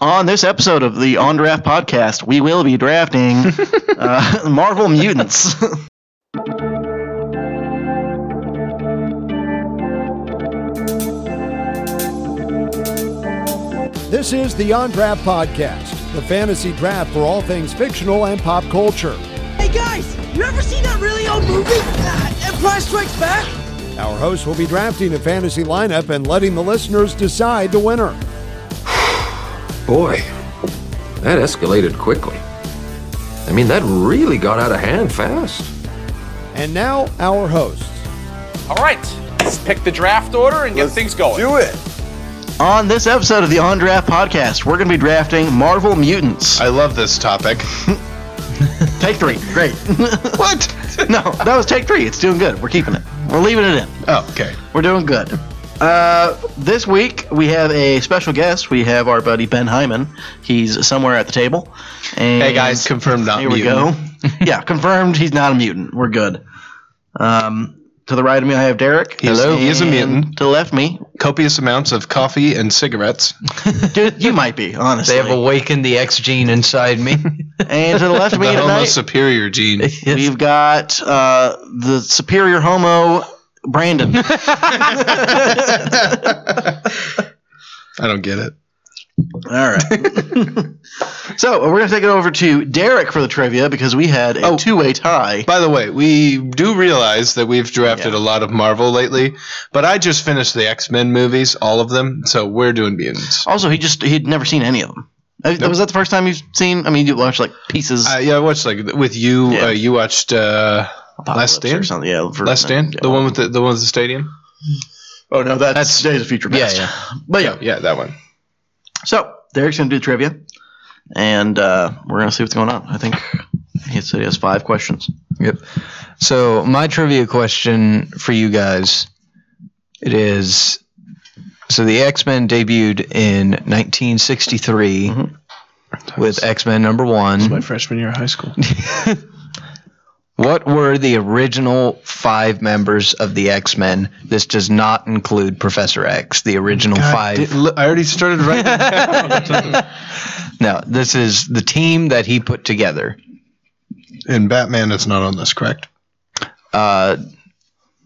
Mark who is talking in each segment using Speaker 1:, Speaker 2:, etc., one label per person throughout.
Speaker 1: On this episode of the On Draft podcast, we will be drafting uh, Marvel Mutants.
Speaker 2: This is the On Draft Podcast, the fantasy draft for all things fictional and pop culture.
Speaker 3: Hey guys, you ever seen that really old movie, uh, Empire Strikes Back?
Speaker 2: Our hosts will be drafting a fantasy lineup and letting the listeners decide the winner.
Speaker 4: Boy, that escalated quickly. I mean, that really got out of hand fast.
Speaker 2: And now, our hosts.
Speaker 5: All right, let's pick the draft order and get things going. Do it.
Speaker 1: On this episode of the On Draft podcast, we're going to be drafting Marvel Mutants.
Speaker 6: I love this topic.
Speaker 1: Take three. Great.
Speaker 6: what?
Speaker 1: no, that was take three. It's doing good. We're keeping it. We're leaving it in.
Speaker 6: Oh, okay.
Speaker 1: We're doing good. Uh, this week we have a special guest. We have our buddy Ben Hyman. He's somewhere at the table. And
Speaker 6: Hey guys, confirmed not
Speaker 1: here we
Speaker 6: mutant.
Speaker 1: go. yeah, confirmed. He's not a mutant. We're good. Um, to the right of me, I have Derek.
Speaker 6: Hello, he is a
Speaker 1: And
Speaker 6: mutant.
Speaker 1: To the left of me,
Speaker 6: Copious amounts of coffee and cigarettes.
Speaker 1: dude, you might be honestly.
Speaker 7: They have awakened the X gene inside me.
Speaker 1: and to the left of me
Speaker 6: The homo
Speaker 1: tonight,
Speaker 6: superior gene.
Speaker 1: we've got uh, the superior homo. Brandon,
Speaker 6: I don't get it.
Speaker 1: all right. so we're gonna take it over to Derek for the trivia because we had a
Speaker 6: Oh.
Speaker 1: two-way tie.
Speaker 6: By the way, we do realize that we've drafted
Speaker 1: Yeah.
Speaker 6: a lot of Marvel lately, but I just finished the X Men movies, all of them, so we're doing mutants.
Speaker 1: Also, he just he'd never seen any of them. Uh, Was that the first time you've seen? I mean, you watched like pieces.
Speaker 6: Uh, yeah, I watched like with you.
Speaker 1: Yeah.
Speaker 6: Uh, you watched uh,
Speaker 1: Apocalypse
Speaker 6: Last Stand.
Speaker 1: or something. Yeah, for-
Speaker 6: Last Stand,
Speaker 1: yeah.
Speaker 6: the one with the the one with the stadium.
Speaker 1: Oh no, that's, Days of Future Past.
Speaker 7: yeah.
Speaker 1: But yeah,
Speaker 6: yeah, that one.
Speaker 1: so Derek's gonna do the trivia, and uh, we're gonna see what's going on. I think he said he has five questions.
Speaker 7: Yep. So my trivia question for you guys, it is, so the X Men debuted in 1963
Speaker 1: Mm-hmm.
Speaker 7: with X Men number one.
Speaker 6: freshman year of high school.
Speaker 7: What were the original five members of the X Men? This does not include Professor X. The original five.
Speaker 6: I already started writing.
Speaker 7: No, this is the team that he put together.
Speaker 6: and Batman is not on this, correct?
Speaker 7: Uh,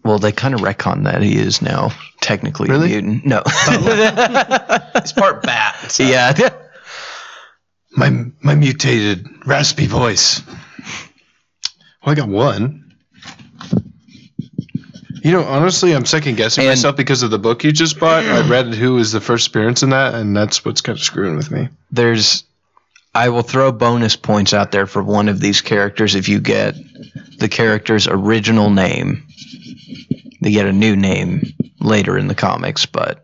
Speaker 7: well, they kind of retcon that he is now technically a mutant. No.
Speaker 1: Oh. It's part bat.
Speaker 7: yeah.
Speaker 6: My my mutated raspy voice. Well, I got one. You know, honestly, I'm second guessing
Speaker 7: And-
Speaker 6: myself because of the book you just bought. I read who was the first appearance in that, and that's what's kind of screwing with me.
Speaker 7: There's. I will throw bonus points out there for one of these characters if you get the character's original name. They get a new name later in the comics, but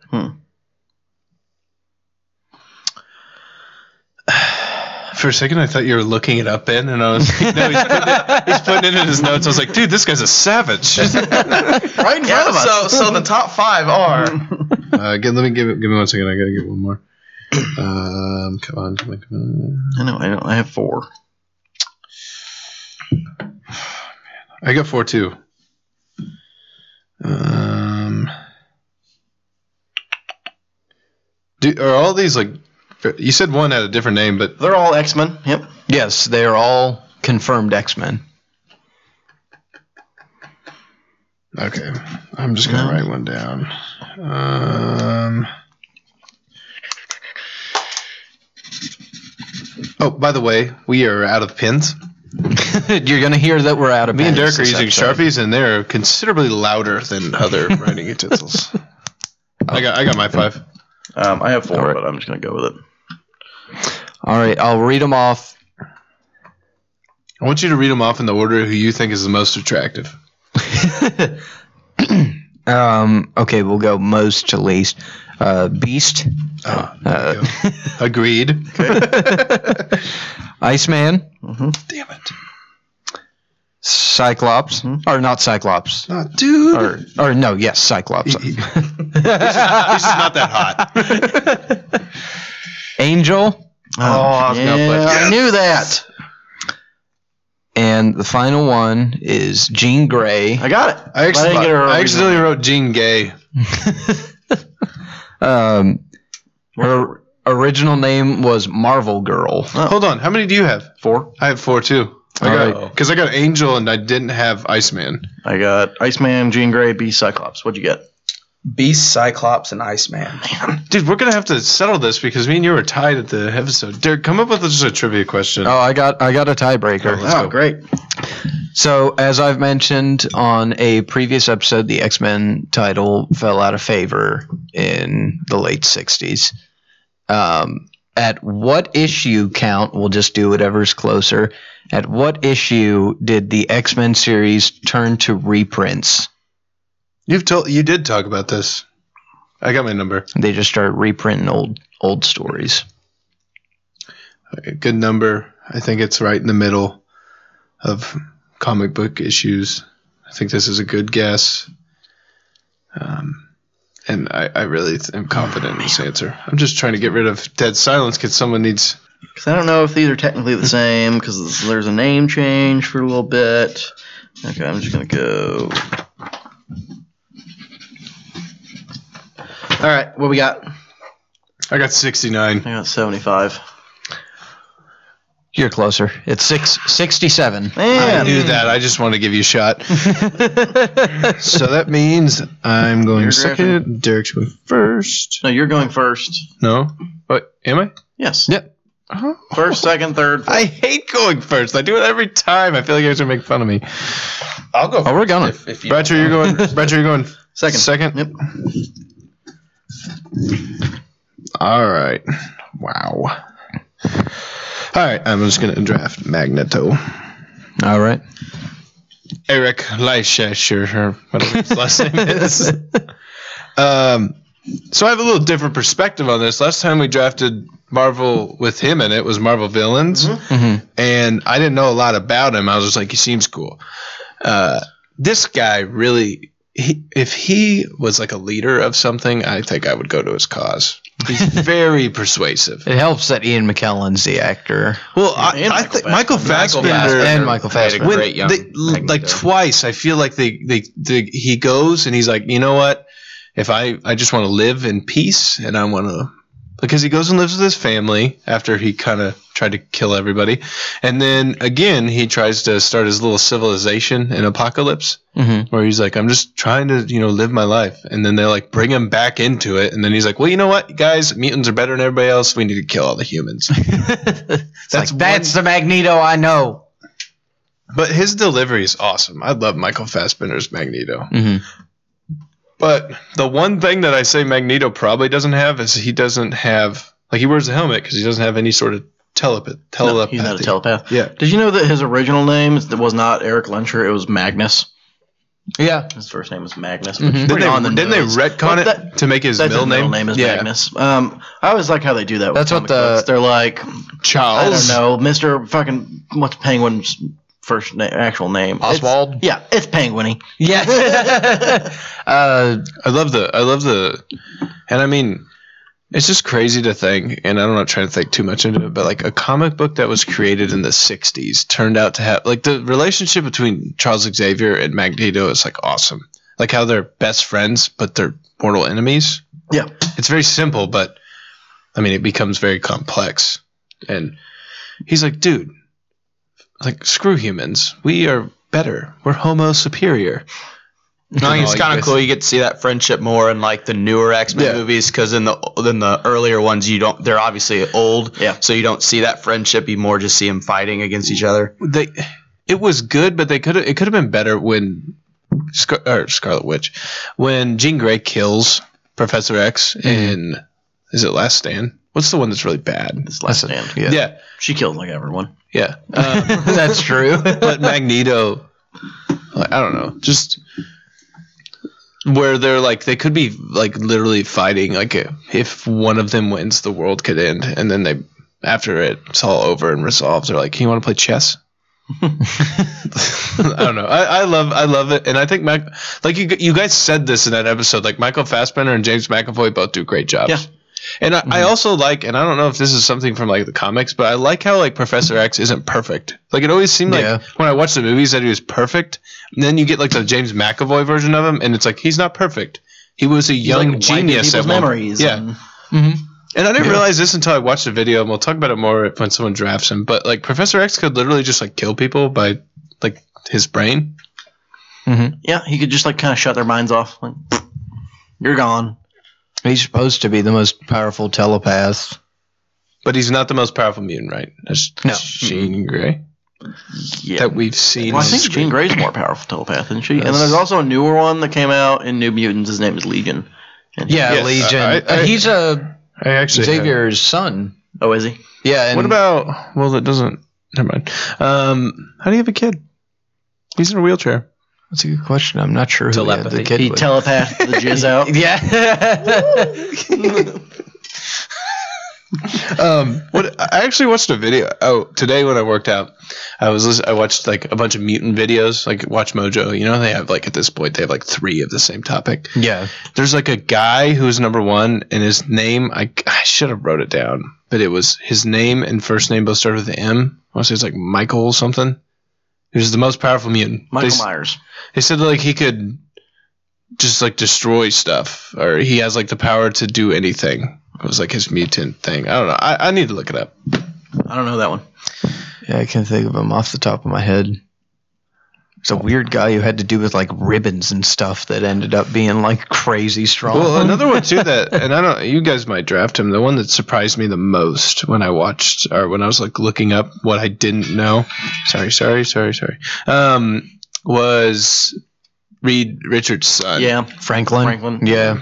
Speaker 6: For a second, I thought you were looking it up in, and I was like, no, he's putting it, he's putting it in his notes. I was like, dude, this guy's a savage.
Speaker 1: right in front of us.
Speaker 8: So, so the top five are
Speaker 6: uh, get, let me give it, give me one second. I gotta get one more. Um, come on, come on, come on.
Speaker 1: I know. I know. I have four.
Speaker 6: I got four too. Um, do, are all these like? You said one had a different name, but
Speaker 1: They're all X Men. Yep.
Speaker 7: yes, they are all confirmed X Men.
Speaker 6: okay. I'm just gonna write one down. Um. Oh, by the way, we are out of pins.
Speaker 7: You're gonna hear that we're out of.
Speaker 6: Me and Derek
Speaker 7: pens
Speaker 6: are
Speaker 7: this
Speaker 6: using
Speaker 7: episode.
Speaker 6: sharpies, and they're considerably louder than other writing utensils. I got, I got my five.
Speaker 1: Um, I have four,
Speaker 7: All right.
Speaker 1: but I'm just gonna go with it.
Speaker 7: All right, I'll read them off.
Speaker 6: I want you to read them off in the order who you think is the most attractive.
Speaker 7: Um, okay, we'll go most to least. Uh, Beast,
Speaker 6: Oh, agreed.
Speaker 7: Iceman,
Speaker 6: Damn it.
Speaker 7: Cyclops,
Speaker 6: Mm-hmm.
Speaker 7: or not Cyclops,
Speaker 6: Oh, dude.
Speaker 7: or or no, yes, Cyclops,
Speaker 6: He- he- this is not that hot.
Speaker 7: Angel,
Speaker 1: Oh, yeah, I knew that.
Speaker 7: and the final one is Jean Grey.
Speaker 1: I got it. But I
Speaker 6: I
Speaker 1: didn't
Speaker 6: accidentally,
Speaker 1: get her
Speaker 6: I
Speaker 1: original.
Speaker 6: accidentally wrote Jean Gay.
Speaker 7: Um, her original name was Marvel Girl.
Speaker 1: Oh.
Speaker 6: Hold on. How many do you have?
Speaker 1: Four.
Speaker 6: I have four too. I got
Speaker 7: Alright.
Speaker 6: because I got Angel and I didn't have Iceman.
Speaker 1: I got Iceman, Jean Grey, Beast, Cyclops. What'd you get?
Speaker 9: Beast, Cyclops, and Iceman.
Speaker 6: Dude, we're gonna have to settle this because me and you were tied at the episode. Derek, come up with just a trivia question.
Speaker 7: Oh, I got I got a tiebreaker.
Speaker 6: Let's go.
Speaker 1: Oh, great.
Speaker 7: So, as I've mentioned on a previous episode, the X Men title fell out of favor in the late 60s. Um, at what issue count, we'll just do whatever's closer. At what issue did the X Men series turn to reprints?
Speaker 6: You've told you did talk about this. I got my number.
Speaker 7: They just started reprinting old old stories.
Speaker 6: Okay, good number. I think it's right in the middle of comic book issues. I think this is a good guess. Um, and I, I really th- am confident in this answer. I'm just trying to get rid of dead silence because someone needs.
Speaker 1: Because I don't know if these are technically the same, because there's a name change for a little bit. Okay, I'm just going to go. All right, what we got?
Speaker 6: I got 69.
Speaker 1: I got 75.
Speaker 7: You're closer. It's six, 67.
Speaker 6: I
Speaker 1: Man,
Speaker 6: knew that. I just want to give you a shot. so that means I'm going
Speaker 1: You're
Speaker 6: second. Derek's going first.
Speaker 1: No, you're going first.
Speaker 6: No? What? Am I?
Speaker 1: Yes.
Speaker 7: Yep.
Speaker 1: First, second, third.
Speaker 6: I hate going first. I do it every time. I feel like you guys are making fun of me.
Speaker 9: I'll go.
Speaker 7: Oh, we're going.
Speaker 9: if you
Speaker 6: Bratcher, you're going. Bratcher, you're going
Speaker 1: Second.
Speaker 6: Second.
Speaker 1: Yep.
Speaker 6: All right. Wow. All right. I'm just gonna draft Magneto.
Speaker 7: All right.
Speaker 6: Eric Leicester, or whatever his last name is. Um, so I have a little different perspective on this. Last time we drafted Marvel with him in it was Marvel Villains,
Speaker 7: Mm-hmm.
Speaker 6: and I didn't know a lot about him. I was just like, he seems cool. Uh, this guy really, he, if he was like a leader of something, I think I would go to his cause. He's very persuasive.
Speaker 7: It helps that Ian McKellen's the actor.
Speaker 6: Well, I,
Speaker 1: and
Speaker 6: I
Speaker 1: Michael
Speaker 6: think Michael Fassbender,
Speaker 7: and Michael Fassbender.
Speaker 6: when
Speaker 4: Great young
Speaker 6: they, l- like
Speaker 4: Magneto.
Speaker 6: twice i feel like they, they they he goes and he's like you know what if i i just want to live in peace and i want to because he goes and lives with his family after he kind of tried to kill everybody and then again he tries to start his little civilization in apocalypse
Speaker 7: Mhm.
Speaker 6: where he's like i'm just trying to you know live my life and then they like bring him back into it and then he's like well you know what guys mutants are better than everybody else we need to kill all the humans
Speaker 7: That's
Speaker 6: one-
Speaker 7: that's the Magneto I know.
Speaker 6: But his delivery is awesome. I love Michael Fassbender's Magneto.
Speaker 7: Mhm.
Speaker 1: Mm-hmm.
Speaker 6: But the one thing that I say Magneto probably doesn't have is he doesn't have like he wears a helmet because he doesn't have any sort of telepath.
Speaker 1: No,
Speaker 6: telepathy.
Speaker 1: he's not a telepath.
Speaker 6: Yeah.
Speaker 1: Did you know that his original name is- was not Eric Lencher? It was Magnus.
Speaker 7: Yeah.
Speaker 1: His first name was Magnus.
Speaker 7: Mhm.
Speaker 6: Didn't they,
Speaker 1: on the
Speaker 6: didn't they
Speaker 1: nose.
Speaker 6: retcon
Speaker 1: Well,
Speaker 6: it
Speaker 1: that-
Speaker 6: to make his
Speaker 1: That's
Speaker 6: middle
Speaker 1: his
Speaker 6: name?
Speaker 1: middle name is
Speaker 6: yeah.
Speaker 1: Magnus. Um, I always like how they do that. With
Speaker 7: That's what
Speaker 1: comic
Speaker 7: the-
Speaker 1: books. they're like. I don't
Speaker 6: Charles.
Speaker 1: know, Mister Fucking what's Penguin's first na- actual name? It's-
Speaker 7: Oswald?
Speaker 1: yeah, it's Penguiny.
Speaker 7: Yeah. uh,
Speaker 6: I love the. I love the. And I mean, it's just crazy to think, and I'm not trying to think too much into it, but like a comic book that was created in the '60s turned out to have like the relationship between Charles Xavier and Magneto is like awesome. Like how they're best friends, but they're mortal enemies.
Speaker 1: Yeah.
Speaker 6: It's very simple, but I mean, it becomes very complex. And he's like, dude, like screw humans. We are better. We're Homo superior.
Speaker 4: No, it's
Speaker 6: Like
Speaker 4: kind of
Speaker 6: this.
Speaker 4: cool. You get to see that friendship more in like the newer X Men
Speaker 6: Yeah.
Speaker 4: movies because in the than the earlier ones you don't. They're obviously old,
Speaker 1: Yeah.
Speaker 4: So you don't see that friendship. You more just see them fighting against each other.
Speaker 6: they it was good, but they could have it could have been better when Scar- or Scarlet Witch when Jean Grey kills Professor X in is it Last Stand? What's the one that's really bad?
Speaker 1: This last stand.
Speaker 7: yeah.
Speaker 6: Yeah,
Speaker 1: She killed like everyone.
Speaker 6: yeah. Um,
Speaker 7: that's true.
Speaker 6: but Magneto, like, I don't know, just where they're like they could be like literally fighting. Like if one of them wins, the world could end, and then they after it's all over and resolved, they're like, "You want to play chess?" I don't know. I, I love I love it, and I think Mac, like you you guys said this in that episode. Like Michael Fassbender and James McAvoy both do great jobs.
Speaker 1: Yeah. Mm-hmm.
Speaker 6: And I, I also like, and I don't know if this is something from like the comics, but I like how like Professor X isn't perfect. Like it always seemed like
Speaker 7: Yeah.
Speaker 6: when I watched the movies that he was perfect. And then you get like the James McAvoy version of him, and it's like he's not perfect. He was a young
Speaker 1: like, wiping
Speaker 6: genius at
Speaker 1: people's
Speaker 6: one-
Speaker 1: memories.
Speaker 6: Yeah,
Speaker 1: and-
Speaker 6: And I didn't realize this until I watched the video, and we'll talk about it more when someone drafts him. But like Professor X could literally just like kill people by like his brain.
Speaker 1: Yeah, he could just like kind of shut their minds off. Like, you're gone.
Speaker 7: He's supposed to be the most powerful telepath.
Speaker 6: But he's not the most powerful mutant, right? That's
Speaker 7: No.
Speaker 6: Jean Grey
Speaker 1: Yeah.
Speaker 6: that we've seen.
Speaker 1: well, I
Speaker 6: on
Speaker 1: think
Speaker 6: screen.
Speaker 1: Jean Grey's more powerful telepath, isn't she? And then
Speaker 6: That's-
Speaker 1: there's also a newer one that came out in New Mutants. His name is Legion. And he-
Speaker 7: Yeah,
Speaker 6: Yes,
Speaker 7: Legion.
Speaker 6: I- I-
Speaker 7: Uh, he's a
Speaker 6: I actually have-
Speaker 7: Xavier's son.
Speaker 1: Oh, is he?
Speaker 7: Yeah. And
Speaker 6: What about? Well, that doesn't. Never mind. Um, how do you have a kid? He's in a wheelchair.
Speaker 7: That's a good question. I'm not sure who telepathy. the kid
Speaker 1: He
Speaker 7: was.
Speaker 1: telepathed the jizz out.
Speaker 7: yeah.
Speaker 6: um, what I actually watched a video. Oh, today when I worked out, I was lis- I watched like a bunch of mutant videos, like Watch Mojo. You know, they have like at this point they have like three of the same topic.
Speaker 7: yeah.
Speaker 6: There's like a guy who's number one, and his name I, I should have wrote it down, but it was his name and first name both started with an M. I want to say it's like Michael or something. He was the most powerful mutant.
Speaker 1: Michael
Speaker 6: They s-
Speaker 1: Myers.
Speaker 6: they said like he could just like destroy stuff, or he has like the power to do anything. It was like his mutant thing. I don't know. I, I need to look it up.
Speaker 1: I don't know that one.
Speaker 7: Yeah, I can think of him off the top of my head. It's a weird guy who had to do with like ribbons and stuff that ended up being like crazy strong.
Speaker 6: Well, another one too that, and I don't. You guys might draft him. The one that surprised me the most when I watched, or when I was like looking up what I didn't know. Sorry, sorry, sorry, sorry. Um, was Reed Richards' son?
Speaker 1: Yeah,
Speaker 7: Franklin.
Speaker 1: Franklin.
Speaker 7: Yeah.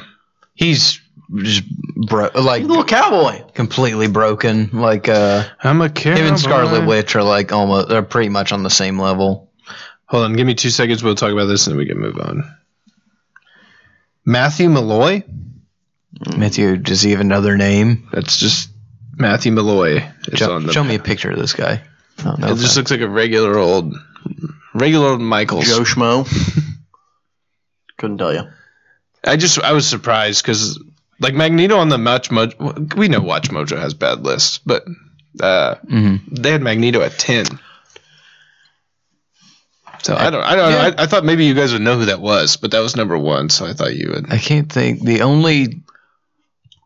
Speaker 7: He's just bro- like
Speaker 1: little cowboy.
Speaker 7: completely broken. Like uh
Speaker 6: I'm a cowboy.
Speaker 7: him and Scarlet Witch are like almost they're pretty much on the same level.
Speaker 6: Hold on, give me two seconds. We'll talk about this, and then we can move on. Matthew Malloy.
Speaker 1: Mm.
Speaker 7: Matthew, does he have another name?
Speaker 6: That's just Matthew Malloy. It's
Speaker 7: Show,
Speaker 6: on the.
Speaker 7: show me a picture of this guy. I don't know
Speaker 6: It
Speaker 7: if
Speaker 6: just
Speaker 7: I-
Speaker 6: looks like a regular old, regular old Michaels.
Speaker 1: Joe Schmo. Couldn't tell you.
Speaker 6: I just I was surprised because like Magneto on the Match Mojo. We know Watch Mojo has bad lists, but uh,
Speaker 7: Mm-hmm.
Speaker 6: they had Magneto at ten. So I don't I don't
Speaker 7: Yeah.
Speaker 6: I, I thought maybe you guys would know who that was, but that was number one, so I thought you would.
Speaker 7: I can't think. The only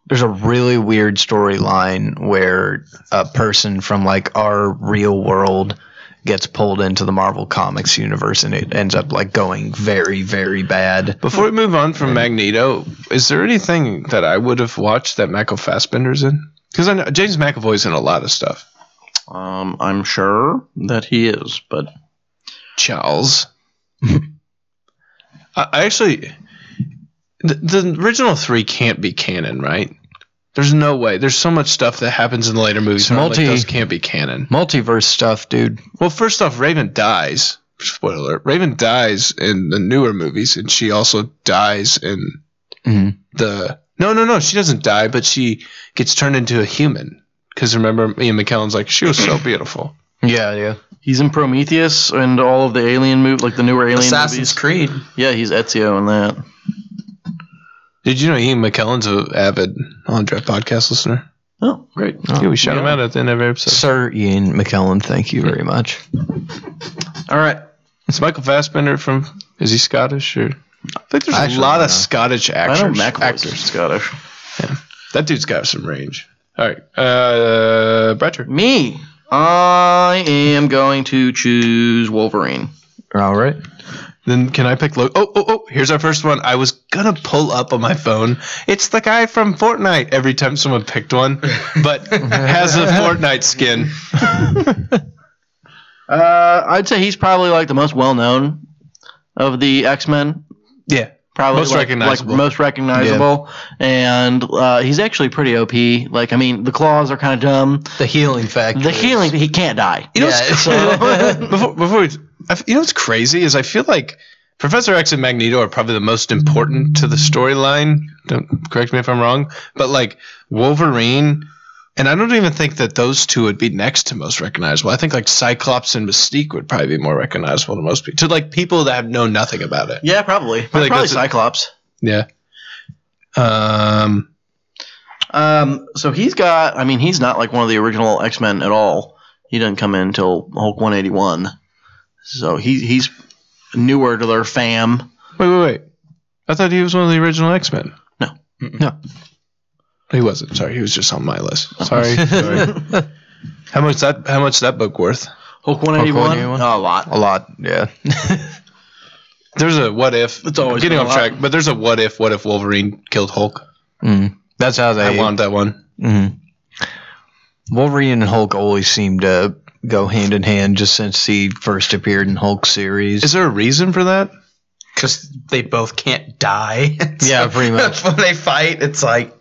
Speaker 7: there's a really weird storyline where a person from like our real world gets pulled into the Marvel Comics universe and it ends up like going very very bad.
Speaker 6: Before we move on from Magneto, is there anything that I would have watched that Michael Fassbender's in? Because I know James McAvoy's in a lot of stuff.
Speaker 1: Um, I'm sure that he is, but
Speaker 6: Charles. I I actually, the, the original three can't be canon, right? There's no way. There's so much stuff that happens in the later movies. where I'm like,
Speaker 7: multi-
Speaker 6: those can't be canon.
Speaker 7: Multiverse stuff, dude.
Speaker 6: Well, first off, Raven dies. Spoiler: alert, Raven dies in the newer movies, and she also dies in
Speaker 1: Mm-hmm.
Speaker 7: Mhm.
Speaker 6: the. No, no, no. She doesn't die, but she gets turned into a human. Because remember, Ian McKellen's like she was so beautiful.
Speaker 7: Yeah, yeah.
Speaker 1: he's in Prometheus and all of the Alien move, like the newer Alien movies.
Speaker 9: Creed.
Speaker 1: Yeah, he's Ezio in that.
Speaker 6: Did you know Ian McKellen's an avid on draft podcast listener?
Speaker 1: Oh, great.
Speaker 6: Yeah, we shout him out at the end of every episode.
Speaker 7: Sir Ian McKellen, thank you very much.
Speaker 1: All right.
Speaker 6: It's Michael Fassbender from. Is he Scottish or? I think there's
Speaker 7: I actually
Speaker 6: a lot
Speaker 7: don't
Speaker 6: of
Speaker 7: know.
Speaker 6: Scottish
Speaker 1: I know
Speaker 6: actors.
Speaker 1: McAvoy's
Speaker 6: actors.
Speaker 1: Scottish.
Speaker 6: That dude's got some range. All right, uh, Bratcher.
Speaker 1: Me. I am going to choose Wolverine.
Speaker 7: All right.
Speaker 6: Then can I pick? Lo- oh, oh, oh! Here's our first one. I was gonna pull up on my phone. It's the guy from Fortnite. Every time someone picked one, but has a Fortnite skin.
Speaker 1: Uh, I'd say he's probably like the most well known of the X Men.
Speaker 6: Yeah.
Speaker 1: Probably
Speaker 6: Most
Speaker 1: like,
Speaker 6: recognizable.
Speaker 1: like most recognizable, and uh, he's actually pretty OP. Like, I mean, the claws are kind of dumb.
Speaker 7: The healing factor.
Speaker 1: The healing, he can't die.
Speaker 6: You know,
Speaker 7: Yeah, uh,
Speaker 6: what's, before, before we, I f you know what's crazy is I feel like Professor X and Magneto are probably the most important to the storyline. Don't correct me if I'm wrong, but like Wolverine, and I don't even think that those two would be next to most recognizable. I think like Cyclops and Mystique would probably be more recognizable to most people, to like people that have known nothing about it.
Speaker 1: Yeah, probably.
Speaker 6: like
Speaker 1: probably
Speaker 6: that's a-
Speaker 1: Cyclops.
Speaker 6: Yeah. Um.
Speaker 1: Um, so he's got. I mean, he's not like one of the original X Men at all. He didn't come in until Hulk 181. So he, he's newer to their fam.
Speaker 6: Wait, wait, wait. I thought he was one of the original X Men.
Speaker 1: No.
Speaker 6: no. He wasn't. Sorry, he was just on my list. Sorry. sorry. How much that? How much that book worth?
Speaker 1: Hulk 181?
Speaker 7: Hulk 181?
Speaker 1: Oh, a lot.
Speaker 7: A lot, yeah.
Speaker 6: There's a what if.
Speaker 1: It's always
Speaker 6: getting
Speaker 1: been a
Speaker 6: off
Speaker 1: lot.
Speaker 6: track, but there's a what if. What if Wolverine killed Hulk?
Speaker 7: Mm. That's how
Speaker 6: I
Speaker 7: they.
Speaker 6: want that one.
Speaker 7: Mm. Wolverine and Hulk always seem to go hand in hand just since he first appeared in Hulk series.
Speaker 6: Is there a reason for that?
Speaker 9: because they both can't die. So
Speaker 7: yeah, pretty much.
Speaker 9: when they fight, it's like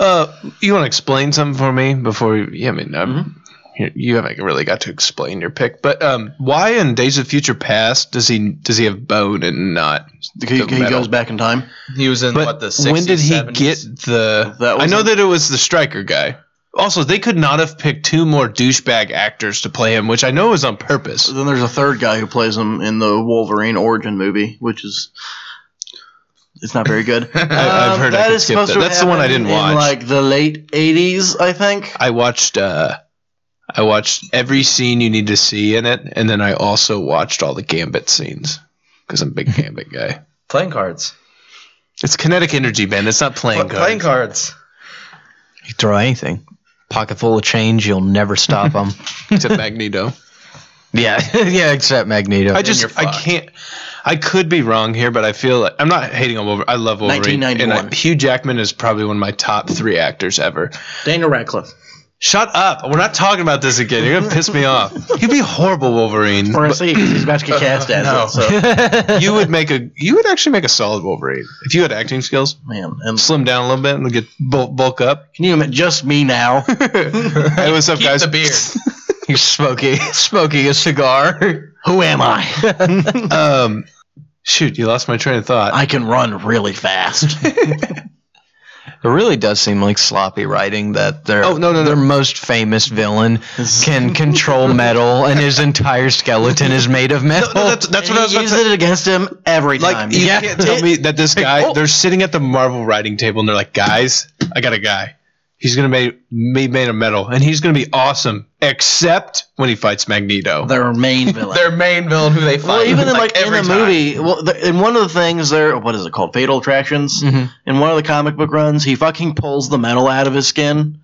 Speaker 6: Uh, you want to explain something for me before? You, yeah, I mean, um, you, you haven't really got to explain your pick, but um, why in Days of Future Past does he does he have bone and not?
Speaker 1: He,
Speaker 6: the
Speaker 1: he
Speaker 6: metal?
Speaker 1: goes back in time.
Speaker 9: he was in
Speaker 6: But
Speaker 9: what the 60s,
Speaker 6: when did he
Speaker 9: 70s?
Speaker 6: get the?
Speaker 1: That
Speaker 6: I know
Speaker 1: wasn't-
Speaker 6: that it was the striker guy. Also, they could not have picked two more douchebag actors to play him, which I know is on purpose.
Speaker 1: Then there's a third guy who plays him in the Wolverine origin movie, which is it's not very good.
Speaker 6: I've
Speaker 1: Um,
Speaker 6: heard I
Speaker 1: that
Speaker 6: could
Speaker 1: is
Speaker 6: skip
Speaker 1: supposed
Speaker 6: that.
Speaker 1: to
Speaker 6: That's the one I
Speaker 1: happen
Speaker 6: didn't watch.
Speaker 1: In like the late '80s, I think.
Speaker 6: I watched uh, I watched every scene you need to see in it, and then I also watched all the Gambit scenes because I'm a big Gambit guy.
Speaker 9: playing cards?
Speaker 6: It's kinetic energy, Ben. It's not playing cards.
Speaker 9: Playing cards.
Speaker 7: You can throw anything. Pocket full of change, you'll never stop him.
Speaker 6: Except Magneto.
Speaker 7: yeah, yeah, except Magneto.
Speaker 6: I just I can't. I could be wrong here, but I feel like I'm not hating on Wolverine. I love Wolverine.
Speaker 1: 1991.
Speaker 6: And I, Hugh Jackman is probably one of my top three actors ever.
Speaker 1: Daniel Radcliffe.
Speaker 6: Shut up! We're not talking about this again. You're gonna piss me off. You'd be horrible Wolverine.
Speaker 1: We're gonna see 'cause he's about to get cast as it. So
Speaker 6: You would make a. You would actually make a solid Wolverine if you had acting skills.
Speaker 1: man, and
Speaker 6: Slim down a little bit and get bulk, bulk up.
Speaker 1: can you imagine just me now?
Speaker 6: Hey, what's up, guys?
Speaker 9: The beard.
Speaker 7: He's smoking, smoking a cigar.
Speaker 1: Who am I?
Speaker 6: Um, shoot, you lost my train of thought.
Speaker 1: I can run really fast.
Speaker 7: It really does seem like sloppy writing that their
Speaker 6: Oh, no, no, no.
Speaker 7: their most famous villain can control metal and his entire skeleton is made of metal.
Speaker 6: no, that's, that's what I was
Speaker 1: he
Speaker 6: about to
Speaker 1: uses it against him every time.
Speaker 6: Like you
Speaker 7: Yeah.
Speaker 6: can't tell me that this guy
Speaker 1: oh.
Speaker 6: they're sitting at the Marvel writing table and they're like, guys, I got a guy. He's gonna be be made of metal and he's gonna be awesome, except when he fights Magneto.
Speaker 1: Their main villain.
Speaker 9: Their main villain, who they fight.
Speaker 1: Well, even in like, in
Speaker 9: every
Speaker 1: the
Speaker 9: time.
Speaker 1: movie, well, the, in one of the things there, what is it called? Fatal Attractions.
Speaker 7: Mhm.
Speaker 1: In one of the comic book runs, he fucking pulls the metal out of his skin,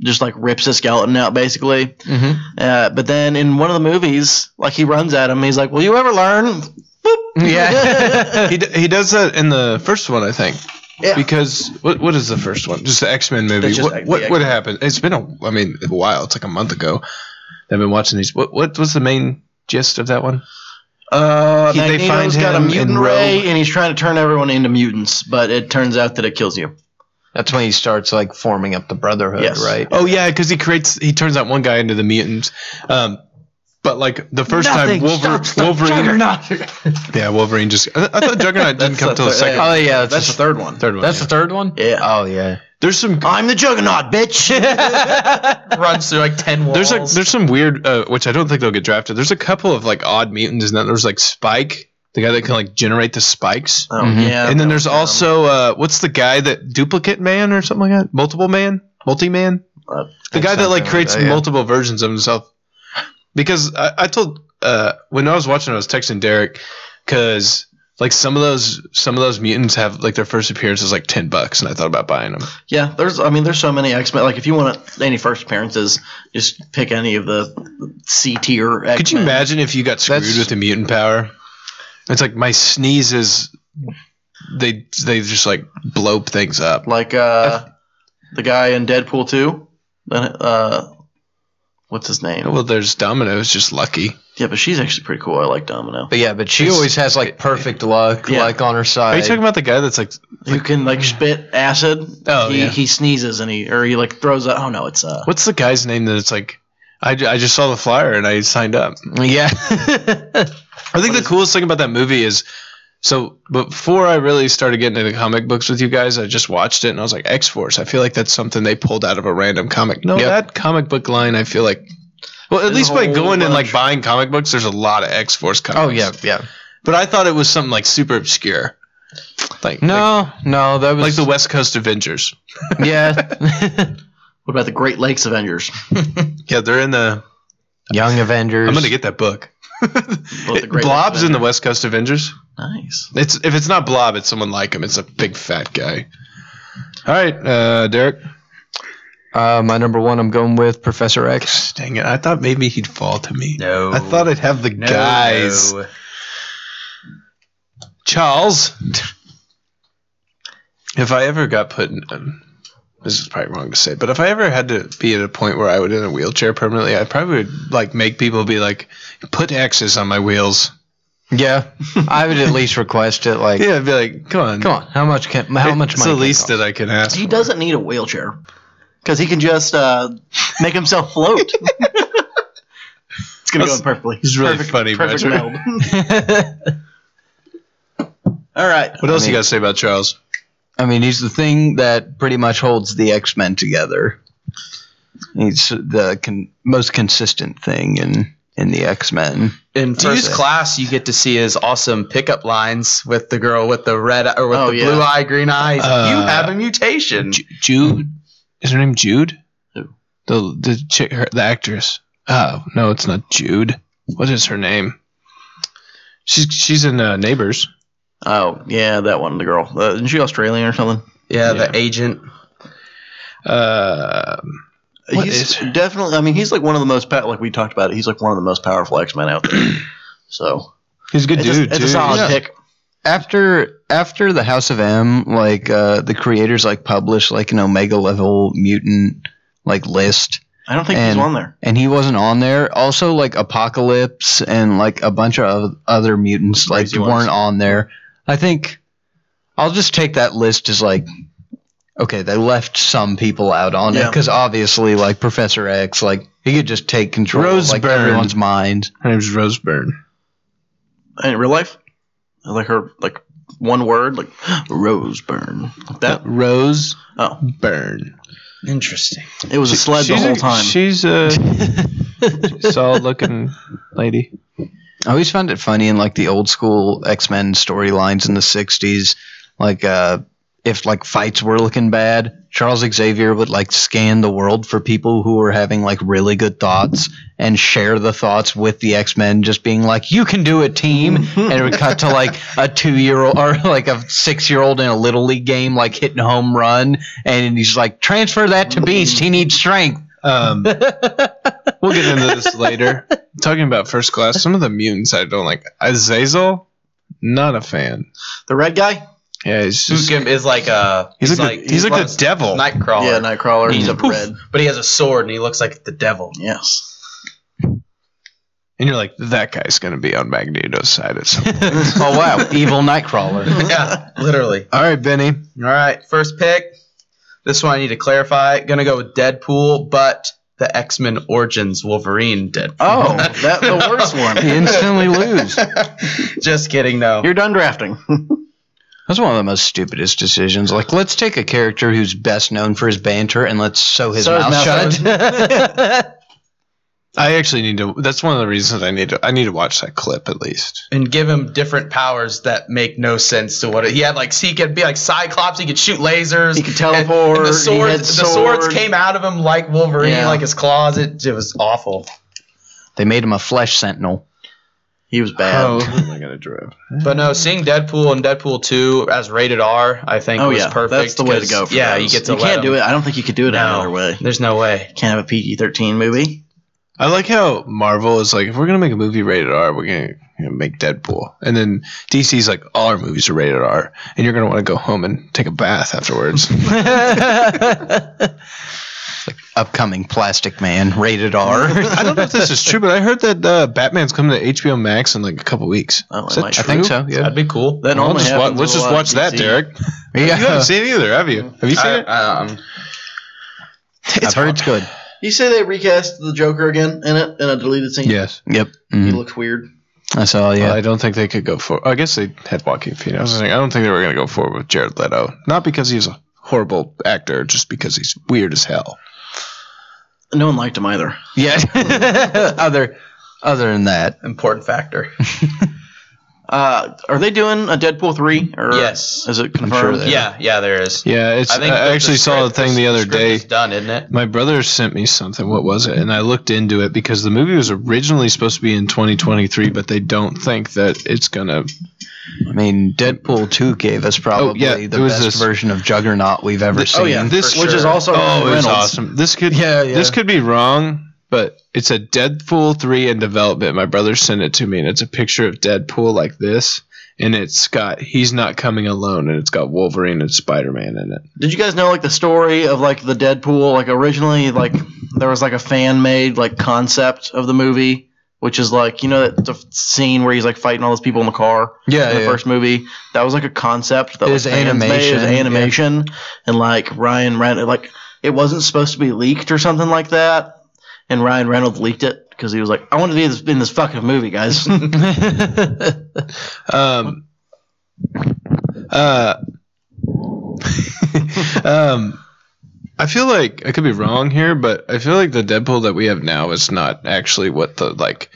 Speaker 1: just like rips his skeleton out, basically.
Speaker 7: Mhm.
Speaker 1: Uh, but then in one of the movies, like he runs at him, he's like, "Will you ever learn?" Boop.
Speaker 7: Yeah.
Speaker 6: he, d- he does that in the first one, I think.
Speaker 1: Yeah.
Speaker 6: Because what what is the first one? Just the X Men movie.
Speaker 1: It's just
Speaker 6: What,
Speaker 1: like the
Speaker 6: what what
Speaker 1: X-Men.
Speaker 6: happened? It's been a I mean a while. It's like a month ago. I've been watching these. What what was the main gist of that one?
Speaker 1: Uh,
Speaker 6: He- they
Speaker 1: Magneto's
Speaker 6: find
Speaker 1: got a
Speaker 6: him
Speaker 1: mutant
Speaker 6: in
Speaker 1: ray,
Speaker 6: Rogue.
Speaker 1: and he's trying to turn everyone into mutants, but it turns out that it kills you.
Speaker 7: That's when he starts like forming up the Brotherhood,
Speaker 1: Yes.
Speaker 7: right?
Speaker 6: Oh yeah, because he creates he turns that one guy into the mutants. Um, but like the first time Wolver- Wolverine Yeah, Wolverine just. I, I thought Juggernaut didn't come till the second.
Speaker 7: Oh yeah, that's,
Speaker 1: That's the third one.
Speaker 6: Third one.
Speaker 7: that's the third one.
Speaker 1: Yeah.
Speaker 7: Oh yeah.
Speaker 6: there's some.
Speaker 1: I'm the Juggernaut, bitch.
Speaker 9: runs through like ten walls.
Speaker 6: There's a. There's some weird, uh, which I don't think they'll get drafted. There's a couple of like odd mutants, and then there's like Spike, the guy that can like generate the spikes.
Speaker 1: oh
Speaker 7: Mhm.
Speaker 1: yeah.
Speaker 6: and then there's also uh, what's the guy that duplicate man or something like that? Multiple man, multi man.
Speaker 1: Uh,
Speaker 6: the guy that
Speaker 7: something
Speaker 6: like
Speaker 7: like
Speaker 6: creates
Speaker 7: that, yeah.
Speaker 6: multiple versions of himself. Because I, I told uh, when I was watching, I was texting Derek because like some of those some of those mutants have like their first appearance is like ten bucks, and I thought about buying them.
Speaker 1: Yeah, there's. I mean, there's so many X Men. Like, if you want any first appearances, just pick any of the C tier. X-Men.
Speaker 6: Could you imagine if you got screwed
Speaker 7: That's-
Speaker 6: with the mutant power? It's like my sneezes. They they just like blow things up.
Speaker 1: Like uh, the guy in Deadpool two. Uh, what's his name?
Speaker 6: Well, there's Domino's just lucky.
Speaker 1: Yeah, but she's actually pretty cool. I like Domino.
Speaker 7: But yeah, but she
Speaker 6: It's-
Speaker 7: always has like perfect luck,
Speaker 1: Yeah.
Speaker 7: like on her side.
Speaker 6: Are you talking about the guy that's like
Speaker 1: Who can like spit acid?
Speaker 6: Oh,
Speaker 1: he,
Speaker 6: yeah.
Speaker 1: he sneezes and he or he like throws out. Oh no, it's uh.
Speaker 6: what's the guy's name that it's like I, ju- I just saw the flyer and I signed up.
Speaker 7: yeah.
Speaker 6: I think the coolest thing about that movie is so before I really started getting into comic books with you guys, I just watched it and I was like X Force. I feel like that's something they pulled out of a random comic. No,
Speaker 7: Yep.
Speaker 6: that comic book line, I feel like. Well, at
Speaker 1: There's
Speaker 6: least
Speaker 1: a
Speaker 6: by
Speaker 1: whole
Speaker 6: going and like
Speaker 1: bunch.
Speaker 6: buying comic books, there's a lot of X Force comics.
Speaker 7: oh yeah, yeah.
Speaker 6: but I thought it was something like super obscure, like like,
Speaker 7: No, no, that
Speaker 6: like
Speaker 7: was
Speaker 6: the West Coast Avengers.
Speaker 7: yeah.
Speaker 1: What about the Great Lakes Avengers?
Speaker 6: Yeah, they're in the.
Speaker 7: Young Avengers.
Speaker 6: I'm gonna get that book.
Speaker 1: Both the Great
Speaker 6: Blob's
Speaker 1: Lakes
Speaker 6: in the West Coast Avengers.
Speaker 1: Nice.
Speaker 6: It's if it's not Blob, it's someone like him. It's a big fat guy. All right, uh, Derek.
Speaker 7: Uh, my number one, I'm going with Professor X.
Speaker 6: Dang it! I thought maybe he'd fall to me.
Speaker 9: No.
Speaker 6: I thought I'd have the
Speaker 9: No,
Speaker 6: guys.
Speaker 9: no.
Speaker 6: Charles. If I ever got put in, um, this is probably wrong to say, but if I ever had to be at a point where I would in a wheelchair permanently, I probably would like make people be like, put X's on my wheels.
Speaker 7: Yeah, I would at least request it. Like,
Speaker 6: Yeah, I'd be like, come on,
Speaker 7: come on, how much can how much
Speaker 6: It's
Speaker 7: money?
Speaker 6: the
Speaker 7: can it
Speaker 6: least
Speaker 7: cost?
Speaker 6: that I can ask.
Speaker 1: He doesn't need a wheelchair because he can just uh, make himself float. it's gonna go in perfectly.
Speaker 6: He's really
Speaker 1: perfect,
Speaker 6: funny,
Speaker 1: Perfect
Speaker 6: Patrick.
Speaker 1: meld. All right.
Speaker 6: What else
Speaker 7: mean-
Speaker 6: you got to say about Charles?
Speaker 7: I mean, he's the thing that pretty much holds the X Men together. He's the con- most consistent thing in in the X Men.
Speaker 9: In T's
Speaker 7: Perfect.
Speaker 9: class, you get to see his awesome pickup lines with the girl with the red or with
Speaker 1: Oh,
Speaker 9: the
Speaker 1: yeah.
Speaker 9: blue eye, green eyes.
Speaker 6: Uh,
Speaker 9: you have a mutation.
Speaker 6: Jude. Is her name Jude?
Speaker 1: Who?
Speaker 6: The the chick, her, the actress. Oh no, it's not Jude. What is her name? She's she's in uh, Neighbors.
Speaker 1: Oh yeah, that one, the girl. Uh, isn't she Australian or something?
Speaker 9: Yeah,
Speaker 6: yeah.
Speaker 9: the agent.
Speaker 6: Uh, What
Speaker 1: he's
Speaker 6: is her-
Speaker 1: definitely. I mean, he's like one of the most pa- like we talked about. It, he's like one of the most powerful X Men out there. So
Speaker 6: he's a good
Speaker 1: it's,
Speaker 6: dude.
Speaker 1: a, it's a
Speaker 6: too.
Speaker 1: solid
Speaker 6: Yeah.
Speaker 1: pick.
Speaker 7: After after the House of M, like uh, the creators like published like an Omega level mutant like list,
Speaker 1: I don't think he's
Speaker 7: And-
Speaker 1: on there.
Speaker 7: and he wasn't on there. Also, like Apocalypse and like a bunch of other mutants like
Speaker 1: Crazy ones.
Speaker 7: weren't on there. I think I'll just take that list as like okay, they left some people out on it
Speaker 1: Yeah.
Speaker 7: because obviously, like Professor X, like he could just take control of
Speaker 6: Rose
Speaker 7: like
Speaker 6: Byrne.
Speaker 7: everyone's mind.
Speaker 6: Her name's Rose Byrne.
Speaker 1: In real life, I like her, like one word, like Rose Byrne, like that.
Speaker 6: Rose
Speaker 1: Oh,
Speaker 6: Byrne.
Speaker 9: Interesting.
Speaker 1: it was a sled the
Speaker 6: She's
Speaker 1: whole
Speaker 6: a-
Speaker 1: time.
Speaker 6: She's a solid looking lady.
Speaker 7: I always found it funny in like the old school X Men storylines in the '60s, like uh, if like fights were looking bad, Charles Xavier would like scan the world for people who were having like really good thoughts and share the thoughts with the X Men, just being like, "You can do it, team," and it would cut to like a two year old or like a six year old in a little league game, like hitting a home run, and he's like, "Transfer that to Beast. He needs strength."
Speaker 6: Um, we'll get into this later. Talking about first class, some of the mutants I don't like. Azazel, not a fan.
Speaker 1: the red guy.
Speaker 6: Yeah, he's just,
Speaker 9: Tukim is like a.
Speaker 6: he's, like, the, he's like the
Speaker 9: devil.
Speaker 6: devil.
Speaker 9: Nightcrawler.
Speaker 1: Yeah, Nightcrawler. He's a
Speaker 9: Poof.
Speaker 1: red.
Speaker 9: But he has a sword and he looks like the devil.
Speaker 1: Yes.
Speaker 6: and you're like, that guy's gonna be on Magneto's side at some point.
Speaker 7: Oh wow, evil Nightcrawler.
Speaker 9: yeah, literally.
Speaker 6: All right, Benny.
Speaker 9: All right, first pick. This one I need to clarify. Gonna go with Deadpool, but the X Men Origins Wolverine Deadpool.
Speaker 1: Oh, that the worst
Speaker 7: You
Speaker 1: one.
Speaker 7: instantly lose.
Speaker 9: Just kidding, no.
Speaker 1: You're done drafting.
Speaker 7: That's one of the most stupidest decisions. Like, let's take a character who's best known for his banter and let's sew his
Speaker 1: Sew his
Speaker 7: mouth
Speaker 1: mouth
Speaker 7: shut.
Speaker 6: I actually need to. That's one of the reasons I need to. I need to watch that clip at least.
Speaker 9: and give him different powers that make no sense to what it, he had. Like, see, he could be like Cyclops. He could shoot lasers.
Speaker 1: He could
Speaker 9: and- and
Speaker 1: teleport, he
Speaker 9: the swords,
Speaker 1: had
Speaker 9: the swords
Speaker 1: sword.
Speaker 9: came out of him like Wolverine,
Speaker 1: Yeah.
Speaker 9: like his claws. It, it was awful.
Speaker 7: they made him a flesh sentinel.
Speaker 1: He was bad.
Speaker 9: Oh,
Speaker 6: am I gonna drive?
Speaker 9: But no, seeing Deadpool and Deadpool Two as rated R, I think
Speaker 1: Oh
Speaker 9: was
Speaker 1: yeah,
Speaker 9: perfect.
Speaker 1: that's the way to
Speaker 9: 'cause,
Speaker 1: go. For
Speaker 9: yeah,
Speaker 1: those.
Speaker 9: you get to.
Speaker 1: You
Speaker 9: let
Speaker 1: can't
Speaker 9: him-
Speaker 1: do it. I don't think you could do it
Speaker 9: No.
Speaker 1: any other way.
Speaker 9: There's no way.
Speaker 1: Can't have a PG-13 movie.
Speaker 6: I like how Marvel is like, if we're gonna make a movie rated R, we're gonna you know, make Deadpool, and then DC's like, all our movies are rated R, and you're gonna want to go home and take a bath afterwards.
Speaker 7: Upcoming Plastic Man, rated R.
Speaker 6: I don't know if this is true, but I heard that uh, Batman's coming to HBO Max in like a couple weeks.
Speaker 1: Oh,
Speaker 6: Is
Speaker 1: it
Speaker 6: that
Speaker 1: might-
Speaker 7: I
Speaker 6: true?
Speaker 7: think so. Yeah.
Speaker 9: That'd be cool.
Speaker 1: That
Speaker 6: Well,
Speaker 1: only
Speaker 6: just wa-
Speaker 1: happens
Speaker 6: let's
Speaker 1: a
Speaker 6: just
Speaker 1: lot
Speaker 6: watch
Speaker 1: in
Speaker 6: that,
Speaker 1: DC.
Speaker 6: Derek. You haven't seen it either, have you? Have you seen
Speaker 9: I,
Speaker 6: it?
Speaker 9: um,
Speaker 7: I've heard it's good.
Speaker 1: You say they recast the Joker again in it in a deleted scene.
Speaker 6: Yes.
Speaker 7: Yep.
Speaker 1: he
Speaker 7: Mm.
Speaker 1: looks weird.
Speaker 7: I saw.
Speaker 6: Yeah.
Speaker 7: Yeah.
Speaker 6: I don't think they could go for. I guess they had Joaquin Phoenix. I, was like, I don't think they were going to go forward with Jared Leto. Not because he's a horrible actor, just because he's weird as hell.
Speaker 1: No one liked him either.
Speaker 7: yeah. other, other than that,
Speaker 9: important factor.
Speaker 1: Uh, are they doing a Deadpool three? Or
Speaker 9: Yes.
Speaker 1: Is it
Speaker 7: sure
Speaker 1: confirmed?
Speaker 7: they are.
Speaker 9: Yeah, yeah, there is.
Speaker 6: Yeah, it's. I,
Speaker 9: that the
Speaker 6: actually saw the
Speaker 9: script-
Speaker 6: thing the other
Speaker 9: script
Speaker 6: day.
Speaker 9: is done, isn't it?
Speaker 6: My brother sent me something. What was it? And I looked into it because the movie was originally supposed to be in 2023, but they don't think that it's gonna
Speaker 7: I mean, Deadpool 2 gave us probably
Speaker 6: yeah,
Speaker 7: the
Speaker 6: it was
Speaker 7: best
Speaker 6: this-
Speaker 7: version of Juggernaut we've ever seen.
Speaker 1: oh yeah,
Speaker 6: this-
Speaker 1: which is also Ryan
Speaker 6: Oh, it's
Speaker 1: Reynolds.
Speaker 6: awesome. This could
Speaker 7: Yeah, yeah.
Speaker 6: this could be wrong, but it's a Deadpool three in development. My brother sent it to me, and it's a picture of Deadpool like this, and it's got he's not coming alone, and it's got Wolverine and Spider Man in it.
Speaker 1: Did you guys know like the story of like the Deadpool? Like originally, like there was like a fan made like concept of the movie, which is like you know that the scene where he's like fighting all those people in the car.
Speaker 7: Yeah,
Speaker 1: in the
Speaker 7: yeah.
Speaker 1: first movie. That was like a concept that
Speaker 7: It
Speaker 1: was
Speaker 7: was
Speaker 1: animation,
Speaker 7: animation, yeah.
Speaker 1: animation, and like Ryan Reynolds, like it wasn't supposed to be leaked or something like that, and Ryan Reynolds leaked it because he was like, "I want to be this, in this fucking movie, guys."
Speaker 6: Um, uh, um, I feel like I could be wrong here, but I feel like the Deadpool that we have now is not actually what the like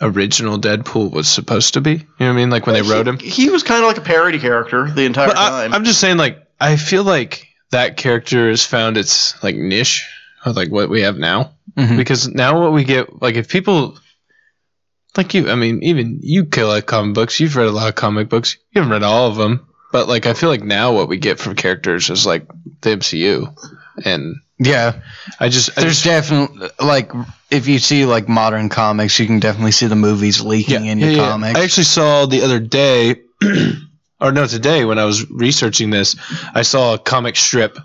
Speaker 6: original Deadpool was supposed to be. You know what I mean? Like when they wrote him.
Speaker 1: he was kind of like a parody character the entire
Speaker 6: But I,
Speaker 1: time.
Speaker 6: I'm just saying, like, I feel like that character has found its like niche of like what we have now,
Speaker 7: Mhm.
Speaker 6: because now what we get, like, if people like you, I mean, even you collect comic books, you've read a lot of comic books, you haven't read all of them, but like, I feel like now what we get from characters is like the MCU, and
Speaker 7: yeah.
Speaker 6: I just I
Speaker 7: There's
Speaker 6: just,
Speaker 7: definitely like if you see like modern comics, you can definitely see the movies leaking in your comics.
Speaker 6: I actually saw the other day, or no, today when I was researching this, I saw a comic strip,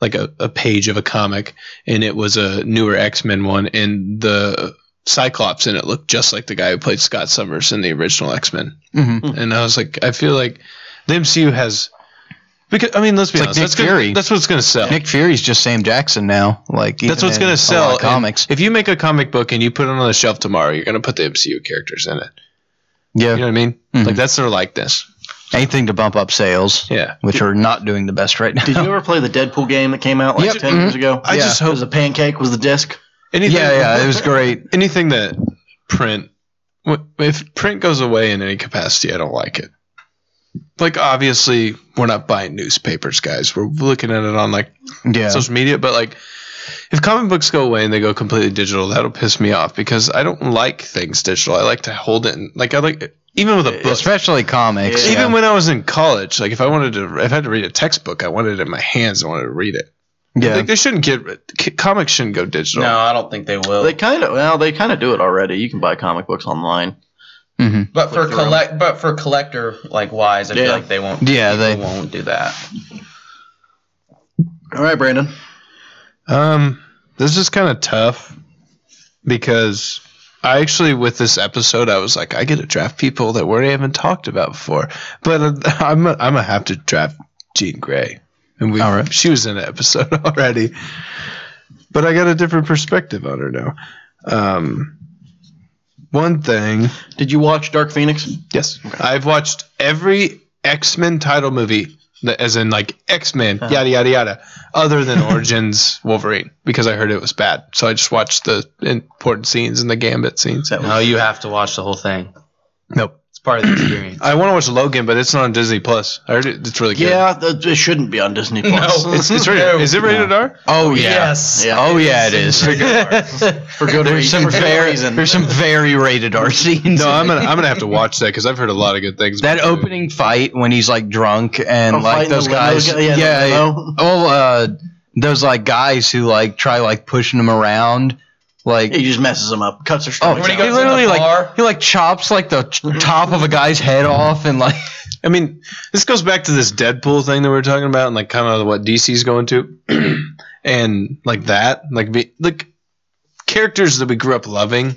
Speaker 6: like a, a page of a comic, and it was a newer X Men one, and the Cyclops in it looked just like the guy who played Scott Summers in the original X Men.
Speaker 7: Mhm.
Speaker 6: And I was like, I feel like the MCU has. Because I mean, let's be
Speaker 7: It's like
Speaker 6: honest.
Speaker 7: Nick
Speaker 6: that's, gonna-
Speaker 7: Fury.
Speaker 6: that's what's going to sell.
Speaker 7: Nick Fury's just Sam Jackson now. Like
Speaker 6: That's
Speaker 7: even
Speaker 6: what's
Speaker 7: in
Speaker 6: going
Speaker 7: a
Speaker 6: to sell.
Speaker 7: lot
Speaker 6: And
Speaker 7: of comics.
Speaker 6: If you make a comic book and you put it on the shelf tomorrow, you're going to put the MCU characters in it.
Speaker 7: yeah,
Speaker 6: You know what I mean?
Speaker 7: Mhm.
Speaker 6: Like that's their likeness.
Speaker 7: anything to bump up sales,
Speaker 6: Yeah.
Speaker 7: which are not doing the best right now.
Speaker 1: Did you ever play the Deadpool game that came out like
Speaker 7: Yep.
Speaker 1: 10
Speaker 7: Mhm.
Speaker 1: years ago?
Speaker 6: I just
Speaker 1: It
Speaker 6: hope-
Speaker 1: was a pancake, was the disc.
Speaker 6: Anything,
Speaker 7: yeah, yeah, it was great.
Speaker 6: Anything that print, wh- if print goes away in any capacity, I don't like it. Like obviously, we're not buying newspapers, guys. We're looking at it on like
Speaker 7: Yeah,
Speaker 6: social media, but like. If comic books go away and they go completely digital, that'll piss me off because I don't like things digital. I like to hold it. In, like I like even with a book.
Speaker 7: especially comics.
Speaker 6: Even
Speaker 7: Uh, yeah.
Speaker 6: when I was in college, like if I wanted to, if I had to read a textbook, I wanted it in my hands. I wanted to read it.
Speaker 7: yeah.
Speaker 6: Like they shouldn't get c- comics shouldn't go digital.
Speaker 9: No, I don't think they will.
Speaker 1: They kind of well, they kind of do it already. You can buy comic books online.
Speaker 7: Mhm.
Speaker 9: but for
Speaker 1: Click through 'em.
Speaker 9: collect, but for collector like wise, I
Speaker 1: Yeah.
Speaker 9: feel like they won't.
Speaker 7: Yeah,
Speaker 9: they
Speaker 7: they-
Speaker 9: won't do that.
Speaker 1: All right, Brandon.
Speaker 6: Um, this is kind of tough because I actually, with this episode, I was like, I get to draft people that we haven't talked about before, but uh, I'm i I'm gonna have to draft Jean Grey, and we
Speaker 7: All right.
Speaker 6: she was in an episode already, but I got a different perspective on her now. Um, one thing,
Speaker 1: Did you watch Dark Phoenix?
Speaker 6: yes, I've watched every X Men title movie. that- As in, like X Men,
Speaker 7: Uh-huh.
Speaker 6: yada yada yada. Other than Origins Wolverine, because I heard it was bad, so I just watched the important scenes and the Gambit scenes.
Speaker 9: No, you have to watch the whole thing.
Speaker 6: Nope.
Speaker 9: It's part of the experience.
Speaker 6: I want to watch Logan, but it's not on Disney Plus. I heard it, it's really good.
Speaker 1: Yeah, th- it shouldn't be on Disney Plus.
Speaker 6: It's, it's rated,
Speaker 9: No.
Speaker 6: Is it rated R?
Speaker 7: oh yeah.
Speaker 9: Yes.
Speaker 1: Yeah.
Speaker 7: Oh yeah, it is.
Speaker 1: for good
Speaker 7: There's
Speaker 1: reason.
Speaker 7: some
Speaker 1: For good
Speaker 7: very
Speaker 1: reason.
Speaker 7: there's some very rated R scenes.
Speaker 6: No, I'm gonna I'm gonna have to watch that because I've heard a lot of good things.
Speaker 7: That
Speaker 6: about it.
Speaker 7: opening fight when he's like drunk and
Speaker 1: Oh,
Speaker 7: like
Speaker 1: fighting
Speaker 7: those
Speaker 1: the limo
Speaker 7: guys,
Speaker 1: guy- yeah,
Speaker 7: yeah,
Speaker 1: the
Speaker 7: yeah,
Speaker 1: limo.
Speaker 7: oh, uh, those like guys who like try like pushing him around, like
Speaker 1: He just messes them up, cuts their
Speaker 7: oh,
Speaker 1: stomach.
Speaker 7: he,
Speaker 9: When he goes in
Speaker 7: literally
Speaker 9: the bar.
Speaker 7: like he like chops like the t- top of a guy's head off and like
Speaker 6: I mean, this goes back to this Deadpool thing that we were talking about, and like kind of what DC's going to, and like that, like be, like characters that we grew up loving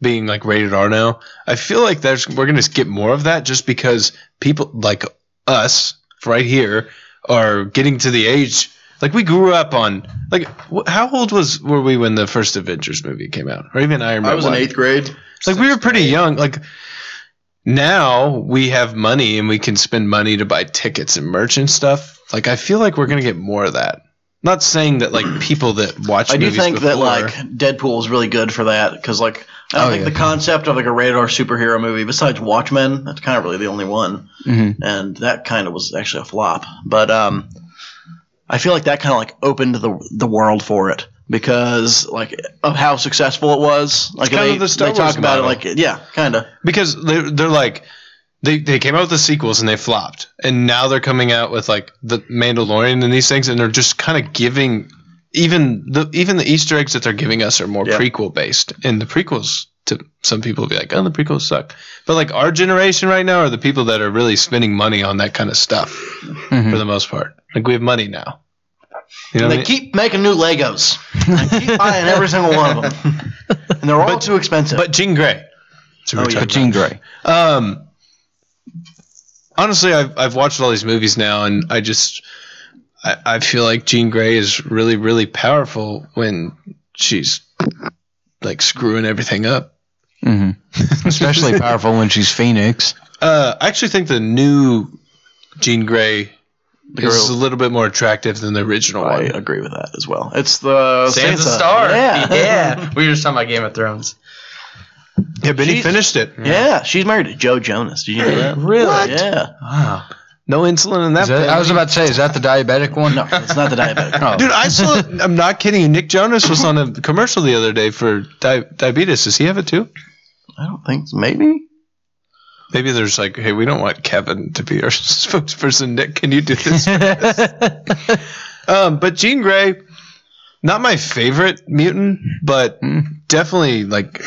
Speaker 6: being like rated R now. I feel like there's we're gonna get more of that just because people like us right here are getting to the age. Like we grew up on like wh- how old was were we when the first Avengers movie came out, or even Iron Man?
Speaker 1: I was in
Speaker 6: one?
Speaker 1: eighth grade.
Speaker 6: like we were pretty young like now we have money and we can spend money to buy tickets and merch and stuff like i feel like we're gonna get more of that not saying that like people that watch
Speaker 1: I do
Speaker 6: movies
Speaker 1: think
Speaker 6: before,
Speaker 1: that like Deadpool is really good for that because like I don't
Speaker 7: Oh,
Speaker 1: think
Speaker 7: yeah.
Speaker 1: the concept of like a radar superhero movie besides Watchmen that's kind of really the only one,
Speaker 6: Mm-hmm.
Speaker 1: and that kind of was actually a flop. But um, I feel like that kind of like opened the the world for it because like of how successful it was. Like
Speaker 6: kind
Speaker 1: they,
Speaker 6: of the Star
Speaker 1: they talk
Speaker 6: Wars
Speaker 1: about it
Speaker 6: model.
Speaker 1: like yeah, kind of
Speaker 6: because they're, they're like they they came out with the sequels and they flopped, and now they're coming out with like the Mandalorian and these things, and they're just kind of giving even the even the Easter eggs that they're giving us are more
Speaker 1: Yeah.
Speaker 6: prequel based, and the prequels to some people will be like, oh, the prequels suck, but like our generation right now are the people that are really spending money on that kind of stuff for the most part. Like we have money now. You
Speaker 1: And
Speaker 6: know what I
Speaker 1: they
Speaker 6: mean?
Speaker 1: keep making new Legos. I keep buying every single one of them, and they're all too expensive.
Speaker 6: but Jean Grey. That's
Speaker 1: Oh,
Speaker 6: what we're
Speaker 1: yeah.
Speaker 6: talking
Speaker 7: But Jean Grey.
Speaker 6: Um, honestly, I've I've watched all these movies now, and I just I, I feel like Jean Grey is really really powerful when she's like screwing everything up.
Speaker 7: hmm Especially powerful when she's Phoenix.
Speaker 6: Uh, I actually think the new Jean Grey
Speaker 1: The
Speaker 6: is a
Speaker 1: girl,
Speaker 6: little bit more attractive than the original
Speaker 1: I
Speaker 6: one.
Speaker 1: agree with that as well. It's the
Speaker 9: Sansa
Speaker 1: Sansa.
Speaker 9: Stark.
Speaker 1: Yeah.
Speaker 9: yeah. We were just talking about Game of Thrones.
Speaker 6: Yeah, but he
Speaker 1: She's-
Speaker 6: finished it.
Speaker 1: Yeah, she's married to Joe Jonas. Did you know that?
Speaker 6: Really?
Speaker 1: Yeah.
Speaker 6: Wow. No insulin in that.
Speaker 7: Is that, I
Speaker 6: family.
Speaker 7: was about to say, is that the diabetic one?
Speaker 1: No, it's not the diabetic.
Speaker 7: Oh.
Speaker 6: Dude, I saw. I'm not kidding you. Nick Jonas was on a commercial the other day for di- diabetes. Does he have it too?
Speaker 1: I don't think so. Maybe?
Speaker 6: Maybe there's like, hey, we don't want Kevin to be our spokesperson. Nick, can you do this? for us? um, but Jean Grey, not my favorite mutant, but definitely like,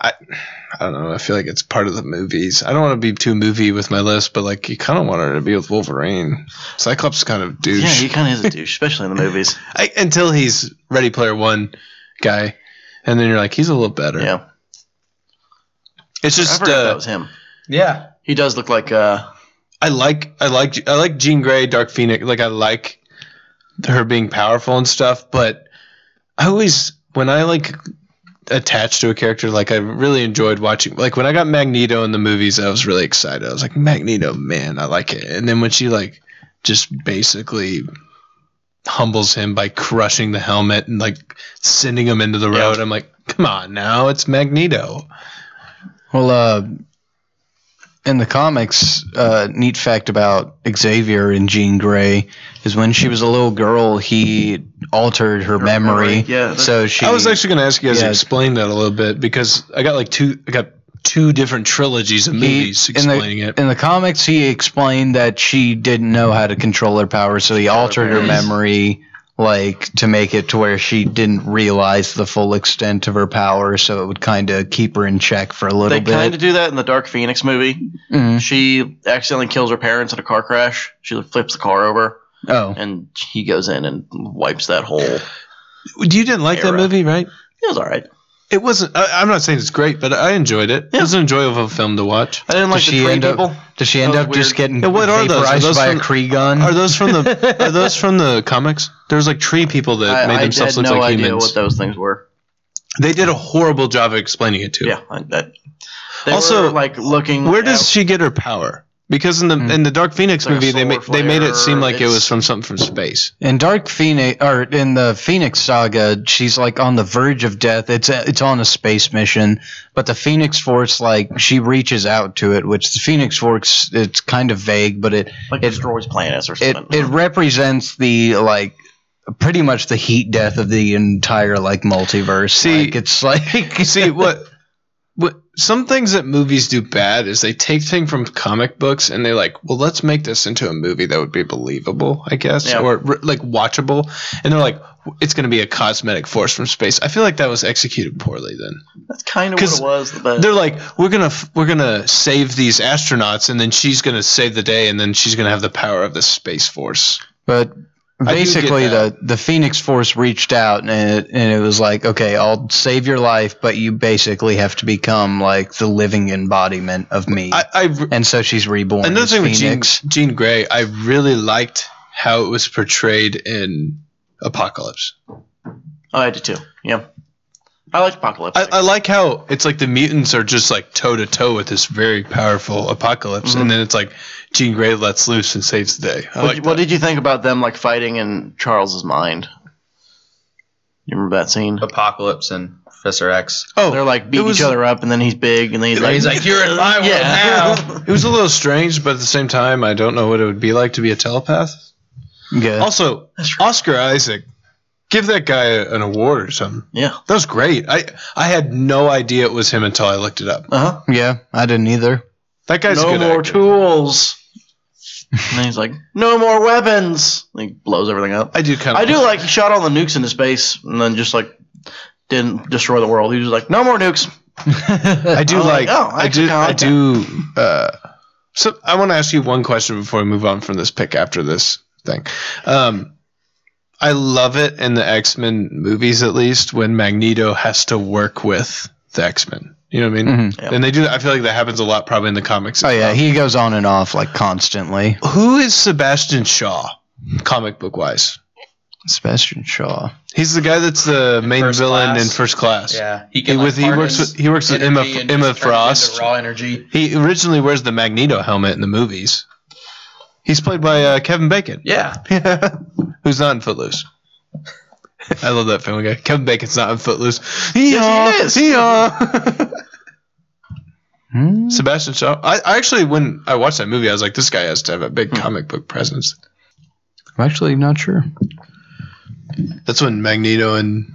Speaker 6: I, I don't know. I feel like it's part of the movies. I don't want to be too movie with my list, but like, you kind of want her to be with Wolverine. Cyclops is kind of douche
Speaker 1: Yeah, he kind of is a douche, especially in the movies.
Speaker 6: I, until he's Ready Player One guy, and then you're like, he's a little better.
Speaker 1: Yeah.
Speaker 6: It's
Speaker 1: I
Speaker 6: just
Speaker 1: forgot that
Speaker 6: uh,
Speaker 1: was him.
Speaker 9: Yeah.
Speaker 1: He does look like uh,
Speaker 6: I like I like I like Jean Grey, Dark Phoenix. Like I like her being powerful and stuff, but I always when I like attached to a character, like I really enjoyed watching. Like when I got Magneto in the movies, I was really excited. I was like, Magneto, man, I like it. And then when she like just basically humbles him by crushing the helmet and like sending him into the
Speaker 1: Yeah.
Speaker 6: road, I'm like, come on now, it's Magneto.
Speaker 7: Well, uh, in the comics, uh, neat fact about Xavier and Jean Grey is when she was a little girl, he altered her, memory.
Speaker 1: memory, yeah, that's-
Speaker 7: So she.
Speaker 6: I was actually going to ask you guys
Speaker 7: Yeah.
Speaker 6: to explain that a little bit because I got like two, I got two different trilogies of
Speaker 7: he,
Speaker 6: movies
Speaker 7: in,
Speaker 6: explaining
Speaker 7: the,
Speaker 6: it.
Speaker 7: in the comics, he explained that she didn't know how to control her power, so he altered her memory, like to make it to where she didn't realize the full extent of her power, so it would kind of keep her in check for a little
Speaker 1: they
Speaker 7: bit.
Speaker 1: kind of do that in the Dark Phoenix movie.
Speaker 6: Mm-hmm.
Speaker 7: Mhm.
Speaker 1: She accidentally kills her parents in a car crash. She flips the car over,
Speaker 7: Oh,
Speaker 1: and he goes in and wipes that whole. It
Speaker 6: You didn't like that
Speaker 1: era.
Speaker 6: movie, right?
Speaker 1: was all right.
Speaker 6: It wasn't. I, I'm not saying it's great, but I enjoyed it. It was an enjoyable film to watch.
Speaker 1: I didn't like
Speaker 7: Does
Speaker 1: the
Speaker 7: she
Speaker 1: tree
Speaker 7: end up-
Speaker 1: people.
Speaker 7: does she end
Speaker 1: That
Speaker 7: up
Speaker 1: was
Speaker 7: just getting
Speaker 6: Yeah, what are those? Are
Speaker 7: vaporized
Speaker 6: those
Speaker 7: by
Speaker 6: from-
Speaker 7: a Kree gun?
Speaker 6: Are those from the? are those from the comics? There's like tree people that
Speaker 1: I,
Speaker 6: made
Speaker 1: I had
Speaker 6: themselves
Speaker 1: no
Speaker 6: look like
Speaker 1: idea
Speaker 6: humans.
Speaker 1: what those things were.
Speaker 6: they did a horrible job of explaining it to.
Speaker 1: Yeah, I, that. They
Speaker 6: Also,
Speaker 1: were, like looking.
Speaker 6: Where does
Speaker 1: at-
Speaker 6: she get her power? Because in the in the Dark Phoenix
Speaker 1: Mm. It's like a
Speaker 6: movie, they
Speaker 1: solar
Speaker 6: made they made it seem
Speaker 1: flare.
Speaker 6: like it
Speaker 1: It's-
Speaker 6: was from something from space.
Speaker 7: In Dark Phoenix, or in the Phoenix Saga, she's like on the verge of death. It's it's on a space mission, but the Phoenix Force, like she reaches out to it, which the Phoenix Force, it's kind of vague, but it
Speaker 1: like
Speaker 7: it-
Speaker 1: destroys planets or
Speaker 7: it
Speaker 1: something?
Speaker 7: it represents the like pretty much the heat death of the entire like multiverse.
Speaker 6: See-
Speaker 7: like, it's like
Speaker 6: See what what some things that movies do bad is they take thing from comic books and they like, well, let's make this into a movie that would be believable, I guess,
Speaker 1: Yeah.
Speaker 6: or r- like watchable, and they're like, it's going to be a cosmetic force from space. I feel like that was executed poorly then.
Speaker 1: That's kind of what
Speaker 6: 'cause
Speaker 1: it was.
Speaker 7: Uh,
Speaker 1: But
Speaker 6: They're like, we're gonna f- we're gonna save these astronauts, and then she's gonna save the day, and then she's gonna have the power of the space force.
Speaker 7: But
Speaker 6: do get
Speaker 7: basically, the
Speaker 6: that.
Speaker 7: the Phoenix Force reached out and it, and it was like, okay, I'll save your life, but you basically have to become like the living embodiment of me.
Speaker 6: I, I r-
Speaker 7: and so she's reborn.
Speaker 6: Another
Speaker 7: as
Speaker 6: thing
Speaker 7: Phoenix.
Speaker 6: with Jean, Jean Grey, I really liked how it was portrayed in Apocalypse.
Speaker 1: oh, I did too. Yeah, I liked Apocalypse.
Speaker 6: I, I like how it's like the mutants are just like toe to toe with this very powerful Apocalypse, and then it's like Jean Grey lets loose and saves the day. I
Speaker 1: Mm-hmm. what,
Speaker 6: like
Speaker 1: what
Speaker 6: that.
Speaker 1: did you think about them like fighting in Charles's mind? You remember that scene?
Speaker 9: Apocalypse and Professor X.
Speaker 6: oh,
Speaker 1: They're like beat
Speaker 6: was-
Speaker 1: each other up, and then he's big, and then he's like,
Speaker 9: He's like, you're in my world
Speaker 1: Yeah.
Speaker 9: now.
Speaker 6: it was a little strange, but at the same time, I don't know what it would be like to be a telepath.
Speaker 7: Yeah.
Speaker 6: Also, Oscar Isaac, give that guy an award or something.
Speaker 1: yeah,
Speaker 6: That was great. I I had no idea it was him until I looked it up.
Speaker 1: uh huh.
Speaker 7: yeah, I didn't either.
Speaker 6: That guy's a
Speaker 1: no
Speaker 6: good
Speaker 1: more
Speaker 6: actor.
Speaker 1: tools. and he's like, no more weapons. And he blows everything up.
Speaker 6: I do kind of.
Speaker 1: I do like he shot all the nukes into space and then just like didn't destroy the world. He was like, no more nukes.
Speaker 6: I do
Speaker 1: I'm like,
Speaker 6: like.
Speaker 1: oh, I
Speaker 6: I,
Speaker 1: actually
Speaker 6: do.
Speaker 1: kinda
Speaker 6: I
Speaker 1: like
Speaker 6: do. Uh, so I want to ask you one question before we move on from this pick after this thing. Um, I love it in the X Men movies, at least when Magneto has to work with the X Men. You know what I mean?
Speaker 1: Yep.
Speaker 6: And they do. I feel like that happens a lot, probably in the comics.
Speaker 7: Oh yeah, he goes on and off like constantly.
Speaker 6: Who is Sebastian Shaw, comic book wise?
Speaker 7: Sebastian Shaw.
Speaker 6: He's the guy that's the main
Speaker 9: First
Speaker 6: villain
Speaker 9: Class.
Speaker 6: in First Class.
Speaker 9: Yeah, he
Speaker 6: He,
Speaker 9: like,
Speaker 6: with, he
Speaker 9: harness
Speaker 6: works with he works with Emma
Speaker 9: energy and
Speaker 6: Emma
Speaker 9: just turn it into
Speaker 6: Frost.
Speaker 9: Raw energy.
Speaker 6: He originally wears the Magneto helmet in the movies. He's played by uh, Kevin Bacon,
Speaker 9: Yeah,
Speaker 6: who's not in Footloose. I love that Family Guy. Kevin Bacon's not in Footloose.
Speaker 1: Yes, he
Speaker 6: Hee-haw. Sebastian Shaw. I, I actually, when I watched that movie, I was like, this guy has to have a big comic book presence.
Speaker 7: I'm actually not sure.
Speaker 6: That's when Magneto and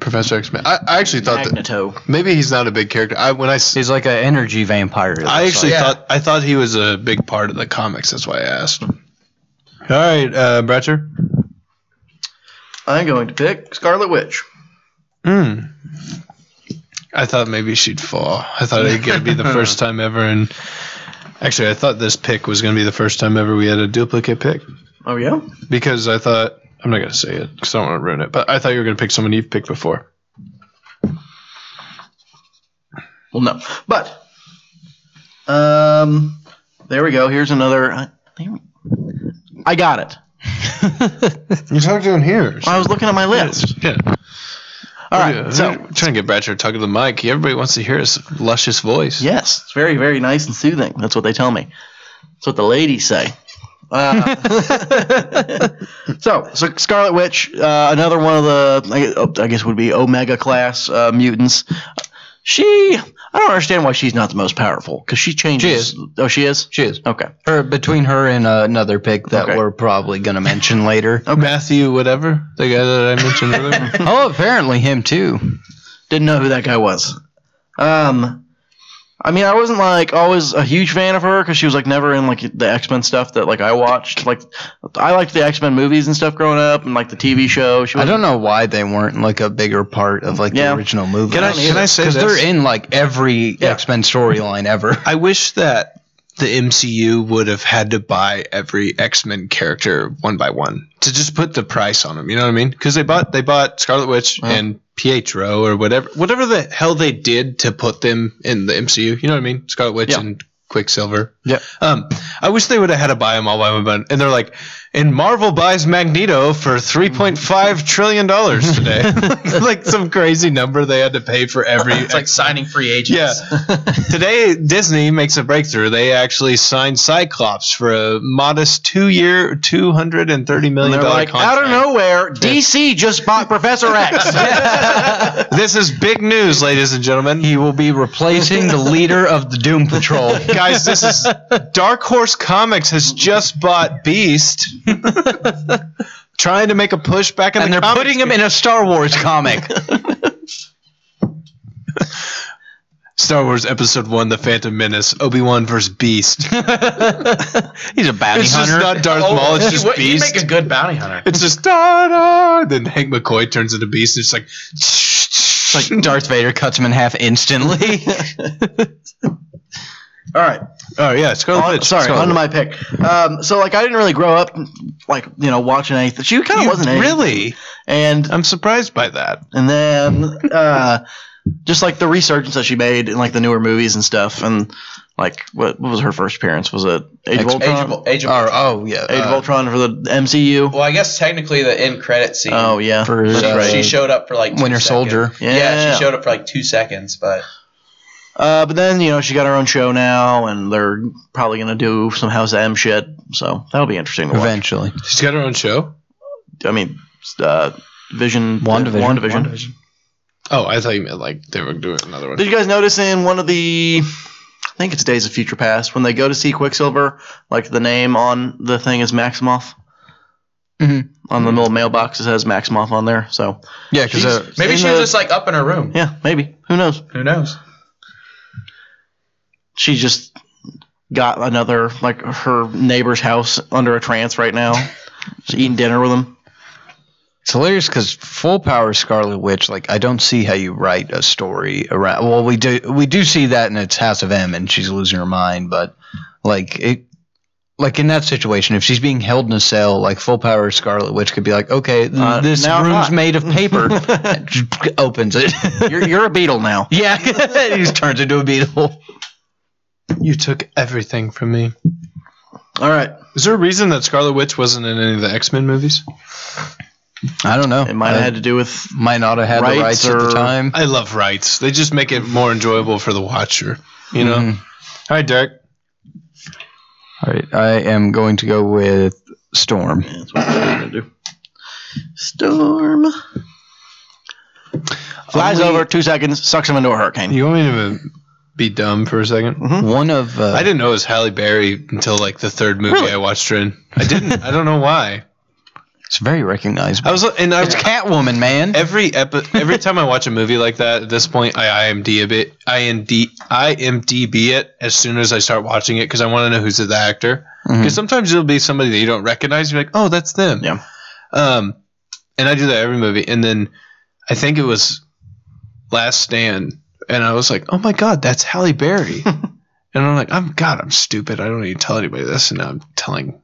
Speaker 6: Professor X Men. I, I actually thought that
Speaker 1: Magneto.
Speaker 6: maybe he's not a big character. I when I s-
Speaker 7: He's like an energy vampire. it
Speaker 6: I
Speaker 7: looks
Speaker 6: actually
Speaker 7: like.
Speaker 6: thought I thought he was a big part of the comics. That's why I asked. All right, uh, Bratcher.
Speaker 1: I'm going to pick Scarlet Witch.
Speaker 6: Hmm. I thought maybe she'd fall. I thought it'd get- be the first time ever, and actually, I thought this pick was going to be the first time ever we had a duplicate pick
Speaker 1: Oh yeah.
Speaker 6: because I thought I'm not going to say it because I don't want to ruin it. But I thought you were going to pick someone you've picked before.
Speaker 1: Well, no. But um, there we go. Here's another. I, I got it.
Speaker 6: You talked down here.
Speaker 1: I was looking at my list.
Speaker 6: Yeah.
Speaker 1: All right.
Speaker 6: Yeah,
Speaker 1: So
Speaker 6: I'm trying to get Bratcher to talk to the mic. Everybody wants to hear his luscious voice.
Speaker 1: Yes, it's very, very nice and soothing. That's what they tell me. That's what the ladies say. Uh, so, so Scarlet Witch, uh, another one of the, I guess- oh, I guess would be Omega class uh, mutants. She, I don't understand why she's not the most powerful because she changes.
Speaker 7: is.
Speaker 1: Oh, she is.
Speaker 7: she is.
Speaker 1: Okay.
Speaker 7: Her between her and uh, another pick that
Speaker 1: Okay.
Speaker 7: we're probably gonna mention later.
Speaker 6: Matthew, whatever the guy that I mentioned earlier.
Speaker 7: oh, apparently him too.
Speaker 1: Didn't know who that guy was. Um, I mean, I wasn't like always a huge fan of her because she was like never in like the X Men stuff that like I watched. Like, I liked the X Men movies and stuff growing up, and like the TV show. She
Speaker 7: I
Speaker 1: was
Speaker 7: don't know why they weren't like a bigger part of like
Speaker 1: Yeah.
Speaker 7: the original movie.
Speaker 6: Can I- can I say
Speaker 7: Because
Speaker 6: this?
Speaker 7: they're in like every
Speaker 1: Yeah.
Speaker 7: X Men storyline ever.
Speaker 6: I wish that the MCU would have had to buy every X Men character one by one to just put the price on them. You know what I mean? Because they bought they bought Scarlet Witch and Pietro or whatever whatever the hell they did to put them in the MCU. You know what I mean? Scarlet Witch
Speaker 1: Yeah.
Speaker 6: and Quicksilver.
Speaker 7: Yeah.
Speaker 6: Um, I wish they would have had to buy them all by one. by one. And they're like, and Marvel buys Magneto for three point five trillion dollars today. like some crazy number they had to pay for every.
Speaker 9: it's like signing free agents.
Speaker 6: Yeah. Today, Disney makes a breakthrough. They actually signed Cyclops for a modest two-year, two hundred and thirty million
Speaker 1: They're
Speaker 6: dollar
Speaker 1: like,
Speaker 6: contract.
Speaker 1: out of nowhere, DC just bought Professor X.
Speaker 6: This is big news, ladies and gentlemen.
Speaker 7: He will be replacing the leader of the Doom Patrol.
Speaker 6: Guys, this is Dark Horse Comics has just bought Beast, trying to make a push back in
Speaker 7: and
Speaker 6: the
Speaker 7: they're
Speaker 6: comics
Speaker 7: putting him in a Star Wars comic.
Speaker 6: Star Wars Episode One: The Phantom Menace, Obi Wan versus Beast.
Speaker 7: He's a bounty
Speaker 6: It's just
Speaker 7: hunter. Oh,
Speaker 6: not Darth Maul. Oh, It's just
Speaker 9: What- you'd
Speaker 6: Beast.
Speaker 9: make a good bounty hunter.
Speaker 6: It's just da da. Then Hank McCoy turns into Beast, and it's like,
Speaker 7: It's like Darth Vader cuts him in half instantly.
Speaker 1: All right.
Speaker 6: oh yeah, Scarlet
Speaker 1: On,
Speaker 6: Witch.
Speaker 1: sorry,
Speaker 6: Scarlet
Speaker 1: on to my pick. Um, so like I didn't really grow up like you know watching anything. She kind of
Speaker 6: You-
Speaker 1: wasn't anything.
Speaker 6: really.
Speaker 1: And
Speaker 6: I'm surprised by that.
Speaker 1: and then uh, just like the resurgence that she made in like the newer movies and stuff. And like what, what was her first appearance? Was it Age of
Speaker 7: X-
Speaker 1: Ultron?
Speaker 9: Age of, Age of
Speaker 7: or, oh yeah,
Speaker 1: Age of
Speaker 7: uh,
Speaker 1: Ultron for the MCU.
Speaker 9: Well, I guess technically the end credit scene.
Speaker 1: Oh yeah.
Speaker 7: for
Speaker 9: she,
Speaker 7: uh,
Speaker 9: she showed up for like two
Speaker 7: Winter
Speaker 9: seconds.
Speaker 7: Soldier.
Speaker 9: Yeah.
Speaker 1: Yeah.
Speaker 9: she showed up for like two seconds, but
Speaker 1: Uh, but then you know she got her own show now, and they're probably gonna do some House of M shit. So that'll be interesting. To watch.
Speaker 7: eventually.
Speaker 6: She's got her own show.
Speaker 1: I mean, uh, Vision.
Speaker 7: WandaVision.
Speaker 1: WandaVision.
Speaker 6: Oh, I thought you meant like they were doing another one.
Speaker 1: Did you guys notice in one of the, I think it's Days of Future Past, when they go to see Quicksilver, like the name on the thing is Maximoff.
Speaker 7: Mhm.
Speaker 1: On the little mailbox, it says Maximoff on there. So
Speaker 7: Yeah, because uh,
Speaker 9: maybe
Speaker 1: in
Speaker 9: she was
Speaker 1: the-
Speaker 9: just like up in her room.
Speaker 1: yeah, maybe who knows?
Speaker 9: Who knows?
Speaker 1: She just got another like her neighbor's house under a trance right now. She's eating dinner with him.
Speaker 7: It's hilarious because full power Scarlet Witch, like I don't see how you write a story around. Well, we do we do see that in its House of M, and she's losing her mind. But like it, like in that situation, if she's being held in a cell, like full power Scarlet Witch could be like, okay, th-
Speaker 1: Uh,
Speaker 7: this
Speaker 1: now I'm
Speaker 7: room's
Speaker 1: not.
Speaker 7: made of paper, opens it.
Speaker 1: You're, you're a beetle now.
Speaker 7: yeah, he just turns into a beetle.
Speaker 6: You took everything from me.
Speaker 1: All right.
Speaker 6: Is there a reason that Scarlet Witch wasn't in any of the X Men movies?
Speaker 7: I don't know.
Speaker 1: It might
Speaker 7: I-
Speaker 1: have had to do with
Speaker 7: might not have had
Speaker 1: rights
Speaker 7: the rights at the
Speaker 1: or-
Speaker 7: time.
Speaker 6: I love rights. They just make it more enjoyable for the watcher. You know.
Speaker 7: Mhm.
Speaker 6: All right, Derek.
Speaker 7: All right, I am going to go with Storm.
Speaker 1: That's what we're gonna do. Storm flies
Speaker 7: Only-
Speaker 1: over two seconds, sucks him into a hurricane.
Speaker 6: You want me to be dumb for a 2nd
Speaker 1: Mm-hmm.
Speaker 7: One of uh,
Speaker 6: I didn't know it was Halle Berry until like the third movie I watched her in. I didn't. I don't know why.
Speaker 7: it's very recognizable.
Speaker 6: I was and I was
Speaker 7: Catwoman, man.
Speaker 6: every epi- every time I watch a movie like that. At this point, I IMD a bit. IMD IMDb it as soon as I start watching it because I want to know who's the actor. Because
Speaker 7: Mm-hmm.
Speaker 6: sometimes it'll be somebody that you don't recognize. You're like, oh, that's them.
Speaker 1: Yeah.
Speaker 6: Um, and I do that every movie. And then I think it was Last Stand, and I was like, oh my god, that's Halle Berry. and I'm like, I'm God, I'm stupid. I don't need to tell anybody this, and now I'm telling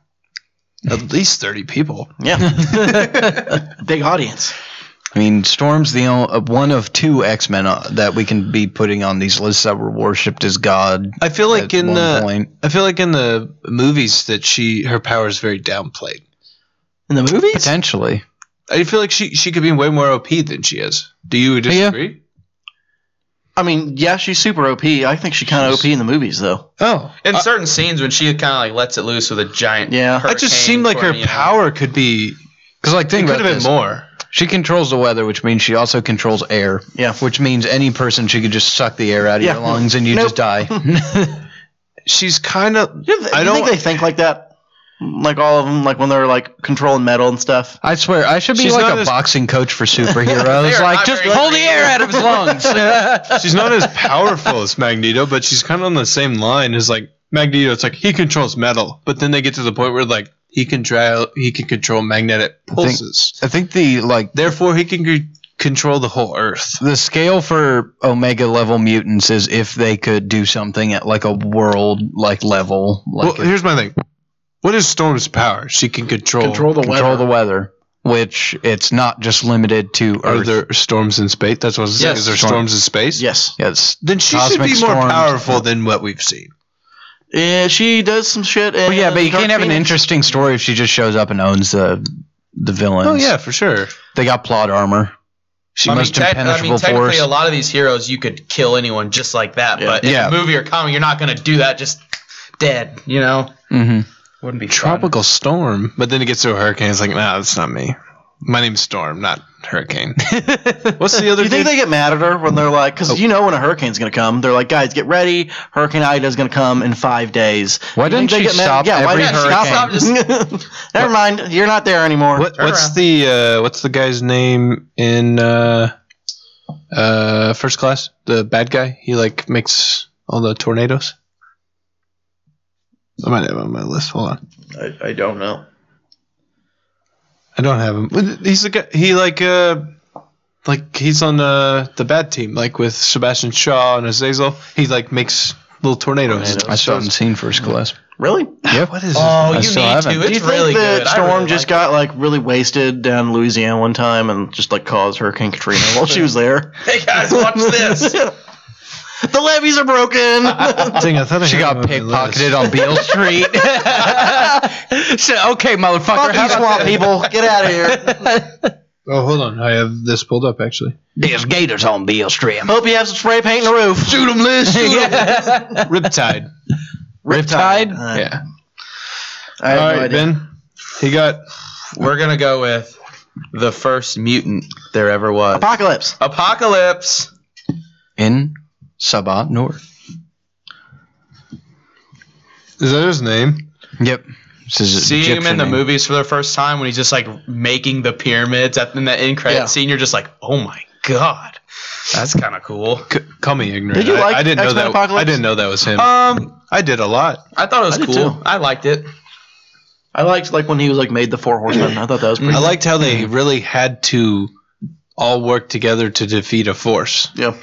Speaker 6: at least thirty people.
Speaker 1: Yeah, big audience.
Speaker 7: I mean, Storm's the only, uh, one of two X Men uh, that we can be putting on these lists that were worshipped as God.
Speaker 6: I feel like
Speaker 7: at
Speaker 6: in uh,
Speaker 7: one
Speaker 1: uh,
Speaker 6: the
Speaker 7: point.
Speaker 6: I feel like in the movies that she her power is very downplayed.
Speaker 1: In the movies,
Speaker 7: Potentially,
Speaker 6: I feel like she she could be way more OP than she is. Do
Speaker 7: Oh,
Speaker 6: you disagree?
Speaker 1: I mean, yeah, she's super OP. I think she kind of OP in the movies though.
Speaker 6: Oh,
Speaker 9: In certain scenes when she kind of like lets it loose with a giant.
Speaker 1: Yeah. It
Speaker 6: it just seemed like her
Speaker 9: tornado.
Speaker 6: power could be
Speaker 7: because like
Speaker 6: it
Speaker 7: think
Speaker 6: could
Speaker 7: about
Speaker 6: have been
Speaker 7: this.
Speaker 6: more.
Speaker 7: She controls the weather, which means she also controls air.
Speaker 1: Yeah.
Speaker 7: which means any person she could just suck the air out of
Speaker 1: Yeah.
Speaker 7: your lungs and you
Speaker 1: Nope.
Speaker 7: just die.
Speaker 6: She's kind of
Speaker 1: You, th-
Speaker 6: I
Speaker 1: you
Speaker 6: don't-
Speaker 1: think they think like that, like all of them, like when they're like controlling metal and stuff.
Speaker 7: I swear, I should be
Speaker 6: She's
Speaker 7: like
Speaker 6: not
Speaker 7: a
Speaker 6: as-
Speaker 7: boxing coach for superheroes.
Speaker 9: are
Speaker 7: like,
Speaker 9: not
Speaker 7: just
Speaker 9: very
Speaker 7: pull the air out of his lungs.
Speaker 6: she's not as powerful as Magneto, but she's kind of on the same line as like Magneto. It's like he controls metal, but then they get to the point where like he can try, he can control magnetic pulses.
Speaker 7: I think the like
Speaker 6: Therefore, he can c- control the whole Earth.
Speaker 7: the scale for omega level mutants is if they could do something at like a world like level, like
Speaker 6: well,
Speaker 7: if-
Speaker 6: here's my thing. What is Storm's power? She can control,
Speaker 1: the
Speaker 7: control the weather, which it's not just limited to
Speaker 6: Are
Speaker 7: Earth.
Speaker 6: there storms in space? That's what I was saying.
Speaker 9: Yes.
Speaker 6: Is there
Speaker 7: Storm.
Speaker 6: storms in space?
Speaker 1: Yes,
Speaker 7: yes,
Speaker 6: Then she
Speaker 7: Cosmic
Speaker 6: should be more
Speaker 7: storms.
Speaker 6: powerful than what we've seen.
Speaker 1: yeah, she does some shit.
Speaker 7: Well, yeah, but you can't have an
Speaker 1: interest.
Speaker 7: interesting story if she just shows up and owns the the villains.
Speaker 6: Oh yeah, for sure.
Speaker 7: they got plot armor. She
Speaker 9: I mean,
Speaker 7: must
Speaker 9: tec- I
Speaker 7: impenetrable
Speaker 9: mean, technically,
Speaker 7: force.
Speaker 9: a lot of these heroes you could kill anyone just like that,
Speaker 1: Yeah.
Speaker 9: but in
Speaker 7: Yeah.
Speaker 9: a movie or comic, you're not going to do that. Just dead, you know.
Speaker 7: Mhm.
Speaker 9: Wouldn't be fun.
Speaker 6: Tropical storm. But then it gets to a hurricane. It's like, nah, that's not me. My name's Storm, not Hurricane. What's the
Speaker 1: Do
Speaker 6: other?
Speaker 1: you think
Speaker 6: dude?
Speaker 1: they get mad at her when they're like,
Speaker 9: Oh.
Speaker 1: because you know when a hurricane's gonna come, they're like, guys, get ready. Hurricane Ida's gonna come in five days.
Speaker 7: Why
Speaker 1: You think
Speaker 7: didn't she
Speaker 1: they get mad-
Speaker 7: stop every
Speaker 1: didn't
Speaker 9: hurricane?
Speaker 1: she stop it? Never mind, you're not there anymore.
Speaker 6: What,
Speaker 9: Turn
Speaker 6: what's
Speaker 9: around.
Speaker 6: the uh, what's the guy's name in uh, uh, first class? The bad guy. He like makes all the tornadoes. I might have him on my list. Hold on,
Speaker 1: I, I don't know.
Speaker 6: I don't have him. He's the guy. He like uh, like he's on the the bad team, like with Sebastian Shaw and Azazel. He like makes little tornadoes.
Speaker 1: Tornadoes.
Speaker 7: I still haven't seen First Class.
Speaker 1: Really?
Speaker 7: Yeah,
Speaker 6: What is?
Speaker 9: Oh,
Speaker 7: I
Speaker 9: you need
Speaker 7: still
Speaker 9: to.
Speaker 7: haven't.
Speaker 9: It's
Speaker 1: Do you think
Speaker 9: really
Speaker 1: that
Speaker 9: good. I
Speaker 1: Storm
Speaker 9: really
Speaker 1: just
Speaker 9: like
Speaker 1: got like really wasted down in Louisiana one time and just like caused Hurricane Katrina while she was there?
Speaker 9: it. Hey guys, watch this.
Speaker 1: the levees are broken.
Speaker 6: Dang, I thought I
Speaker 7: She
Speaker 6: had him on
Speaker 7: got
Speaker 6: my list.
Speaker 7: picked-pocketed on Beale Street. so, okay, motherfucker.
Speaker 1: Fuck you, swamp people. Get out of here.
Speaker 6: Oh, hold on. I have this pulled up actually.
Speaker 7: There's gators on Beale Street.
Speaker 1: Hope you have some spray paint in the roof.
Speaker 6: Shoot him, Liz. Shoot him. Riptide.
Speaker 7: Riptide?
Speaker 1: Uh,
Speaker 6: Yeah.
Speaker 1: I
Speaker 6: All
Speaker 1: have no
Speaker 6: right,
Speaker 1: idea.
Speaker 6: Ben. He got
Speaker 9: We're gonna go with the first mutant there ever was.
Speaker 1: Apocalypse.
Speaker 9: Apocalypse.
Speaker 7: In Sabah North.
Speaker 6: Is that his name?
Speaker 7: Yep. This is
Speaker 9: Seeing
Speaker 7: Egyptian
Speaker 9: him in the
Speaker 7: name.
Speaker 9: movies for the first time when he's just like making the pyramids at in that end credit
Speaker 1: Yeah.
Speaker 9: scene, you're just like, oh my god, that's kind of cool.
Speaker 6: C- call me ignorant.
Speaker 1: Did you
Speaker 6: I-
Speaker 1: like
Speaker 6: I, didn't know
Speaker 1: X-Men
Speaker 6: that.
Speaker 1: Apocalypse?
Speaker 6: I didn't know that was him.
Speaker 9: Um,
Speaker 6: I did a lot.
Speaker 9: I thought it was
Speaker 1: I did
Speaker 9: cool.
Speaker 1: too.
Speaker 9: I liked it.
Speaker 1: I liked like when he was like made the four horsemen. I thought that was pretty.
Speaker 6: I
Speaker 7: Mm-hmm.
Speaker 6: liked how they really had to all work together to defeat a force.
Speaker 1: yeah.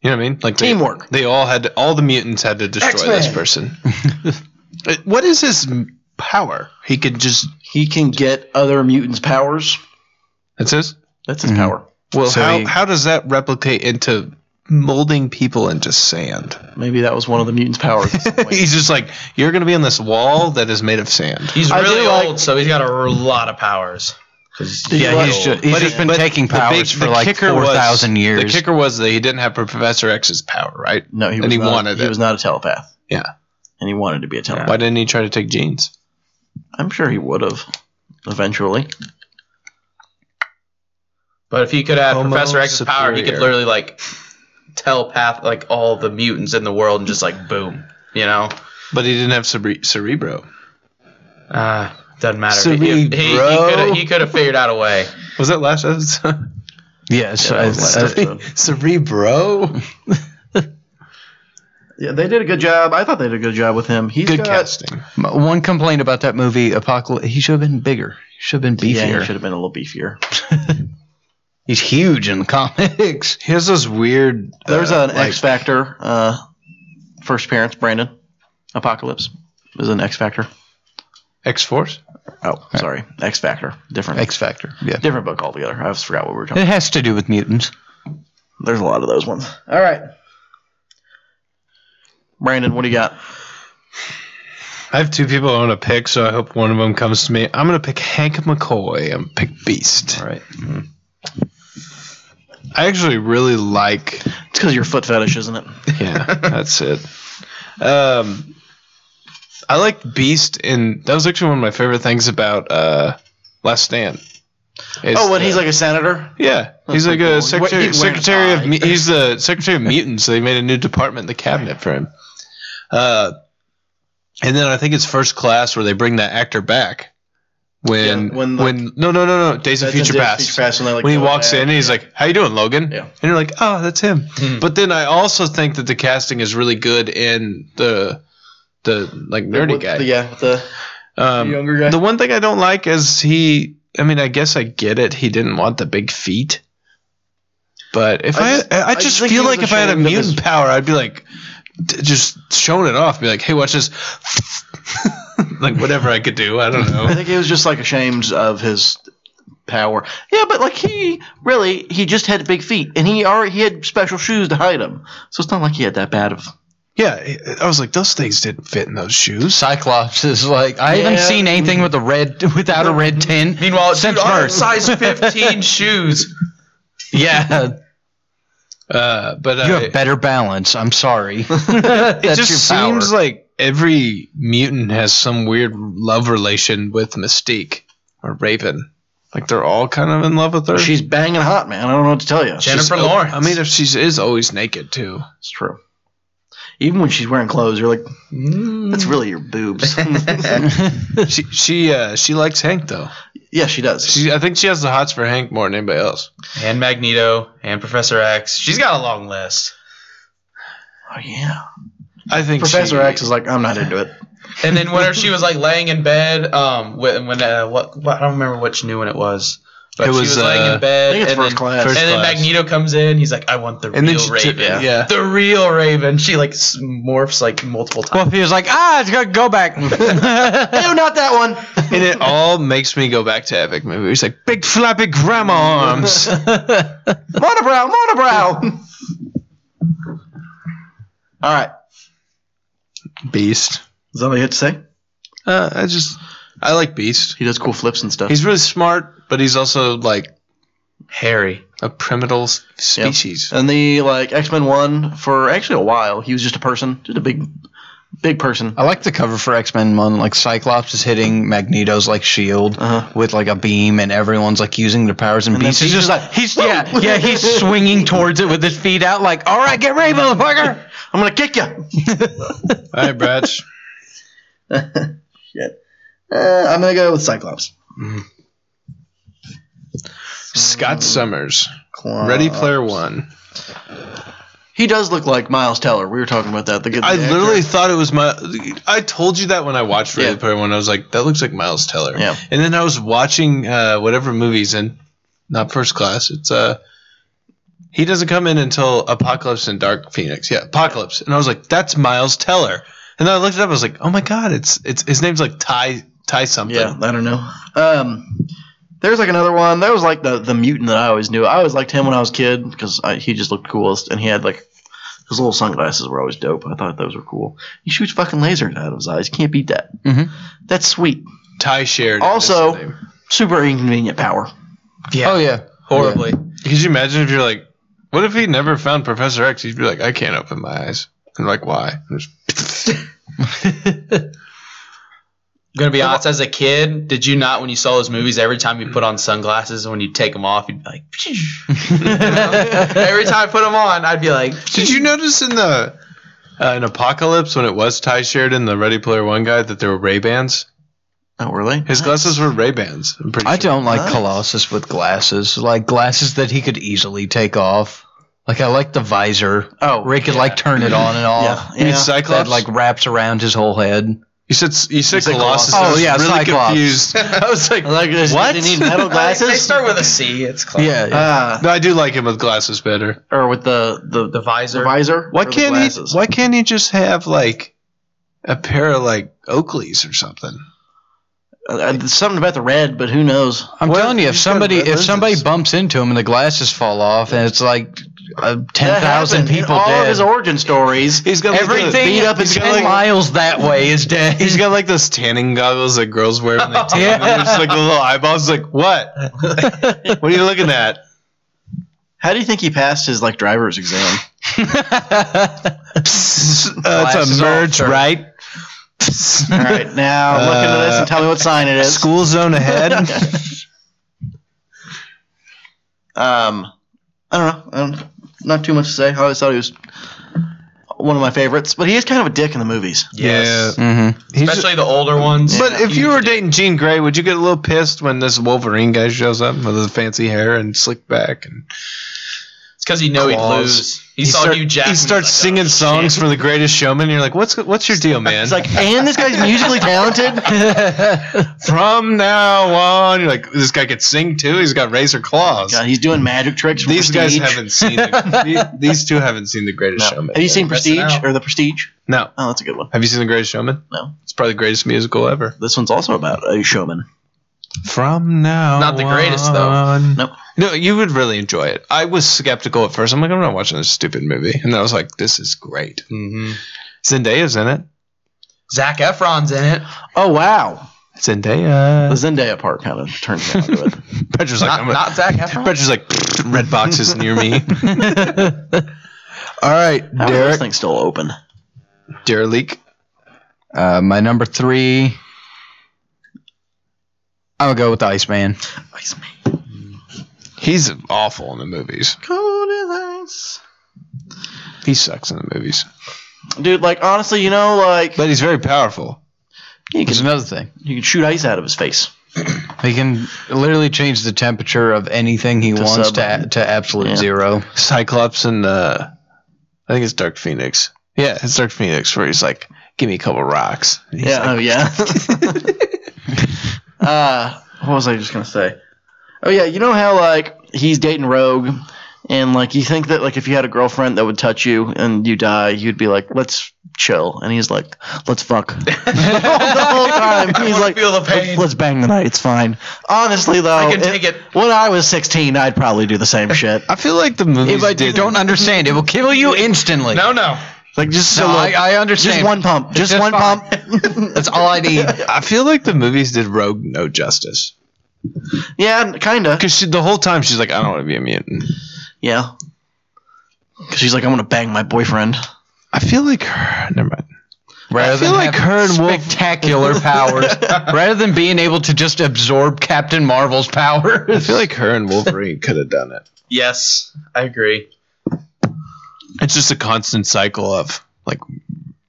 Speaker 6: You know what I mean? Like they-
Speaker 1: Teamwork.
Speaker 6: They, all had all the mutants had to destroy this person. Uh, what is his m- power? He could just
Speaker 1: He can get other mutants' powers.
Speaker 6: that's his.
Speaker 1: That's
Speaker 7: Mm-hmm.
Speaker 1: his power.
Speaker 6: Well,
Speaker 7: So
Speaker 6: how
Speaker 7: he-
Speaker 6: how does that replicate into molding people into sand?
Speaker 1: Maybe that was one of the mutants' powers.
Speaker 6: He's just like you're gonna be on this wall that is made of sand.
Speaker 9: He's
Speaker 1: I do
Speaker 9: really
Speaker 1: like-
Speaker 9: old, so he's got a r- lot of powers. 'Cause
Speaker 7: Yeah, he's just, he's
Speaker 6: But
Speaker 7: just
Speaker 6: he-
Speaker 7: been
Speaker 6: but
Speaker 7: taking
Speaker 6: the big-
Speaker 7: powers for
Speaker 6: the
Speaker 7: like
Speaker 6: kicker
Speaker 7: four
Speaker 6: was-
Speaker 7: thousand years.
Speaker 6: The kicker was that he didn't have Professor X's power, right?
Speaker 1: no, he was
Speaker 6: and he
Speaker 1: not,
Speaker 6: wanted
Speaker 1: he
Speaker 6: it.
Speaker 1: was not a telepath,
Speaker 6: yeah.
Speaker 1: and he wanted to be a telepath.
Speaker 6: Why didn't he try to take genes?
Speaker 1: I'm sure he would have eventually.
Speaker 9: But if he could have
Speaker 6: Homo
Speaker 9: Professor X's power, he could
Speaker 6: superior.
Speaker 9: literally like telepath like all the mutants in the world and just like boom, you know.
Speaker 6: But he didn't have Cere- Cerebro.
Speaker 9: Uh, doesn't matter. He- he- he- he
Speaker 6: Cerebro.
Speaker 9: coulda- he could have figured out a way.
Speaker 6: Was that last episode?
Speaker 7: yes, I- I-
Speaker 6: Cerebro?
Speaker 1: Yeah, they did a good job. I thought they did a good job with him. He's
Speaker 6: Good
Speaker 1: got,
Speaker 6: casting.
Speaker 7: my- one complaint about that movie, Apocalypse. He should have been bigger. He should have been
Speaker 1: Yeah, he
Speaker 7: beefier.
Speaker 1: should have been a little beefier.
Speaker 7: he's huge in the comics.
Speaker 6: He has those weird.
Speaker 1: There's
Speaker 6: uh,
Speaker 1: an X Factor uh, first appearance. Brandon Apocalypse is an X Factor.
Speaker 6: X Force.
Speaker 1: Oh, sorry, X Factor. Different
Speaker 7: X Factor. Yeah,
Speaker 1: different book altogether. I just forgot what we were talking.
Speaker 7: it has to do with mutants.
Speaker 1: There's a lot of those ones. All right, Brandon, what do you got?
Speaker 6: I have two people I want to pick, so I hope one of them comes to me. I'm gonna pick Hank McCoy and pick Beast. Mm-hmm.
Speaker 1: right, it's
Speaker 6: I actually really like.
Speaker 1: because your foot fetish, isn't it?
Speaker 6: Yeah, that's it. Um, I like Beast, and that was actually one of my favorite things about uh, Last Stand. It's
Speaker 1: oh, when he's
Speaker 6: the-
Speaker 1: like a senator.
Speaker 6: Yeah, he's like
Speaker 1: pretty
Speaker 6: a
Speaker 1: cool. What-
Speaker 6: secretary,
Speaker 1: he's wearing a
Speaker 6: secretary of
Speaker 1: tie.
Speaker 6: mu- he's the secretary of mutants. So they made a new department in the cabinet for him. Uh, and then I think it's first class where they bring that actor back when
Speaker 1: Yeah,
Speaker 6: when,
Speaker 1: when, like-
Speaker 6: no no no no Days of
Speaker 1: That's in
Speaker 6: Future
Speaker 1: Days of
Speaker 6: Past.
Speaker 1: Future Past when they, like,
Speaker 6: when he
Speaker 1: go
Speaker 6: walks
Speaker 1: back,
Speaker 6: in, and he's like, "How you doing, Logan?"
Speaker 1: Yeah. Hmm.
Speaker 6: and you're like, "Oh, that's him." But then I also think that the casting is really good in the the like nerdy
Speaker 1: With
Speaker 6: guy.
Speaker 1: the- yeah, with the
Speaker 6: Um,
Speaker 1: The younger guy?
Speaker 6: The one thing I don't like is he. I mean, I guess I get it. He didn't want the big feet. But if
Speaker 1: I
Speaker 6: I,
Speaker 1: just-
Speaker 6: I,
Speaker 1: I just
Speaker 6: just
Speaker 1: think
Speaker 6: feel
Speaker 1: he was
Speaker 6: like if I had a
Speaker 1: ashamed of
Speaker 6: mutant
Speaker 1: his-
Speaker 6: power, I'd be like, d- just showing it off. Be like, hey, watch this. like whatever I could do, I don't
Speaker 1: I
Speaker 6: know.
Speaker 1: think he was just like ashamed of his power. Yeah, but like he really he just had big feet, and he already he had special shoes to hide them. So it's not like he had that bad of.
Speaker 6: yeah, I was like, those things didn't fit in those shoes.
Speaker 7: Cyclops is like I haven't
Speaker 1: Yeah.
Speaker 7: seen anything with a red without a red tin.
Speaker 9: Meanwhile, dude,
Speaker 7: Since
Speaker 9: I have
Speaker 7: birth.
Speaker 9: size fifteen shoes.
Speaker 7: Yeah,
Speaker 6: Uh, but
Speaker 7: you
Speaker 6: uh,
Speaker 7: have better balance. I'm sorry.
Speaker 6: it
Speaker 7: That's
Speaker 6: just
Speaker 7: your power.
Speaker 6: seems like every mutant has some weird love relation with Mystique or Raven. Like they're all kind of in love with her.
Speaker 1: She's banging hot, man. I don't know what to tell you.
Speaker 9: Jennifer
Speaker 6: Oh,
Speaker 9: Lawrence.
Speaker 6: I mean, if she is always naked too.
Speaker 1: It's true. Even when she's wearing clothes, you're like, that's really your boobs.
Speaker 6: She she uh, she likes Hank though.
Speaker 1: yeah, she does.
Speaker 6: She I think she has the hots for Hank more than anybody else.
Speaker 9: and Magneto and Professor X. She's got a long list.
Speaker 1: oh, yeah.
Speaker 6: I think
Speaker 1: Professor
Speaker 6: she-
Speaker 1: X is like, I'm not into it.
Speaker 9: And then whenever she was like laying in bed, um, when, when uh, what, what I don't remember which new one it was, but
Speaker 6: It
Speaker 9: she
Speaker 6: was,
Speaker 9: was laying
Speaker 6: uh,
Speaker 9: in bed.
Speaker 1: I think it's
Speaker 9: and
Speaker 1: first
Speaker 9: then,
Speaker 1: class.
Speaker 9: and
Speaker 6: First
Speaker 9: then
Speaker 6: class.
Speaker 9: Magneto comes in. He's like, "I want the
Speaker 6: And then
Speaker 9: real
Speaker 6: she took-
Speaker 9: Raven,
Speaker 6: yeah.
Speaker 9: the real Raven." She like s- morphs like multiple times.
Speaker 7: Buffy was like, ah, it's gonna go back.
Speaker 1: no, not that one.
Speaker 6: and it all makes me go back to epic movie. He's like big flappy grandma arms.
Speaker 1: Monobrow, monobrow. All right.
Speaker 6: Beast.
Speaker 1: Is that all you had to say?
Speaker 6: Uh, I just I like Beast.
Speaker 1: He does cool flips and stuff.
Speaker 6: He's really smart, but he's also like
Speaker 9: Harry.
Speaker 6: a primal s-
Speaker 1: Yep.
Speaker 6: species.
Speaker 1: And the like X Men One for actually a while, he was just a person, just a big, big person.
Speaker 7: I like the cover for X Men One. Like Cyclops is hitting Magneto's like shield
Speaker 1: Uh-huh.
Speaker 7: with like a beam, and everyone's like using their powers. And, Beast is
Speaker 1: Beast
Speaker 7: just
Speaker 1: is
Speaker 7: like, he's yeah, yeah, he's swinging towards it with his feet out, like, all right, get ready, motherfucker.
Speaker 1: I'm gonna kick you.
Speaker 6: All right, Bratch.
Speaker 1: Uh, I'm gonna go with Cyclops.
Speaker 6: Scott Summers.
Speaker 1: Claus.
Speaker 6: Ready Player One.
Speaker 1: He does look like Miles Teller. We were talking about that. The good.
Speaker 6: I
Speaker 1: the actor.
Speaker 6: literally thought it was my. I told you that when I watched Ready
Speaker 1: Yeah.
Speaker 6: Player One. I was like, that looks like Miles Teller.
Speaker 1: Yeah.
Speaker 6: And then I was watching uh, whatever movies and not First Class. It's uh, he doesn't come in until Apocalypse and Dark Phoenix. Yeah, Apocalypse. And I was like, that's Miles Teller. And then I looked it up. I was like, oh my god, it's it's his name's like Ty Ty something.
Speaker 1: Yeah, I don't know. Um, there's like another one. That was like the the mutant that I always knew. I always liked him when I was a kid because he just looked coolest, and he had like his little sunglasses were always dope. I thought those were cool. He shoots fucking lasers out of his eyes. Can't beat that.
Speaker 6: Mm-hmm.
Speaker 7: Mhm.
Speaker 1: That's sweet.
Speaker 6: Ty shared.
Speaker 1: Also- Super inconvenient power.
Speaker 7: Oh yeah.
Speaker 6: horribly. Could you imagine if you're like, what if he never found Professor X? He'd be like, I can't open my eyes. And like, why? And just-
Speaker 9: I'm gonna be honest. As a kid, did you not when you saw those movies? Every time you put on sunglasses and when you take them off, you'd be like. every time I put them on, I'd be like,
Speaker 6: Did you notice in the uh, in Apocalypse when it was Ty Sheridan, the Ready Player One guy, that there were Ray Bans?
Speaker 1: Oh really?
Speaker 6: His glasses were Ray Bans. I'm pretty.
Speaker 7: I
Speaker 6: sure.
Speaker 7: don't like
Speaker 1: Nice.
Speaker 7: Colossus with glasses, like glasses that he could easily take off. Like I like the visor.
Speaker 1: Oh,
Speaker 7: Ray could like turn it on and
Speaker 1: yeah,
Speaker 7: off.
Speaker 1: yeah.
Speaker 6: You mean
Speaker 7: That
Speaker 6: Cyclops?
Speaker 7: like wraps around his whole head.
Speaker 6: you said, you said
Speaker 1: said
Speaker 6: Colossus.
Speaker 7: Colossus.
Speaker 6: I
Speaker 7: Oh,
Speaker 6: was
Speaker 7: yeah,
Speaker 6: really
Speaker 7: Cyclops.
Speaker 6: confused. I was like,
Speaker 1: Like, does-
Speaker 6: What?
Speaker 1: Does he need metal glasses?
Speaker 9: they start with a C. It's close.
Speaker 7: Yeah.
Speaker 1: uh,
Speaker 6: no, I do like him with glasses better.
Speaker 1: or with the the,
Speaker 9: The visor.
Speaker 1: the visor.
Speaker 6: Why
Speaker 1: or the
Speaker 6: can't he?
Speaker 1: glasses?
Speaker 6: Why can't he just have like a pair of like Oakleys or something?
Speaker 1: Uh, uh, something about the red, but who knows?
Speaker 7: I'm
Speaker 6: Well,
Speaker 7: telling you, if
Speaker 6: he's got
Speaker 7: somebody
Speaker 6: red
Speaker 7: if somebody
Speaker 6: lenses.
Speaker 7: bumps into him and the glasses fall off, and it's like uh, ten
Speaker 1: That
Speaker 7: thousand
Speaker 1: happened in
Speaker 7: people
Speaker 1: all
Speaker 7: dead.
Speaker 1: of his origin stories.
Speaker 6: He's got
Speaker 7: Everything
Speaker 1: beat up
Speaker 7: is
Speaker 1: and
Speaker 7: ten
Speaker 1: killing.
Speaker 7: miles that way is dead.
Speaker 6: He's got like those tanning goggles that girls wear when they tan.
Speaker 7: Yeah.
Speaker 6: yeah. Just like the little eyeballs. Like what? what are you looking at?
Speaker 1: How do you think he passed his like driver's exam?
Speaker 6: Uh, it's
Speaker 7: Glasses
Speaker 6: a
Speaker 7: off,
Speaker 6: merge,
Speaker 7: sir.
Speaker 6: right?
Speaker 1: All right, now look into this and tell me what sign it is.
Speaker 6: School zone ahead.
Speaker 1: Um, I don't know. I don't, not too much to say. I always thought he was one of my favorites, but he is kind of a dick in the movies.
Speaker 9: Yes.
Speaker 7: mm-hmm.
Speaker 6: He's-
Speaker 9: Especially the older ones.
Speaker 6: but if you were dating Jean Grey, would you get a little pissed when this Wolverine guy shows up with his fancy hair and slick back? And
Speaker 9: It's because he knew he'd
Speaker 6: Claws.
Speaker 9: lose. He, saw
Speaker 6: start-
Speaker 9: Hugh Jackman.
Speaker 6: he starts
Speaker 9: he's like,
Speaker 6: singing
Speaker 9: "Oh,
Speaker 6: songs
Speaker 9: shit."
Speaker 6: for the greatest showman. And you're like, what's what's your deal, man?
Speaker 1: It's like, and this guy's musically talented.
Speaker 6: from now on, you're like, this guy could sing too. He's got razor claws.
Speaker 1: God, he's doing magic tricks. For
Speaker 6: These guys
Speaker 1: Prestige.
Speaker 6: haven't seen. The, the- these two haven't seen the Greatest
Speaker 1: No.
Speaker 6: Showman.
Speaker 1: Have you seen Prestige
Speaker 9: out.
Speaker 1: or the Prestige?
Speaker 6: No.
Speaker 1: Oh, that's a good one.
Speaker 6: Have you seen the Greatest Showman?
Speaker 1: No.
Speaker 6: It's probably the greatest musical ever.
Speaker 1: This one's also about a showman.
Speaker 6: From now,
Speaker 9: Not the greatest, though.
Speaker 6: on.
Speaker 1: Nope.
Speaker 6: No, you would really enjoy it. I was skeptical at first. I'm like, I'm not watching this stupid movie, and then I was like, this is great.
Speaker 9: Mhm.
Speaker 6: Zendaya's in it.
Speaker 9: Zac Efron's in it.
Speaker 1: Oh wow, the
Speaker 6: Zendaya.
Speaker 1: Zendaya part kind of turned me onto it.
Speaker 6: Bridger's like,
Speaker 9: Not,
Speaker 6: I'm gonna-
Speaker 9: not Zac Efron.
Speaker 6: Bridger's like, red boxes near me.
Speaker 7: All right,
Speaker 1: How is this
Speaker 7: Derek.
Speaker 1: thing still open?
Speaker 6: Dear leak.
Speaker 7: Uh, my number three. I'm gonna go with Iceman.
Speaker 6: He's awful in the movies. He sucks in the movies,
Speaker 1: Dude, like honestly, you know, like
Speaker 6: but he's very powerful.
Speaker 1: you
Speaker 7: There's
Speaker 1: can
Speaker 7: another thing.
Speaker 1: you can shoot ice out of his face.
Speaker 7: He can literally change the temperature of anything he wants
Speaker 1: sub-
Speaker 7: to, to absolute
Speaker 1: Yeah.
Speaker 7: zero.
Speaker 6: Cyclops and uh, I think it's Dark Phoenix. Yeah, it's Dark Phoenix where he's like, "Give me a couple rocks." And he's
Speaker 1: yeah.
Speaker 6: like,
Speaker 1: oh yeah. uh, what was I just gonna say? Oh yeah, you know how like he's dating Rogue, and like you think that like if you had a girlfriend that would touch you and you die, you'd be like, let's chill, and he's like, let's fuck the whole time. He's like,
Speaker 9: feel the pain.
Speaker 1: Let's, let's bang the night. It's fine. Honestly though,
Speaker 9: I can take it.
Speaker 1: When I was 16, I'd probably do the same shit.
Speaker 6: I feel like the movies
Speaker 7: If I you
Speaker 6: did-
Speaker 7: don't understand, it will kill you instantly.
Speaker 9: No, no.
Speaker 1: Like just so
Speaker 7: No, I,
Speaker 1: like,
Speaker 7: I understand.
Speaker 1: just one pump, just,
Speaker 7: just
Speaker 1: one
Speaker 7: fine.
Speaker 1: pump.
Speaker 7: That's all I need.
Speaker 6: I feel like the movies did Rogue no justice
Speaker 1: yeah, kinda.
Speaker 6: because the whole time she's like, "I don't want to be a mutant."
Speaker 1: Yeah. Because she's like, I'm going to bang my boyfriend.
Speaker 6: I feel like her. Never mind.
Speaker 7: Rather
Speaker 6: feel
Speaker 7: than
Speaker 6: like
Speaker 7: have
Speaker 6: her and Wolf-
Speaker 7: spectacular powers, rather than being able to just absorb Captain Marvel's
Speaker 6: I
Speaker 7: powers.
Speaker 6: feel like her and Wolverine could have done it.
Speaker 9: "Oh, Yes, I agree.
Speaker 6: It's just a constant cycle of like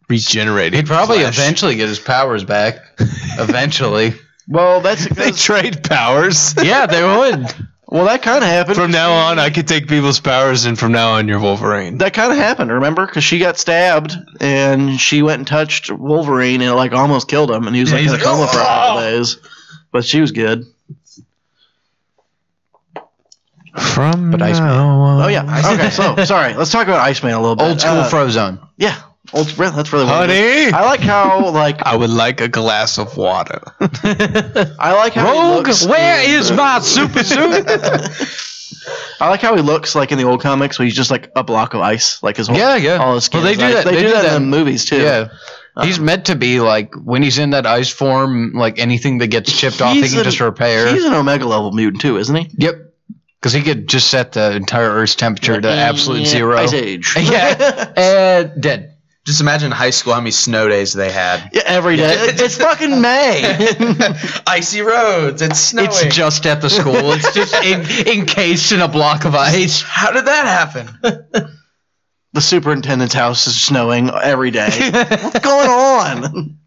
Speaker 6: regenerating.
Speaker 7: He'd probably
Speaker 6: flesh.
Speaker 7: eventually get his powers back. Eventually.
Speaker 1: Well, that's
Speaker 6: they trade powers.
Speaker 7: yeah, they would.
Speaker 1: Well, that kind of happened.
Speaker 6: From now on, I could take people's powers, and from now on, you're Wolverine.
Speaker 1: that kind of happened, remember? Because she got stabbed and she went and touched Wolverine and it, like almost killed him, and he was like in a coma for a couple days. But she was good.
Speaker 6: From
Speaker 7: But Iceman.
Speaker 6: now on.
Speaker 1: Oh yeah. Okay. So sorry. Let's talk about Iceman a little bit.
Speaker 7: Old school
Speaker 1: Uh,
Speaker 7: Frozone.
Speaker 1: yeah. Old. yeah, That's really. what it is.
Speaker 6: Honey,
Speaker 1: I like how like
Speaker 6: I would like a glass of water.
Speaker 1: I like how he
Speaker 7: Rogue,
Speaker 1: looks
Speaker 7: where
Speaker 1: in-
Speaker 7: is my super suit?
Speaker 1: I like how he looks like in the old comics, where he's just like a block of ice, like his whole
Speaker 7: Yeah, yeah.
Speaker 1: All his skin
Speaker 7: Well, they
Speaker 1: is
Speaker 7: do
Speaker 1: ice.
Speaker 7: that-
Speaker 1: They, do, that, in the movies too.
Speaker 7: yeah. He's meant to be like when he's in that ice form, like anything that gets chipped off, he
Speaker 1: He's
Speaker 7: can
Speaker 1: an-
Speaker 7: just repair.
Speaker 1: He's an Omega level mutant too, isn't he?
Speaker 7: Yep. Because he could just set the entire Earth's temperature to absolute zero.
Speaker 1: Ice Age.
Speaker 7: yeah. And dead.
Speaker 9: Just imagine high school how many snow days they had.
Speaker 1: Yeah, every day. It- It's fucking May.
Speaker 9: Icy roads. It's snowing.
Speaker 7: It's just at the school. It's just en- encased in a block of ice.
Speaker 9: how did that happen?
Speaker 1: the superintendent's house is snowing every day. What's going on?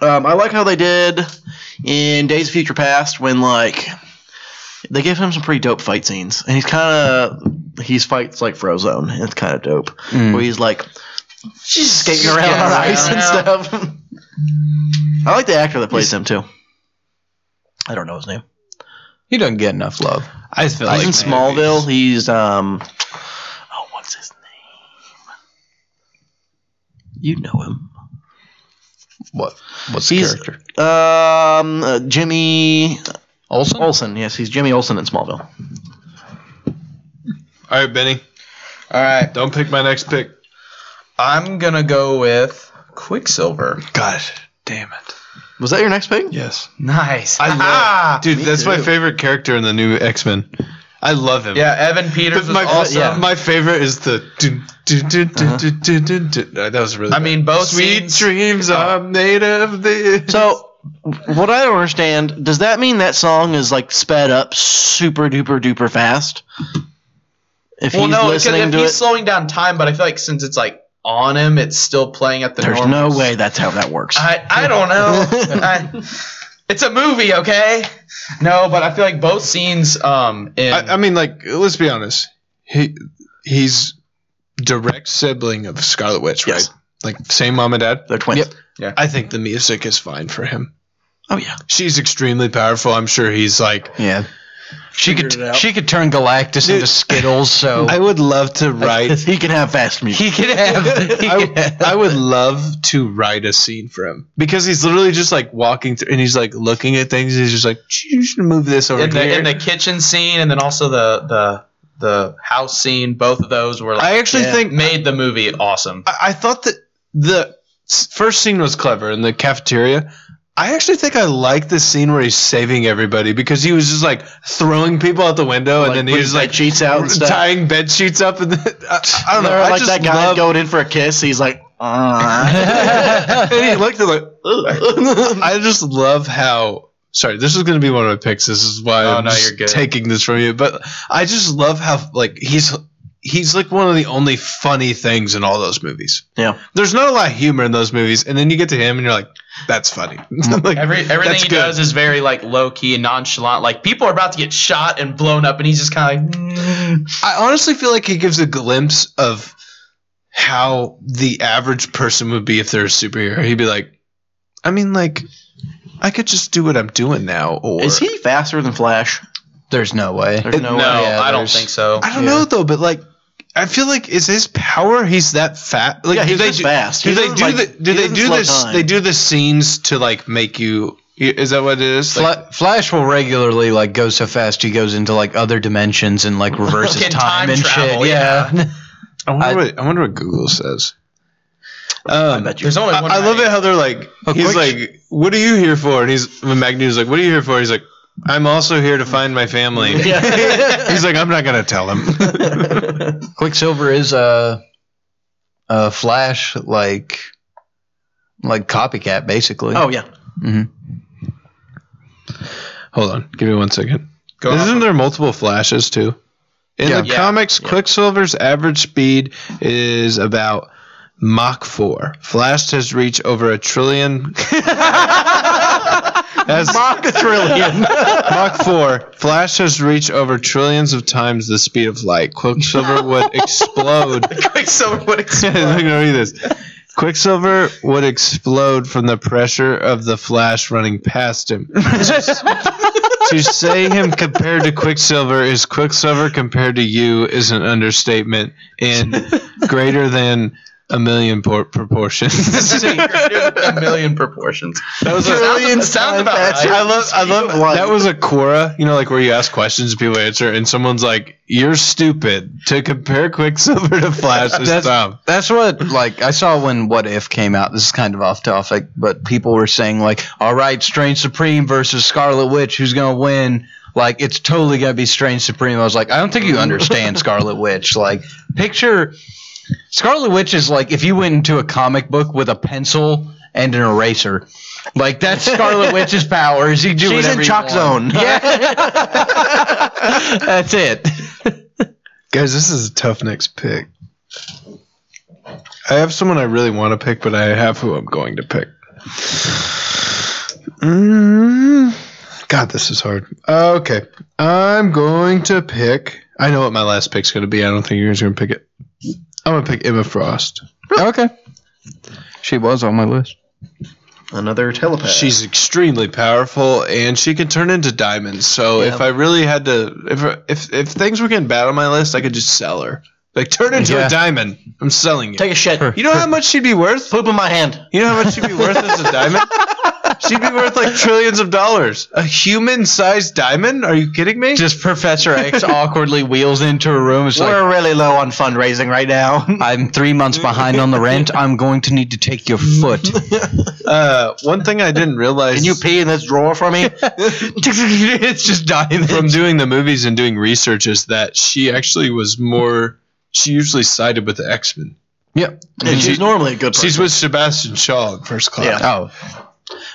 Speaker 1: um, I like how they did in Days of Future Past when like they give him some pretty dope fight scenes, and he's kind of he's fights like Frozone. and It's kind of dope where he's like skating around on ice and stuff. I like the actor that plays him too. I don't know his name.
Speaker 7: You don't get enough love.
Speaker 6: I feel
Speaker 1: He's in Smallville. He's um. Oh, what's his name? You know him.
Speaker 7: What? What's
Speaker 1: He's-
Speaker 7: the character?
Speaker 1: Um, uh, Jimmy
Speaker 7: Olsen?
Speaker 1: Olsen. Yes, he's Jimmy Olsen in Smallville.
Speaker 6: All right, Benny.
Speaker 9: All right.
Speaker 6: Don't pick my next pick.
Speaker 9: I'm going to go with Quicksilver.
Speaker 6: God damn it.
Speaker 1: Was that your next pick?
Speaker 6: Yes.
Speaker 9: Nice.
Speaker 6: I love
Speaker 9: Ah!
Speaker 6: Dude, that's my favorite character in the new X Men. I love him.
Speaker 9: Yeah, Evan Peters
Speaker 6: But
Speaker 9: was
Speaker 6: my,
Speaker 9: awesome. Uh-huh.
Speaker 1: yeah.
Speaker 6: my favorite is the. do, do, do, do, do, do, do, do. Uh, That was really.
Speaker 9: I
Speaker 6: bad.
Speaker 9: mean, both
Speaker 6: Sweet Oh.
Speaker 9: scenes-
Speaker 6: dreams are made of this.
Speaker 1: So, what I don't understand does that mean that song is like sped up super duper duper fast? If
Speaker 9: Well,
Speaker 1: he's
Speaker 9: no, because
Speaker 1: listening
Speaker 9: if
Speaker 1: to
Speaker 9: he's
Speaker 1: it,
Speaker 9: slowing down time, but I feel like since it's like on him, it's still playing at the.
Speaker 1: there's no
Speaker 9: normal-
Speaker 1: way that's how that works.
Speaker 9: I I don't know. I, it's a movie, okay? No, but I feel like both scenes. Um, in,
Speaker 6: I, I mean, like, let's be honest. He he's direct sibling of Scarlet Witch,
Speaker 1: Yes.
Speaker 6: right? Like same mom and dad.
Speaker 1: They're twins.
Speaker 7: Yep.
Speaker 6: I think the music is fine for him.
Speaker 1: Oh yeah.
Speaker 6: She's extremely powerful. I'm sure he's like.
Speaker 7: Yeah. She
Speaker 1: Figured it
Speaker 7: could
Speaker 1: out.
Speaker 7: she could turn Galactus into Skittles, so
Speaker 6: I would love to write.
Speaker 1: He can have fast music.
Speaker 7: he could have. he could
Speaker 6: I,
Speaker 7: have-
Speaker 6: I would love to write a scene for him because he's literally just like walking through and he's like looking at things. And he's just like, you should move this over
Speaker 9: in
Speaker 6: here.
Speaker 9: the in the kitchen scene, and then also the the the house scene. Both of those were. Like,
Speaker 6: I actually think
Speaker 9: made the movie awesome.
Speaker 6: I, I thought that the s- first scene was clever in the cafeteria. I actually think I like the scene where he's saving everybody because he was just like throwing people out the window and then he
Speaker 1: putting
Speaker 6: was like
Speaker 1: bed sheets out and stuff.
Speaker 6: tying bed sheets up and then, I, I don't know.
Speaker 1: Or
Speaker 6: I
Speaker 1: like
Speaker 6: just
Speaker 1: that guy
Speaker 6: love-
Speaker 1: going in for a kiss. He's like, uh.
Speaker 6: and he looked at like I just love how sorry, this is gonna be one of my picks. This is why
Speaker 9: Oh,
Speaker 6: I'm
Speaker 9: no,
Speaker 6: just
Speaker 9: you're good.
Speaker 6: taking this from you. But I just love how like he's he's like one of the only funny things in all those movies.
Speaker 1: yeah.
Speaker 6: There's not a lot of humor in those movies, and then you get to him and you're like, that's funny.
Speaker 1: Mm-hmm.
Speaker 6: Like,
Speaker 9: Every everything
Speaker 6: that's
Speaker 9: he
Speaker 6: good.
Speaker 9: does is very like low key and nonchalant. Like people are about to get shot and blown up, and he's just kind of like. "Mm."
Speaker 6: I honestly feel like he gives a glimpse of how the average person would be if they're a superhero. He'd be like, I mean, like, I could just do what I'm doing now. Or
Speaker 1: Is he faster than Flash?
Speaker 7: There's no way.
Speaker 1: There's
Speaker 9: No,
Speaker 1: way.
Speaker 7: yeah,
Speaker 9: I don't
Speaker 7: there's-
Speaker 9: think so.
Speaker 6: I don't know though, but like, I feel like is his power? He's that fat. Like,
Speaker 1: Yeah,
Speaker 6: do
Speaker 1: he's
Speaker 6: they
Speaker 1: just
Speaker 6: do,
Speaker 1: fast.
Speaker 6: Do
Speaker 1: He
Speaker 6: they
Speaker 1: doesn't,
Speaker 6: do
Speaker 1: like-
Speaker 6: the, Do
Speaker 1: he
Speaker 6: they
Speaker 1: doesn't
Speaker 6: do
Speaker 1: slow
Speaker 6: this?
Speaker 1: time.
Speaker 6: They do the scenes to like make you. Is that what it is? Like,
Speaker 7: Fla- Flash will regularly like go so fast he goes into like other dimensions and like reverses
Speaker 9: Can
Speaker 7: time,
Speaker 9: time
Speaker 7: and
Speaker 9: travel,
Speaker 7: shit. Yeah.
Speaker 6: I wonder. what, I wonder what Google says. Um, I,
Speaker 1: bet you-
Speaker 9: There's only one.
Speaker 6: I love it how they're like.
Speaker 7: A
Speaker 6: he's
Speaker 7: quick-
Speaker 6: like, "What are you here for?" And he's when Magneto's like, "What are you here for?" He's like, "I'm also here to find my family." he's like, "I'm not gonna tell him."
Speaker 7: Quicksilver is a a Flash like like copycat basically.
Speaker 1: Oh yeah.
Speaker 6: Hold on, give me one second.
Speaker 9: Go
Speaker 6: Isn't
Speaker 9: off.
Speaker 6: there multiple flashes too? In the
Speaker 9: Yeah.
Speaker 6: comics, Quicksilver's average speed is about Mach 4. Flash has reached over a trillion. As
Speaker 1: Mock trillion.
Speaker 6: Mach 4, Flash has reached over trillions of times the speed of light. Quicksilver would explode.
Speaker 9: Quicksilver would
Speaker 6: Look,
Speaker 9: explode.
Speaker 6: I'm gonna read this. Quicksilver would explode from the pressure of the Flash running past him. to say him compared to Quicksilver is Quicksilver compared to you is an understatement in greater than a million por- proportions.
Speaker 9: a million proportions.
Speaker 6: That was
Speaker 9: Sounds, sounds about right.
Speaker 6: I love I love that was a Quora, you know, like where you ask questions and people answer, and someone's like, "You're stupid." To compare Quicksilver to Flash is
Speaker 7: That's-
Speaker 6: dumb.
Speaker 7: That's what like I saw when What If came out. This is kind of off topic, but people were saying like, "All right, Strange Supreme versus Scarlet Witch, who's gonna win?" Like it's totally gonna be Strange Supreme. I was like, I don't think you understand Scarlet Witch. Like picture Scarlet Witch is like if you went into a comic book with a pencil and an eraser. Like that's Scarlet Witch's powers. You do
Speaker 1: She's
Speaker 7: whatever
Speaker 1: in
Speaker 7: you
Speaker 1: chalk
Speaker 7: want.
Speaker 1: zone.
Speaker 7: Yeah, that's it.
Speaker 6: Guys, this is a tough next pick. I have someone I really want to pick, but I have who I'm going to pick. Mm, God, this is hard. Uh, Okay. I'm going to pick. I know what my last pick's going to be. I don't think you guys are going to pick it. I'm going to pick Emma Frost.
Speaker 7: Okay. She was on my list.
Speaker 1: Another telepath.
Speaker 6: She's extremely powerful, and she can turn into diamonds. So if I really had to, if if if things were getting bad on my list, I could just sell her. Like turn into
Speaker 7: Yeah.
Speaker 6: a diamond. I'm selling you.
Speaker 1: Take a shit.
Speaker 6: You know how much she'd be worth?
Speaker 1: Poop in my hand.
Speaker 6: You know how much she'd be worth as a diamond? She'd be worth like trillions of dollars. A human sized diamond? Are you kidding me?
Speaker 7: Just Professor X awkwardly wheels into a room. It's like,
Speaker 1: We're really low on fundraising right now.
Speaker 7: I'm three months behind on the rent. I'm going to need to take your foot.
Speaker 6: uh, one thing I didn't realize
Speaker 1: Can you pee in this drawer for me?
Speaker 7: it's just dying.
Speaker 6: from doing the movies and doing research is that she actually was more. She usually sided with the X Men.
Speaker 7: Yep.
Speaker 1: Yeah, she's normally a good person.
Speaker 6: She's with Sebastian Shaw in first class.
Speaker 1: Yeah.
Speaker 7: Oh,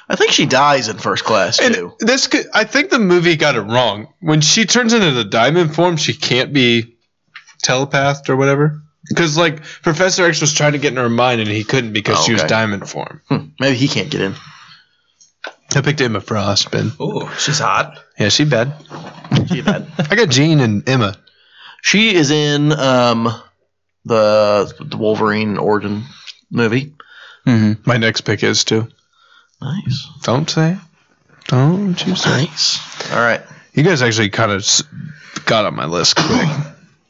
Speaker 1: I think she dies in first class too.
Speaker 6: This could, I think the movie got it wrong. When she turns into the diamond form, she can't be telepathed or whatever. Because like Professor X was trying to get in her mind and he couldn't because she was
Speaker 1: okay.
Speaker 6: diamond form.
Speaker 1: Maybe he can't get in.
Speaker 6: I picked Emma Frost, Ben.
Speaker 9: Ooh, she's hot.
Speaker 6: Yeah, she bad.
Speaker 1: She bad.
Speaker 6: I got Jean and Emma.
Speaker 1: She is in um, the the Wolverine origin movie.
Speaker 6: My next pick is too.
Speaker 1: Nice,
Speaker 6: Don't say. Don't you say.
Speaker 1: nice. All right,
Speaker 6: You guys actually kind of got on my list quick.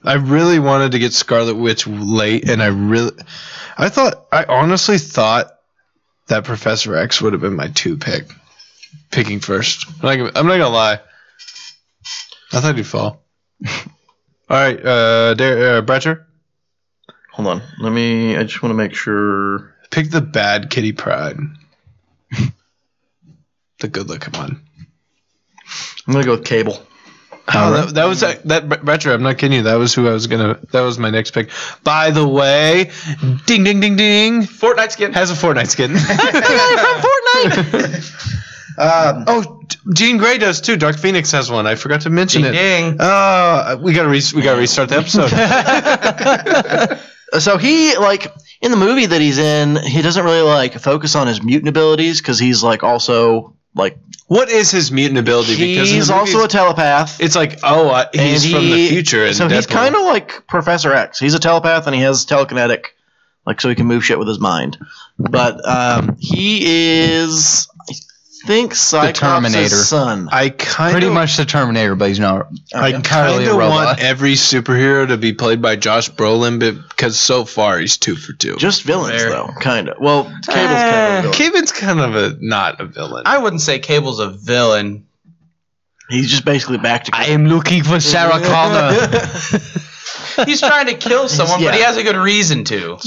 Speaker 6: I really wanted to get Scarlet Witch late, and I really, I thought, I honestly thought that Professor X would have been my two pick, picking first. I'm not, gonna- I'm not gonna lie, I thought he'd fall. All right, uh, Dar- uh Bratcher,
Speaker 1: hold on. Let me. I just want to make sure.
Speaker 6: pick the bad Kitty Pride, the good-looking one.
Speaker 1: I'm gonna go with Cable.
Speaker 6: Oh, that, that was that, that retro. I'm not kidding you. That was who I was gonna. That was my next pick. By the way, ding ding ding ding.
Speaker 9: Fortnite skin.
Speaker 6: Has a Fortnite skin. from Fortnite. oh, Jean Grey does too. Dark Phoenix has one. I forgot to mention it.
Speaker 9: Ding.
Speaker 6: Oh, we gotta re- we gotta restart the episode.
Speaker 1: So he like in the movie that he's in, he doesn't really like focus on his mutant abilities because he's like also like
Speaker 6: what is his mutant ability? in the
Speaker 1: he's
Speaker 6: movie
Speaker 1: also a telepath.
Speaker 6: it's like oh uh, he's
Speaker 1: and
Speaker 6: from the
Speaker 1: he-
Speaker 6: future.
Speaker 1: So he's
Speaker 6: kind
Speaker 1: kind of like Professor X. He's a telepath and he has telekinetic, like so he can move shit with his mind. But um, he is, I think, Cyclops'
Speaker 7: Terminator.
Speaker 1: son.
Speaker 6: I kind
Speaker 7: pretty much the Terminator, but he's not
Speaker 1: I
Speaker 7: entirely
Speaker 6: kind
Speaker 7: a
Speaker 6: of
Speaker 7: robot.
Speaker 6: want every superhero to be played by Josh Brolin because so far he's two for two.
Speaker 1: Just villains,
Speaker 9: There.
Speaker 1: though, kind of. Well, Cable's
Speaker 6: Eh,
Speaker 1: kind of a villain.
Speaker 6: Kevin's kind of a not a villain.
Speaker 9: I wouldn't say Cable's a villain.
Speaker 1: He's just basically back to.
Speaker 7: I am looking for Sarah Connor.
Speaker 9: He's trying to kill someone, but he
Speaker 1: yeah.
Speaker 9: has a good reason to.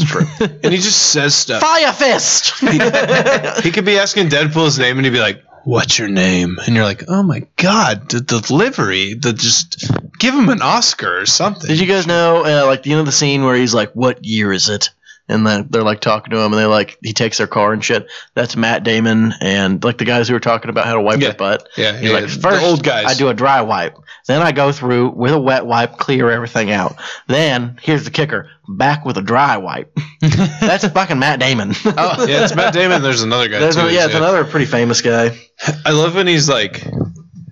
Speaker 6: and he just says stuff.
Speaker 1: Fire Oh, fist.
Speaker 6: He could be asking Deadpool his name and he'd be like, What's your name? And you're like, Oh my god, the delivery, the just give him an Oscar or something.
Speaker 1: Did you guys know, uh, like the end of the scene where he's like, "What year is it?" And then they're like talking to him, and they like he takes their car and shit. That's Matt Damon and like the guys who were talking about how to wipe
Speaker 6: Yeah.
Speaker 1: their butt.
Speaker 6: yeah,
Speaker 1: He's
Speaker 6: yeah,
Speaker 1: like, first,
Speaker 6: the old guys.
Speaker 1: I do a dry wipe. Then I go through with a wet wipe, clear everything out. Then here's the kicker: back with a dry wipe. That's fucking Matt Damon.
Speaker 6: Oh, yeah, it's Matt Damon. There's another guy
Speaker 1: There's
Speaker 6: too.
Speaker 1: a- yeah,
Speaker 6: is
Speaker 1: it's
Speaker 6: it?
Speaker 1: another pretty famous guy.
Speaker 6: I love when he's like,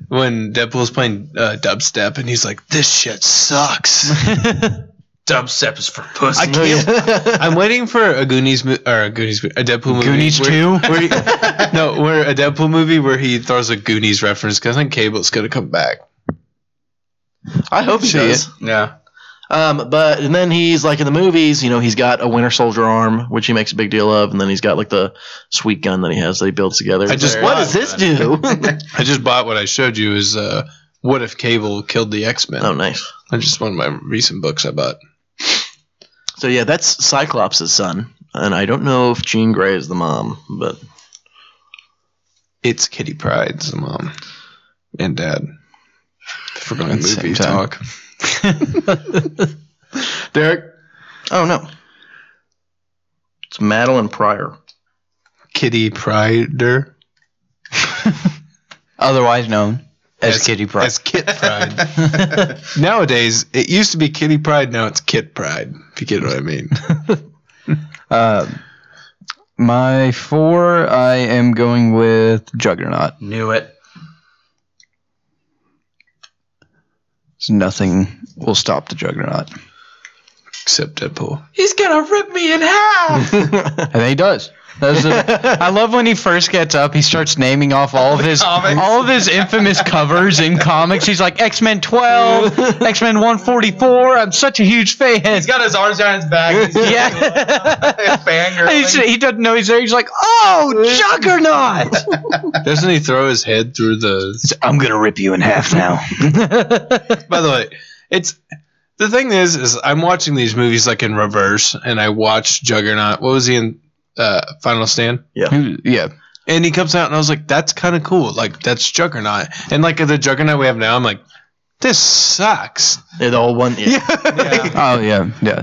Speaker 6: when Deadpool's playing uh, dubstep, and he's like, "This shit sucks." dubstep is for pussy. I can't, I'm waiting for a Goonies mo- or a Goonies mo- a Deadpool movie.
Speaker 7: Goonies
Speaker 6: where-
Speaker 7: 2?
Speaker 6: where he- no, where a Deadpool movie where he throws a Goonies reference because I think Cable's gonna come back.
Speaker 1: I hope he
Speaker 6: See
Speaker 1: does.
Speaker 9: Yeah.
Speaker 1: Um, but and then he's like in the movies, you know, he's got a Winter Soldier arm, which he makes a big deal of, and then he's got like the sweet gun that he has that he builds together.
Speaker 6: I just-
Speaker 1: what does this do?
Speaker 6: I just bought what I showed you is uh, what if Cable killed the X Men?
Speaker 1: oh, nice.
Speaker 6: That's just one of my recent books I bought.
Speaker 1: So yeah, that's Cyclops' son, and I don't know if Jean Grey is the mom, but
Speaker 6: It's Kitty Pride's mom and dad. If we're going
Speaker 7: At the same
Speaker 6: movie
Speaker 7: time.
Speaker 6: talk. Derek,
Speaker 1: oh no, it's Madeline Pryor.
Speaker 6: Kitty Prider.
Speaker 7: Otherwise known as,
Speaker 6: As-
Speaker 7: Kitty Pryde.
Speaker 6: That's Kit Pride. Nowadays, it used to be Kitty Pride. Now it's Kit Pride. If you get what I mean.
Speaker 7: Uh, my four, I am going with Juggernaut.
Speaker 9: Knew it.
Speaker 7: So nothing will stop the Juggernaut.
Speaker 6: Except Deadpool.
Speaker 9: He's gonna rip me in half.
Speaker 7: And he does. That's the- I love when he first gets up. He starts naming off all of his all of his infamous covers in comics. He's like X Men twelve, X Men one forty four. I'm such a huge fan.
Speaker 8: He's got his arms down his back. He's
Speaker 7: yeah, He's-
Speaker 8: fangirling.
Speaker 7: he doesn't know he's there. He's like, oh, Juggernaut!
Speaker 6: Doesn't he throw his head through the
Speaker 7: I'm gonna rip you in half now.
Speaker 6: By the way, it's the thing is, is I'm watching these movies like in reverse, and I watched Juggernaut. What was he in? Uh, Final Stand.
Speaker 7: yeah,
Speaker 6: And he comes out, and I was like, "That's kind of cool. Like that's Juggernaut." And like the Juggernaut we have now, I'm like, "This sucks."
Speaker 1: Yeah, the old one. Yeah.
Speaker 7: oh yeah, yeah.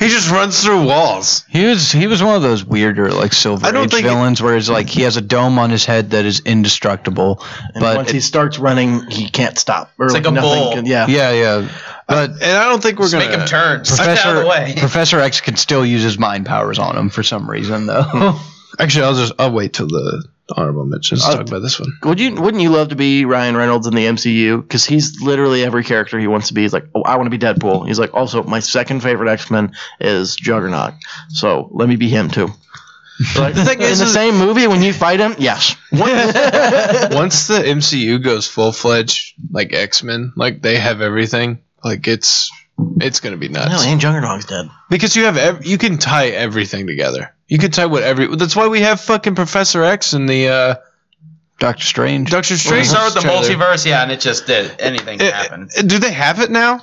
Speaker 6: He just runs through walls.
Speaker 7: He was he was one of those weirder like Silver
Speaker 6: I don't
Speaker 7: Age
Speaker 6: think-
Speaker 7: villains, where it's like he has a dome on his head that is indestructible,
Speaker 1: And
Speaker 7: but
Speaker 1: once he starts running, he can't stop. Or, it's
Speaker 8: like a bull.
Speaker 1: yeah.
Speaker 7: Yeah, yeah. But
Speaker 6: And I don't think we're
Speaker 8: Just
Speaker 6: gonna
Speaker 8: make him turn. Step out of
Speaker 7: Professor
Speaker 8: the way.
Speaker 7: Professor X can still use his mind powers on him for some reason, though.
Speaker 6: Actually, I'll just I'll wait till the honorable mentions. Let's talk about this one.
Speaker 1: Would you? Wouldn't you love to be Ryan Reynolds in the MCU? Because he's literally every character he wants to be. He's like, oh, I want to be Deadpool. He's like, also my second favorite X Men is Juggernaut. So let me be him too. Like,
Speaker 6: The thing
Speaker 1: in
Speaker 6: is,
Speaker 1: the
Speaker 6: is-
Speaker 1: same movie when you fight him, yes.
Speaker 6: once the MCU goes full fledged, like X Men, like they have everything. Like it's it's gonna be nuts.
Speaker 1: No, and Juggernaut's dead.
Speaker 6: Because you have ev- you can tie everything together. You could tie whatever. That's why we have fucking Professor X and the uh,
Speaker 7: Doctor Strange.
Speaker 6: Doctor
Speaker 8: We
Speaker 6: Strange.
Speaker 8: start with the
Speaker 6: trailer.
Speaker 8: multiverse, yeah, and it just did. Anything
Speaker 6: Uh,
Speaker 8: can
Speaker 6: uh,
Speaker 8: happen.
Speaker 6: Do they have it now?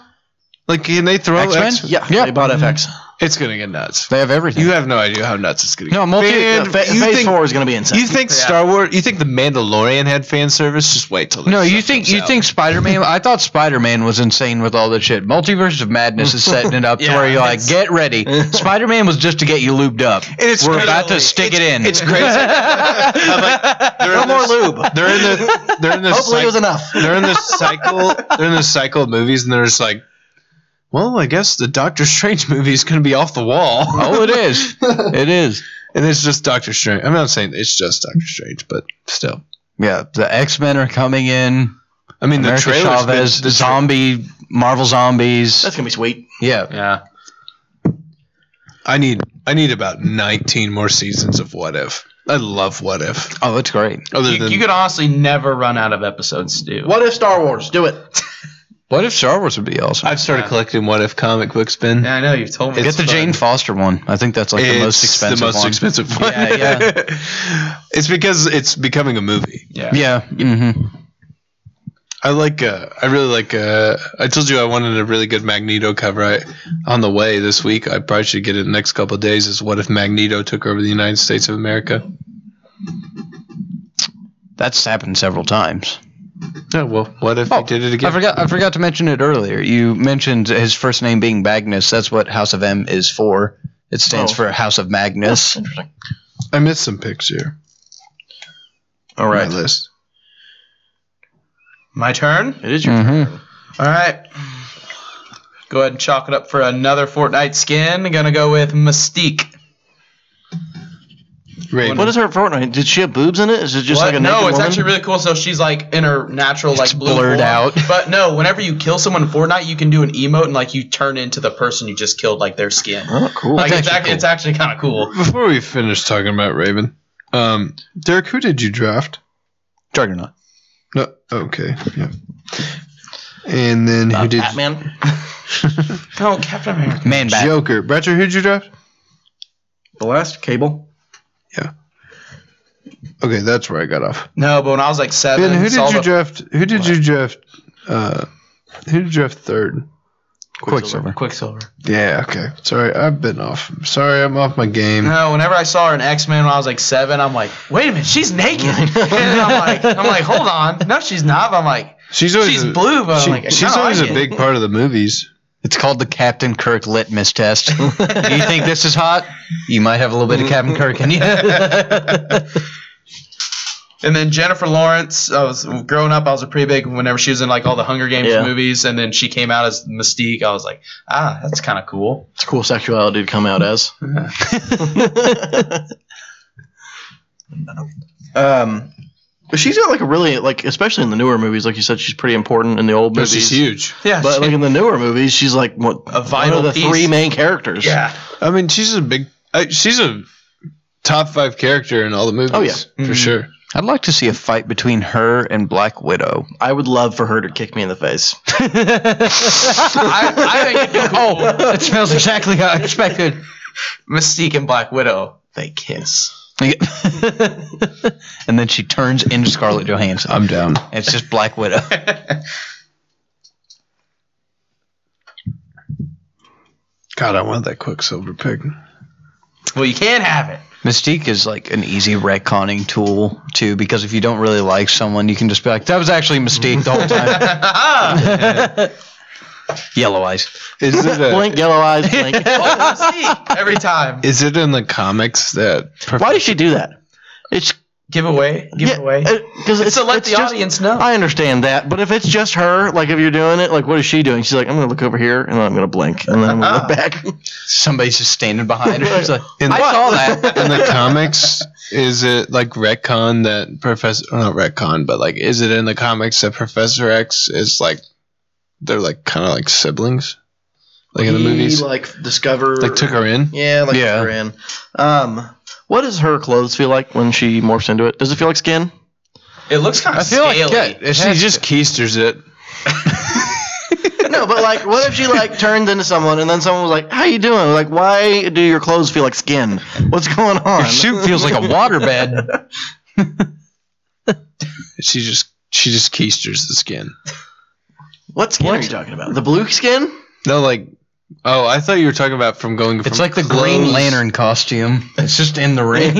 Speaker 6: Like can they throw
Speaker 7: X-Men?
Speaker 6: X?
Speaker 1: Yeah,
Speaker 7: Yeah.
Speaker 1: they bought FX.
Speaker 6: It's gonna get nuts.
Speaker 7: Mm-hmm. They have everything.
Speaker 6: You have no idea how nuts it's gonna get.
Speaker 7: No, multi-
Speaker 6: Fan-
Speaker 1: Yeah, fa-
Speaker 6: you
Speaker 1: phase
Speaker 6: think
Speaker 1: four is going to be insane.
Speaker 6: you think Star Wars? You think the Mandalorian had fan service? Just wait till.
Speaker 7: no,
Speaker 6: this
Speaker 7: you
Speaker 6: stuff
Speaker 7: think
Speaker 6: comes
Speaker 7: you
Speaker 6: out.
Speaker 7: think Spider Man? I thought Spider Man was insane with all this shit. Multiverse of Madness is setting it up to
Speaker 8: Yeah,
Speaker 7: where you're like,
Speaker 8: it's-
Speaker 7: get ready. Spider Man was just to get you lubed up.
Speaker 6: And it's
Speaker 7: We're
Speaker 6: crazy.
Speaker 7: about to stick it in.
Speaker 6: It's crazy. I'm like, they're in this-
Speaker 1: lube.
Speaker 6: They're in the. They're in this.
Speaker 1: Hopefully it
Speaker 6: cycle-
Speaker 1: was enough.
Speaker 6: they're in this cycle. They're in this cycle of movies, and they're just like, well, I guess the Doctor Strange movie is going to be off the wall.
Speaker 7: oh, it is. It is.
Speaker 6: and it's just Doctor Strange. I'm not saying it's just Doctor Strange, but still.
Speaker 7: Yeah, the X Men are coming in.
Speaker 6: I mean,
Speaker 7: America
Speaker 6: the trailer
Speaker 7: Chavez,
Speaker 6: the
Speaker 7: the zombie, Marvel zombies.
Speaker 1: That's going to be sweet.
Speaker 7: yeah.
Speaker 9: Yeah.
Speaker 6: I need. I need about 19 more seasons of What If. I love What If.
Speaker 7: Oh, it's great.
Speaker 6: Other
Speaker 9: You,
Speaker 6: than
Speaker 9: you could honestly never run out of episodes to do.
Speaker 1: What if Star Wars? Do it.
Speaker 7: What if Star Wars would be awesome?
Speaker 6: I've started collecting What If comic books. Ben.
Speaker 9: Yeah, I know you've told me.
Speaker 7: Get
Speaker 9: it's
Speaker 7: the
Speaker 9: fun.
Speaker 7: Jane Foster one. I think that's like the most
Speaker 6: It's
Speaker 7: expensive
Speaker 6: The most
Speaker 7: one.
Speaker 6: expensive one.
Speaker 7: Yeah,
Speaker 6: it's because it's becoming a movie.
Speaker 7: Yeah. Mm-hmm.
Speaker 6: I like. Uh, I really like. Uh, I told you I wanted a really good Magneto cover. I, on the way this week, I probably should get it in the next couple of days. Is what if Magneto took over the United States of America?
Speaker 7: That's happened several times.
Speaker 6: No, well, what if he did it again?
Speaker 7: I forgot. I forgot to mention it earlier. You mentioned his first name being Magnus. That's what House of M is for. It stands
Speaker 1: Oh.
Speaker 7: for House of Magnus.
Speaker 6: I missed some pics here.
Speaker 1: All
Speaker 6: Right
Speaker 1: right.
Speaker 6: list.
Speaker 9: My turn.
Speaker 1: It is your
Speaker 7: Mhm.
Speaker 1: turn.
Speaker 9: All right. Go ahead and chalk it up for another Fortnite skin. Gonna go with Mystique.
Speaker 6: Raven.
Speaker 1: What is her Fortnite? Did she have boobs in it? Is it just
Speaker 9: What?
Speaker 1: like a
Speaker 9: no,
Speaker 1: naked
Speaker 9: it's
Speaker 1: woman?
Speaker 9: actually really cool. So she's like in her natural, like blue
Speaker 7: blurred
Speaker 9: form.
Speaker 7: out.
Speaker 9: But no, whenever you kill someone in Fortnite, you can do an emote and like you turn into the person you just killed, like their skin.
Speaker 1: Oh, cool.
Speaker 9: Like
Speaker 7: That's
Speaker 9: it's, act-
Speaker 7: actually
Speaker 9: it's actually kind of cool.
Speaker 6: Before we finish talking about Raven, um, Derek, who did you draft?
Speaker 7: Juggernaut.
Speaker 6: No, okay, yeah. And then who did
Speaker 1: Batman.
Speaker 9: No, Captain America.
Speaker 7: Man bat.
Speaker 6: Joker? Bratcher, who'd you draft?
Speaker 1: The last cable.
Speaker 6: Okay, that's where I got off.
Speaker 9: No, but when I was like seven,
Speaker 6: Ben, who
Speaker 9: saw
Speaker 6: did you
Speaker 9: the-
Speaker 6: draft? Who did you draft? Uh, who did you draft third?
Speaker 7: Quicksilver.
Speaker 9: Quicksilver.
Speaker 6: Yeah, okay. Sorry, I've been off. Sorry, I'm off my game.
Speaker 9: No, whenever I saw her in X Men when I was like seven, I'm like, wait a minute, she's naked. and then I'm like, I'm like, hold on, no, she's not. But I'm like,
Speaker 6: She's always
Speaker 9: she's
Speaker 6: a,
Speaker 9: blue, but
Speaker 6: she-
Speaker 9: I'm like, I
Speaker 6: she's
Speaker 9: kinda
Speaker 6: always
Speaker 9: like
Speaker 6: a
Speaker 9: it.
Speaker 6: big part of the movies.
Speaker 7: It's called the Captain Kirk litmus test. Do you think this is hot? You might have a little bit of Captain Kirk in you.
Speaker 9: And then Jennifer Lawrence, I was growing up, I was a pretty big whenever she was in like all the Hunger Games
Speaker 1: Yeah.
Speaker 9: movies, and then she came out as Mystique. I was like, ah, that's kind of cool.
Speaker 1: It's cool sexuality to come out as. um, but she's got like a really like, especially in the newer movies. Like you said, she's pretty important in the old
Speaker 6: But
Speaker 1: movies.
Speaker 6: she's huge.
Speaker 9: Yeah,
Speaker 1: But like in the newer movies, she's like what
Speaker 9: A vital
Speaker 1: one of the
Speaker 9: piece.
Speaker 1: three main characters.
Speaker 9: yeah,
Speaker 6: I mean, she's a big. I, she's a top five character in all the movies.
Speaker 1: Oh, yeah.
Speaker 6: for
Speaker 9: Mm-hmm.
Speaker 6: sure.
Speaker 7: I'd like to see a fight between her and Black Widow.
Speaker 1: I would love for her to kick me in the face.
Speaker 9: I, I think it'd be cool.
Speaker 7: Oh, That smells exactly how I expected.
Speaker 9: Mystique and Black Widow, they kiss.
Speaker 7: and then she turns into Scarlett Johansson.
Speaker 6: I'm down.
Speaker 7: It's just Black Widow.
Speaker 6: God, I want that Quicksilver pick.
Speaker 9: Well, you can't have it.
Speaker 7: Mystique is like an easy retconning tool too, because if you don't really like someone, you can just be like, "That was actually Mystique the whole time."
Speaker 9: Oh,
Speaker 7: Yellow eyes.
Speaker 6: Is it a,
Speaker 1: Blink, yellow eyes, blink.
Speaker 9: Mystique every time.
Speaker 6: Is it in the comics that?
Speaker 1: Why does she do that? It's
Speaker 9: Give away, give away.
Speaker 1: Because it's,
Speaker 9: to let
Speaker 1: it's
Speaker 9: the
Speaker 1: just-
Speaker 9: audience know.
Speaker 1: I understand that, but if it's just her, like if you're doing it, like what is she doing? She's like, I'm gonna look over here and then I'm gonna blink and then I'm gonna look back.
Speaker 7: Somebody's just standing behind her. It's like,
Speaker 6: In
Speaker 7: I
Speaker 6: what?
Speaker 7: saw that.
Speaker 6: in the comics, is it like retcon that Professor? Well, not retcon, but like, is it in the comics that Professor X is like? They're like kind of like siblings, like in the movies. Like,
Speaker 1: like discover,
Speaker 6: took her in.
Speaker 1: yeah, like
Speaker 7: Yeah.
Speaker 1: took her in. Um, what does her clothes feel like when she morphs into it? Does it feel like skin?
Speaker 9: It looks kind of scaly.
Speaker 6: she just keisters it.
Speaker 1: no, but like, what if she like turned into someone and then someone was like, "How you doing?" Like, why do your clothes feel like skin? What's going on?
Speaker 7: Your suit feels like a waterbed.
Speaker 6: She just she just keisters the skin.
Speaker 1: What skin are you talking about? The blue skin?
Speaker 6: No, like, oh, I thought you were talking about from going.
Speaker 7: It's
Speaker 6: from
Speaker 7: like the
Speaker 6: clothes-
Speaker 7: Green Lantern costume. It's just in the ring.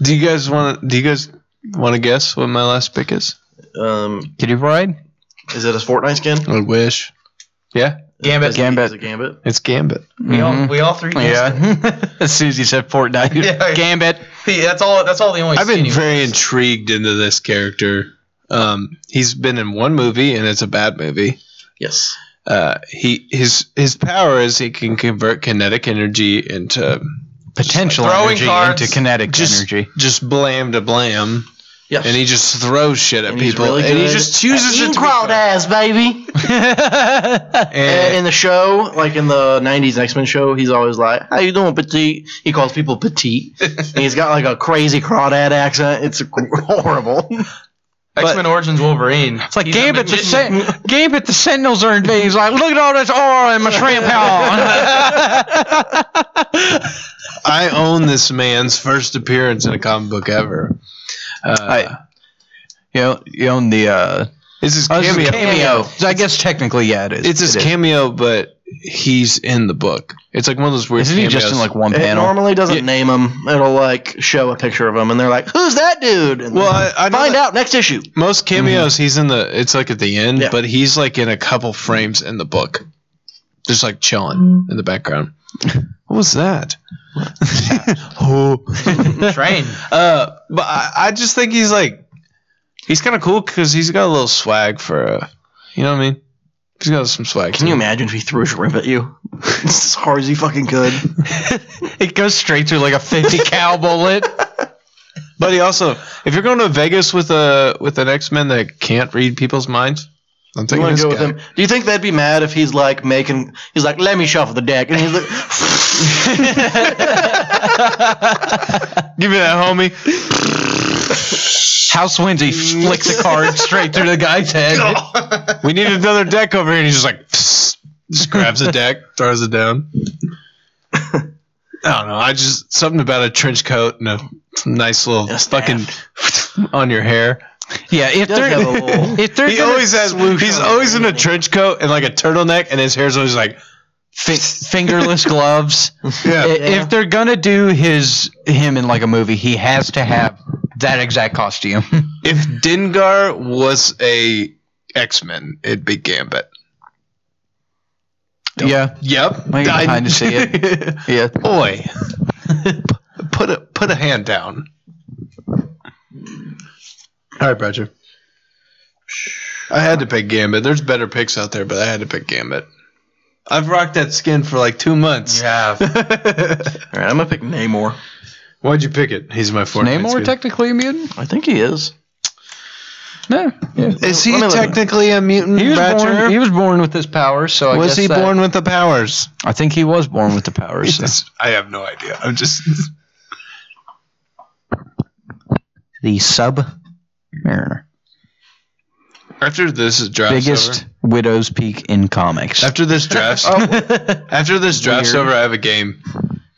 Speaker 6: Do you guys want? Do you guys want to guess what my last pick is?
Speaker 1: Um,
Speaker 7: Kitty Pride?
Speaker 1: is it a Fortnite skin?
Speaker 6: I wish. Yeah,
Speaker 9: Gambit.
Speaker 1: Gambit. Is it Gambit?
Speaker 6: it's Gambit.
Speaker 9: We all, we all three.
Speaker 7: Yeah. as soon as he said Fortnite,
Speaker 9: Yeah.
Speaker 7: Gambit.
Speaker 9: See, that's all. That's all the only.
Speaker 6: I've been
Speaker 9: skinny
Speaker 6: very
Speaker 9: ones.
Speaker 6: intrigued into this character. Um, he's been in one movie, and it's a bad movie.
Speaker 1: Yes.
Speaker 6: Uh, he his his power is he can convert kinetic energy into
Speaker 7: Potential
Speaker 9: Throwing
Speaker 7: energy
Speaker 9: cards.
Speaker 7: into kinetic
Speaker 6: just
Speaker 7: energy.
Speaker 6: just blam to blam,
Speaker 1: Yes.
Speaker 6: and he just throws shit at
Speaker 1: And he's
Speaker 6: people,
Speaker 1: really
Speaker 6: and he
Speaker 1: good
Speaker 6: just chooses it to be
Speaker 1: Crowd ass, baby.
Speaker 6: and,
Speaker 1: Uh, in the show, like in the '90s X-Men show, he's always like, "How you doing, petite?" He calls people petite, and he's got like a crazy crawdad accent. It's horrible.
Speaker 9: X-Men Origins Wolverine.
Speaker 7: It's like Gambit the, sen- Gambit the Sentinels are invading. He's like, look at all this aura in my shrimp
Speaker 6: I own this man's first appearance in a comic book ever. Uh,
Speaker 7: you, know, you own the uh,
Speaker 6: it's his
Speaker 7: oh, this
Speaker 6: cameo.
Speaker 7: is a cameo. So I guess technically, yeah, it is.
Speaker 6: It's his
Speaker 7: It is.
Speaker 6: cameo, but he's in the book. It's like one of those weird.
Speaker 7: Isn't he just in
Speaker 6: cameos.
Speaker 7: like one
Speaker 1: It
Speaker 7: panel?
Speaker 1: normally doesn't name him. It'll like show a picture of him, and they're like, "Who's that dude?" And
Speaker 6: Well,
Speaker 1: then
Speaker 6: I, I know
Speaker 1: find
Speaker 6: that
Speaker 1: out next issue.
Speaker 6: Most cameos, he's in the. It's like at the end,
Speaker 1: Mm-hmm. Yeah.
Speaker 6: but he's like in a couple frames in the book, just like chilling in the background. What was that? oh,
Speaker 9: Train.
Speaker 6: uh, but I, I just think he's like, he's kind of cool because he's got a little swag for a You know what I mean? He's got some swag.
Speaker 1: Can you imagine if he threw a shrimp at you? It's as hard as he fucking could.
Speaker 7: It goes straight through like a 50 cal bullet.
Speaker 6: But he also, if you're going to Vegas with a with an X Men that can't read people's minds, I'm
Speaker 1: You
Speaker 6: thinking
Speaker 1: want
Speaker 6: this
Speaker 1: to go
Speaker 6: guy.
Speaker 1: with him? Do you think they'd be mad if he's like making? He's like, let me shuffle the deck, and he's like,
Speaker 6: Give me that, homie.
Speaker 7: House Wednesday flicks a card straight through the guy's head.
Speaker 6: We need another deck over here, and he's just like, "Psst," just grabs a deck, throws it down. I don't know. I just something about a trench coat and a nice little
Speaker 1: Yes,
Speaker 6: fucking on your hair.
Speaker 7: Yeah, if
Speaker 1: does
Speaker 7: they're,
Speaker 1: have a little-
Speaker 7: if they're
Speaker 6: He
Speaker 7: gonna
Speaker 6: always has. He's
Speaker 1: on
Speaker 6: always in a
Speaker 1: everything.
Speaker 6: trench coat and like a turtleneck, and his hair's always like,
Speaker 7: fi- fingerless gloves.
Speaker 6: yeah.
Speaker 7: I- If they're gonna do his him in like a movie, he has to have that exact costume.
Speaker 6: If Dengar was a X Men, it'd be Gambit.
Speaker 7: yeah,
Speaker 6: Yep,
Speaker 7: I can kind of see it.
Speaker 6: it.
Speaker 7: Yeah,
Speaker 6: Boy, put a put a hand down. All right, Roger. I had to pick Gambit. There's better picks out there, but I had to pick Gambit. I've rocked that skin for like two months.
Speaker 8: Yeah.
Speaker 1: all right, I'm gonna pick Namor.
Speaker 6: Why'd you pick it? He's my fourth.
Speaker 7: Namor
Speaker 6: It's good.
Speaker 7: technically a mutant.
Speaker 1: I think he is.
Speaker 7: No, yeah.
Speaker 6: Is
Speaker 1: Let
Speaker 6: he
Speaker 1: me look.
Speaker 6: technically a mutant?
Speaker 7: he was
Speaker 6: Roger?
Speaker 7: born. He was born with his powers. So I
Speaker 6: was
Speaker 7: guess
Speaker 6: he
Speaker 7: that-
Speaker 6: born with the powers?
Speaker 7: I think he was born with the powers. so.
Speaker 6: I have no idea. I'm just.
Speaker 7: The sub mariner,
Speaker 6: After this draft's
Speaker 7: biggest
Speaker 6: over.
Speaker 7: widow's peak in comics.
Speaker 6: After this draft's after this draft's
Speaker 1: Weird.
Speaker 6: over, I have a game.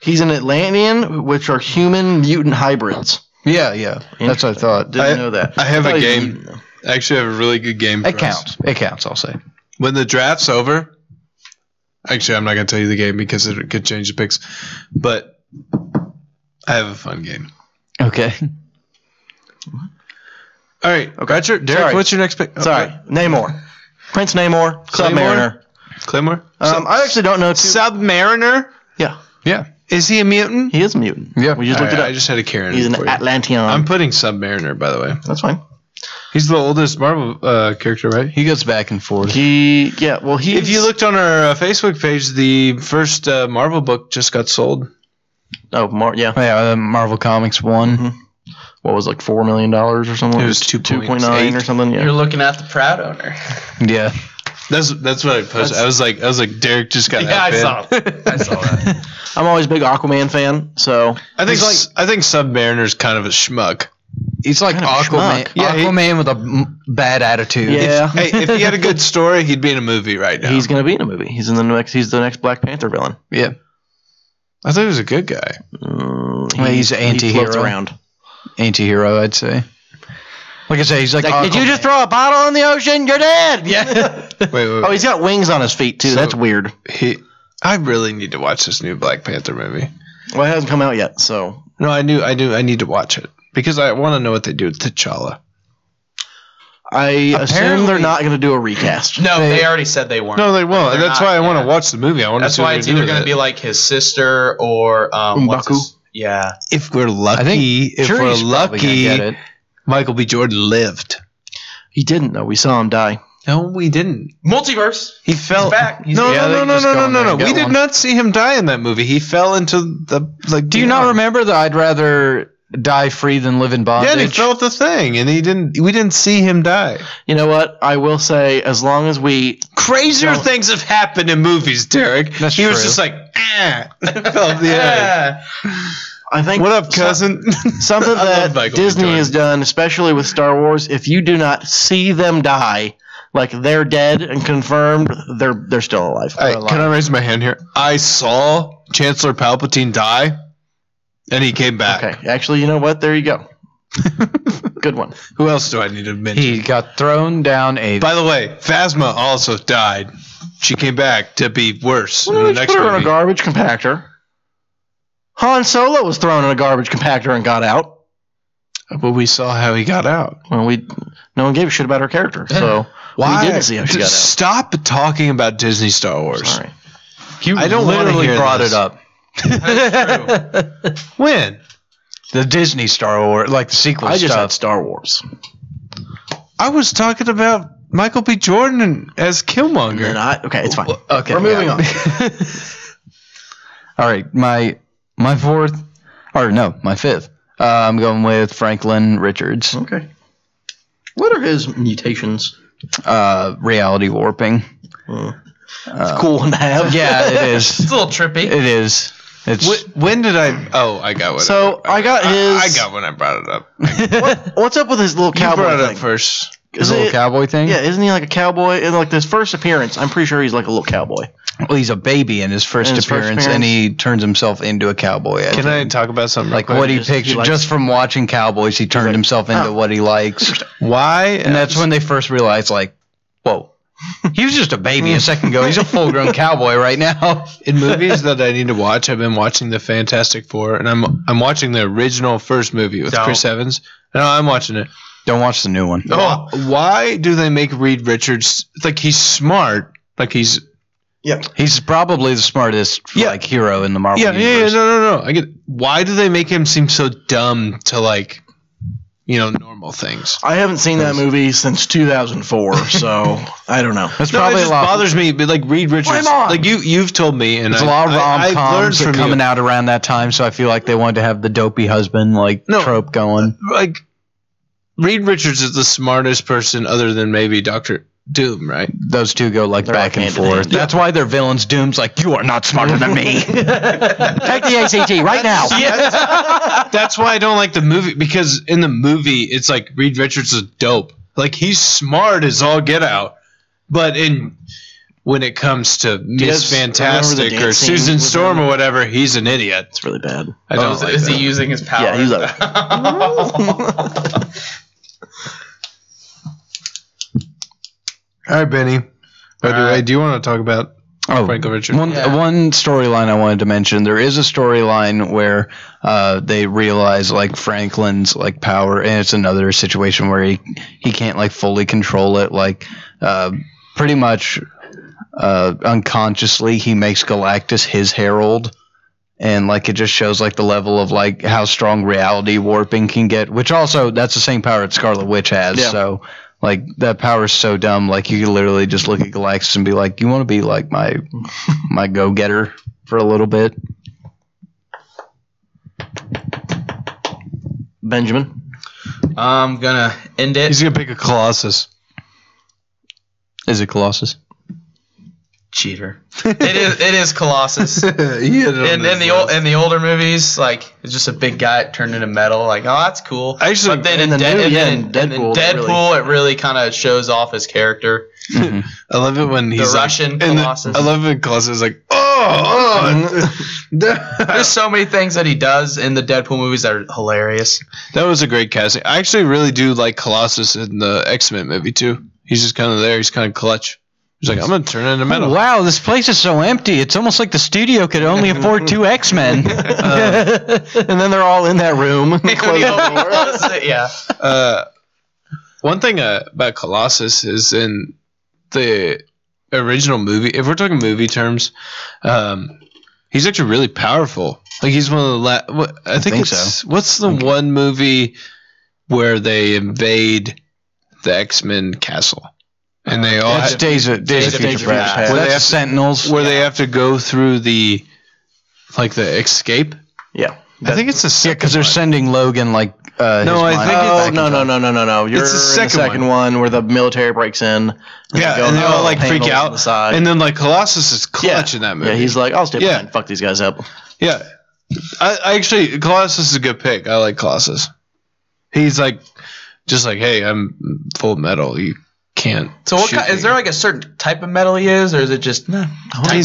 Speaker 1: He's an Atlantean, which are human mutant hybrids.
Speaker 7: yeah, yeah, that's what I thought.
Speaker 1: Didn't
Speaker 6: I-
Speaker 1: know that.
Speaker 6: I have
Speaker 1: thought
Speaker 6: a
Speaker 1: he was
Speaker 6: game.
Speaker 1: mutant, though.
Speaker 6: I actually have a really good game.
Speaker 7: It
Speaker 6: for us.
Speaker 7: counts. It counts. I'll say.
Speaker 6: When the draft's over, actually, I'm not going to tell you the game because it could change the picks. But I have a fun game.
Speaker 7: Okay.
Speaker 6: All right, okay. Roger, Derek,
Speaker 1: Sorry.
Speaker 6: what's your next pick? Oh,
Speaker 1: Sorry, Namor. Prince Namor, Submariner.
Speaker 6: Claymore.
Speaker 1: Um, I actually don't know. Too.
Speaker 6: Submariner.
Speaker 1: yeah,
Speaker 7: Yeah.
Speaker 6: Is he a mutant?
Speaker 1: he is a mutant.
Speaker 7: Yeah.
Speaker 1: we just looked
Speaker 6: All right, I
Speaker 1: it up.
Speaker 6: just had a Karen.
Speaker 1: He's an
Speaker 6: for you.
Speaker 1: Atlantean.
Speaker 6: I'm putting Submariner, by the way.
Speaker 1: That's fine.
Speaker 6: He's the oldest Marvel uh, character, right?
Speaker 7: He goes back and forth.
Speaker 1: He, yeah, well, he.
Speaker 6: If you looked on our uh, Facebook page, the first uh, Marvel book just got sold.
Speaker 1: oh, Mar- yeah,
Speaker 7: yeah, uh, Marvel Comics one.
Speaker 1: Mm-hmm. what was it, like four million dollars or something?
Speaker 6: It was
Speaker 1: Two-
Speaker 6: 2.8.
Speaker 1: 2.9 or something. Yeah.
Speaker 8: You're looking at the proud owner.
Speaker 7: Yeah.
Speaker 6: That's that's what I posted. I was like, I was like, Derek just got.
Speaker 8: Yeah, I
Speaker 6: outbid.
Speaker 8: saw. I saw that.
Speaker 1: I'm always a big Aquaman fan, so
Speaker 6: I think
Speaker 7: He's
Speaker 6: s- I think Submariner's kind of a schmuck.
Speaker 7: He's like
Speaker 1: Kind of a
Speaker 7: Aquaman.
Speaker 1: schmuck.
Speaker 6: Yeah, he-
Speaker 7: Aquaman with a m- bad attitude.
Speaker 1: yeah,
Speaker 6: hey, if he had a good story, he'd be in a movie right now.
Speaker 1: he's gonna be in a movie. He's in the next. He's the next Black Panther villain.
Speaker 7: Yeah.
Speaker 6: I thought he was a good guy.
Speaker 1: Mm,
Speaker 7: Well, he's an
Speaker 1: he floats
Speaker 7: anti-hero.
Speaker 1: around.
Speaker 7: Anti-hero, I'd say. Like I say, he's like,
Speaker 1: Like, did you
Speaker 7: Aquaman.
Speaker 1: just throw a bottle in the ocean? You're dead.
Speaker 7: Yeah.
Speaker 6: Wait, wait,
Speaker 1: Oh, he's got wings on his feet too.
Speaker 6: So-
Speaker 1: That's weird.
Speaker 6: he. I really need to watch this new Black Panther movie.
Speaker 1: Well, it hasn't come out yet, so
Speaker 6: No, I knew, I knew, I need to watch it because I want to know what they do with T'Challa.
Speaker 1: I assume they're
Speaker 7: Apparently-
Speaker 1: not gonna do a recast.
Speaker 8: No, they already said they weren't.
Speaker 6: No, they won't.
Speaker 8: They're
Speaker 6: and that's
Speaker 8: not,
Speaker 6: why I want
Speaker 8: yeah.
Speaker 6: to watch the movie. I want to.
Speaker 8: That's why it's either going to be like his sister or um, what's
Speaker 1: M'Baku.
Speaker 8: his- yeah.
Speaker 6: if we're lucky.
Speaker 7: I think
Speaker 6: if we're
Speaker 7: Shuri's probably gonna get
Speaker 6: lucky,
Speaker 7: it.
Speaker 6: Michael B. Jordan lived.
Speaker 1: He didn't though. We saw him die.
Speaker 6: No, we didn't.
Speaker 8: Multiverse.
Speaker 6: He fell
Speaker 8: He's back. He's
Speaker 6: no,
Speaker 8: back.
Speaker 6: no,
Speaker 7: Yeah, they
Speaker 6: no,
Speaker 7: can
Speaker 6: no,
Speaker 7: just
Speaker 6: no,
Speaker 7: go
Speaker 6: no,
Speaker 7: in
Speaker 6: no,
Speaker 7: there
Speaker 6: no.
Speaker 7: and
Speaker 6: We
Speaker 7: get
Speaker 6: did
Speaker 7: one.
Speaker 6: not see him die in that movie. He fell into the like.
Speaker 7: Do you not remember that I'd rather die free than live in
Speaker 6: Yeah,
Speaker 7: bondage?
Speaker 6: and he fell off the thing, and he didn't. We didn't see him die.
Speaker 1: You know what? I will say, as long as we
Speaker 6: Crazier things have happened in movies, Derek.
Speaker 7: That's
Speaker 6: he was
Speaker 7: true.
Speaker 6: just like, ah, fell off the edge.
Speaker 8: Yeah.
Speaker 1: I think
Speaker 6: What up, cousin?
Speaker 1: something
Speaker 6: I
Speaker 1: that
Speaker 6: love Michael B.
Speaker 1: Disney
Speaker 6: Jordan.
Speaker 1: has done, especially with Star Wars, if you do not see them die, like they're dead and confirmed, they're they're still alive.
Speaker 6: All
Speaker 1: They're
Speaker 6: right,
Speaker 1: alive.
Speaker 6: can I raise my hand here? I saw Chancellor Palpatine die, and he came back.
Speaker 1: okay, actually, you know what? There you go. Good one.
Speaker 6: Who else do I need to mention?
Speaker 7: He got thrown down a.
Speaker 6: By the way, Phasma also died. She came back to be worse in
Speaker 1: Well,
Speaker 6: the
Speaker 1: they
Speaker 6: next
Speaker 1: put her in a
Speaker 6: movie.
Speaker 1: garbage compactor. Han Solo was thrown in a garbage compactor and got out.
Speaker 6: But we saw how he got out.
Speaker 1: Well, we no one gave a shit about her character, so
Speaker 6: Why?
Speaker 1: we didn't see how she got out.
Speaker 6: Stop talking about Disney Star Wars.
Speaker 1: Sorry.
Speaker 7: you
Speaker 6: I don't wanna
Speaker 7: literally
Speaker 6: hear
Speaker 7: brought
Speaker 6: this.
Speaker 7: it up.
Speaker 6: When?
Speaker 7: The Disney Star Wars, like the sequel
Speaker 1: I just
Speaker 7: stuff.
Speaker 1: had Star Wars.
Speaker 6: I was talking about Michael B. Jordan as Killmonger.
Speaker 1: And I, okay, it's fine.
Speaker 7: Okay,
Speaker 1: We're moving on.
Speaker 7: All right, my my fourth, or no, my fifth. Uh, I'm going with Franklin Richards.
Speaker 1: Okay. What are his mutations?
Speaker 7: Uh, reality warping.
Speaker 1: It's a cool one to have.
Speaker 7: Yeah, it is.
Speaker 8: It's a little trippy.
Speaker 7: It is. It's
Speaker 6: Wh- when did I? Oh, I got what.
Speaker 1: So I got
Speaker 6: I,
Speaker 1: his.
Speaker 6: I got when I brought it up.
Speaker 1: What's up with his little
Speaker 6: You
Speaker 1: cowboy
Speaker 6: brought it up
Speaker 1: thing?
Speaker 6: first.
Speaker 7: his little
Speaker 1: it-
Speaker 7: cowboy thing.
Speaker 1: Yeah, isn't he like a cowboy? In like his first appearance, I'm pretty sure he's like a little cowboy.
Speaker 7: Well, he's a baby in his first,
Speaker 1: In his first
Speaker 7: appearance, and
Speaker 1: appearance.
Speaker 7: he turns himself into a cowboy. I
Speaker 6: Can
Speaker 7: think.
Speaker 6: I talk about something?
Speaker 7: like
Speaker 6: real
Speaker 7: what
Speaker 6: quick?
Speaker 7: he
Speaker 1: Just- he
Speaker 7: pictured
Speaker 1: likes- Oh.
Speaker 7: just from watching Cowboys? He turned himself into what he likes,
Speaker 6: Why?
Speaker 7: and that's when they first realized, like, whoa, he was just a baby a second ago. He's a full-grown cowboy right now.
Speaker 6: in movies that I need to watch, I've been watching the Fantastic Four, and I'm I'm watching the original first movie with
Speaker 8: Don't.
Speaker 6: Chris Evans. No, I'm watching it.
Speaker 7: Don't watch the new one.
Speaker 6: Oh, why do they make Reed Richards like he's smart? Like he's
Speaker 7: He's probably the smartest
Speaker 6: Yeah.
Speaker 7: like hero in the Marvel
Speaker 6: yeah, yeah, yeah,
Speaker 7: universe.
Speaker 6: no, no, no. I get. Why do they make him seem so dumb to like, you know, normal things?
Speaker 1: I haven't seen that movie since 2004, so I don't know.
Speaker 7: That's
Speaker 6: No, it
Speaker 7: probably
Speaker 6: just
Speaker 7: a lot.
Speaker 6: bothers me. But like Reed Richards,
Speaker 1: on.
Speaker 6: like you, you've told me, and
Speaker 7: There's a
Speaker 6: I-
Speaker 7: lot of
Speaker 6: I-
Speaker 7: rom
Speaker 6: I've learned
Speaker 7: coms
Speaker 6: from
Speaker 7: coming
Speaker 6: you.
Speaker 7: out around that time, so I feel like they wanted to have the dopey husband like
Speaker 6: No.
Speaker 7: trope going.
Speaker 6: Like Reed Richards is the smartest person, other than maybe Doctor Doom, right?
Speaker 7: Those two go like back and
Speaker 1: hand in hand.
Speaker 7: forth. That's why their villains. Doom's like, you are not smarter than me. Take the ACT right now.
Speaker 6: That's why I don't like the movie because in the movie it's like Reed Richards is dope. Like he's smart as all get out, but in when it comes to Miss
Speaker 1: guys remember the
Speaker 6: Fantastic or
Speaker 1: dance scene
Speaker 6: Susan
Speaker 1: with
Speaker 6: Storm
Speaker 1: him?
Speaker 6: or whatever, he's an idiot.
Speaker 1: It's really bad.
Speaker 6: I
Speaker 8: Oh,
Speaker 6: don't
Speaker 8: is,
Speaker 6: like
Speaker 8: is
Speaker 6: that.
Speaker 8: he using his power?
Speaker 1: Yeah, he's like,
Speaker 6: All right, Benny. By the
Speaker 8: All
Speaker 6: way,
Speaker 8: right.
Speaker 6: do you want to talk about
Speaker 7: Oh,
Speaker 6: Franklin Richards?
Speaker 7: One,
Speaker 8: Yeah.
Speaker 7: one storyline I wanted to mention. There is a storyline where uh, they realize like Franklin's like power, and it's another situation where he he can't like fully control it. Like uh, pretty much uh, unconsciously, he makes Galactus his herald, and like it just shows like the level of like how strong reality warping can get. Which also that's the same power that Scarlet Witch has.
Speaker 1: Yeah.
Speaker 7: So. Like that power is so dumb. Like you could literally just look at Galactus and be like, "You want to be like my my go getter for a little bit.
Speaker 1: Benjamin.
Speaker 9: I'm gonna end it.
Speaker 6: He's gonna pick a Colossus.
Speaker 7: Is it Colossus?
Speaker 9: Cheater. it is. It is Colossus.
Speaker 6: and
Speaker 9: And in the old in the older movies, like it's just a big guy turned into metal. Like, oh, that's cool.
Speaker 6: Actually,
Speaker 9: but then
Speaker 1: in
Speaker 9: in,
Speaker 1: the
Speaker 9: Dead-
Speaker 1: new-
Speaker 9: and
Speaker 1: yeah,
Speaker 9: then
Speaker 1: in
Speaker 9: in- and in
Speaker 1: Deadpool,
Speaker 9: Deadpool,
Speaker 1: they really-
Speaker 9: it really kind of shows off his character.
Speaker 6: I love it when he's like-
Speaker 9: Russian
Speaker 6: and the-
Speaker 9: Colossus.
Speaker 6: I love it when Colossus is like, oh, oh.
Speaker 9: There's so many things that he does in the Deadpool movies that are hilarious.
Speaker 6: That was a great casting. I actually really do like Colossus in the X Men movie too. He's just kind of there. He's kind of clutch. He's like, I'm gonna turn into
Speaker 1: Oh.
Speaker 6: metal.
Speaker 7: Wow, this place is so empty. It's almost like the studio could only afford two X Men.
Speaker 1: Uh, And then they're all in that room.
Speaker 9: yeah.
Speaker 6: Uh, one thing uh, about Colossus is in the original movie. If we're talking movie terms, um, he's actually really powerful. Like he's one of the last. I, think,
Speaker 7: think
Speaker 6: it's what's the one movie where they invade the X Men castle and they all
Speaker 7: That's Days of, Days
Speaker 1: Days
Speaker 7: of
Speaker 1: of
Speaker 7: Future
Speaker 1: Future Past.
Speaker 7: Past.
Speaker 6: Where they
Speaker 7: That's
Speaker 6: have to-
Speaker 7: Sentinels.
Speaker 6: where they have to go through the like the escape.
Speaker 1: yeah.
Speaker 6: I think it's the
Speaker 7: Yeah,
Speaker 6: second
Speaker 7: because they're sending Logan like. Uh,
Speaker 6: No, I think it's-
Speaker 1: Oh no no no no no no! You're
Speaker 6: It's the
Speaker 1: in
Speaker 6: second
Speaker 1: the second one. where the military breaks in. and
Speaker 6: one. yeah,
Speaker 1: go
Speaker 6: and they
Speaker 1: through
Speaker 6: all
Speaker 1: the
Speaker 6: like freak
Speaker 1: panels on
Speaker 6: out.
Speaker 1: the side.
Speaker 6: And then like Colossus is
Speaker 1: yeah.
Speaker 6: clutch in that movie.
Speaker 1: Yeah, he's like, I'll stay
Speaker 6: Yeah.
Speaker 1: behind and fuck these guys up.
Speaker 6: yeah. I, I actually Colossus is a good pick. I like Colossus. He's like just like hey, I'm full metal. You can't.
Speaker 9: So, what
Speaker 6: shoot
Speaker 9: kind,
Speaker 6: me.
Speaker 9: is there like a certain type of metal he is, or is it just
Speaker 1: Is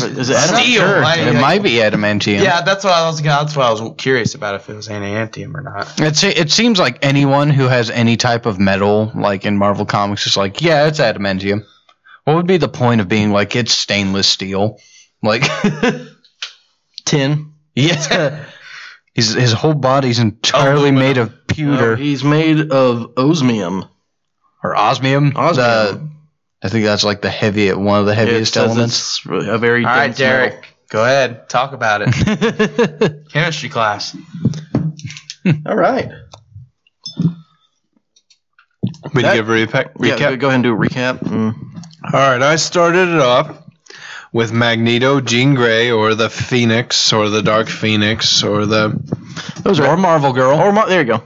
Speaker 1: it Adam?
Speaker 9: steel? Like,
Speaker 7: It might be adamantium.
Speaker 9: Yeah, that's what I was. That's what I was curious about if it was adamantium or not.
Speaker 7: It's, it seems like anyone who has any type of metal, like in Marvel Comics, is like, yeah, it's adamantium. What would be the point of being like, it's stainless steel? Like,
Speaker 1: Tin.
Speaker 7: Yeah. His, his whole body's entirely made of
Speaker 1: Oh, No,
Speaker 7: pewter
Speaker 1: he's made of osmium.
Speaker 7: or osmium.
Speaker 1: Osmium.
Speaker 7: The- I think that's like the heavy one of the
Speaker 1: It
Speaker 7: heaviest
Speaker 1: says
Speaker 7: elements.
Speaker 1: it's a very
Speaker 9: All right,
Speaker 1: dense metal.
Speaker 9: Derek, go ahead, talk about it. Chemistry class.
Speaker 1: All right.
Speaker 6: We
Speaker 1: That-
Speaker 6: give a repa- recap.
Speaker 1: Yeah, go ahead and do a recap. Mm.
Speaker 6: All right, I started it off with Magneto, Jean Grey, or the Phoenix, or the Dark Phoenix, or the
Speaker 1: Those are or Marvel Girl. Or Mar- there you go.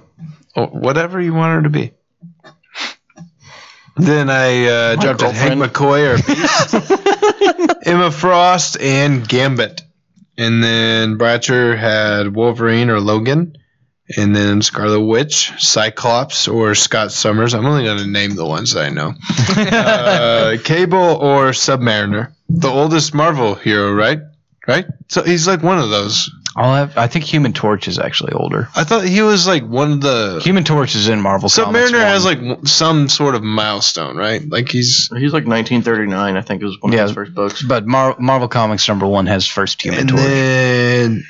Speaker 6: or whatever you want her to be. Then I uh, jumped to Hank McCoy or Beast, Emma Frost, and Gambit. And then Bratcher had Wolverine or Logan. And then Scarlet Witch, Cyclops, or Scott Summers. I'm only going to name the ones that I know. uh, Cable or Submariner. The oldest Marvel hero, right? Right? So he's like one of those.
Speaker 7: I'll have, I think Human Torch is actually older.
Speaker 6: I thought he was like one of the.
Speaker 7: Human Torch is in Marvel. Comics
Speaker 6: Submariner
Speaker 7: one.
Speaker 6: has like w- some sort of milestone, right? Like he's
Speaker 1: He's like 1939, I think, was one
Speaker 7: Yeah.
Speaker 1: of his first books.
Speaker 7: but Mar- Marvel Comics number one has first Human
Speaker 6: and
Speaker 7: Torch.
Speaker 6: then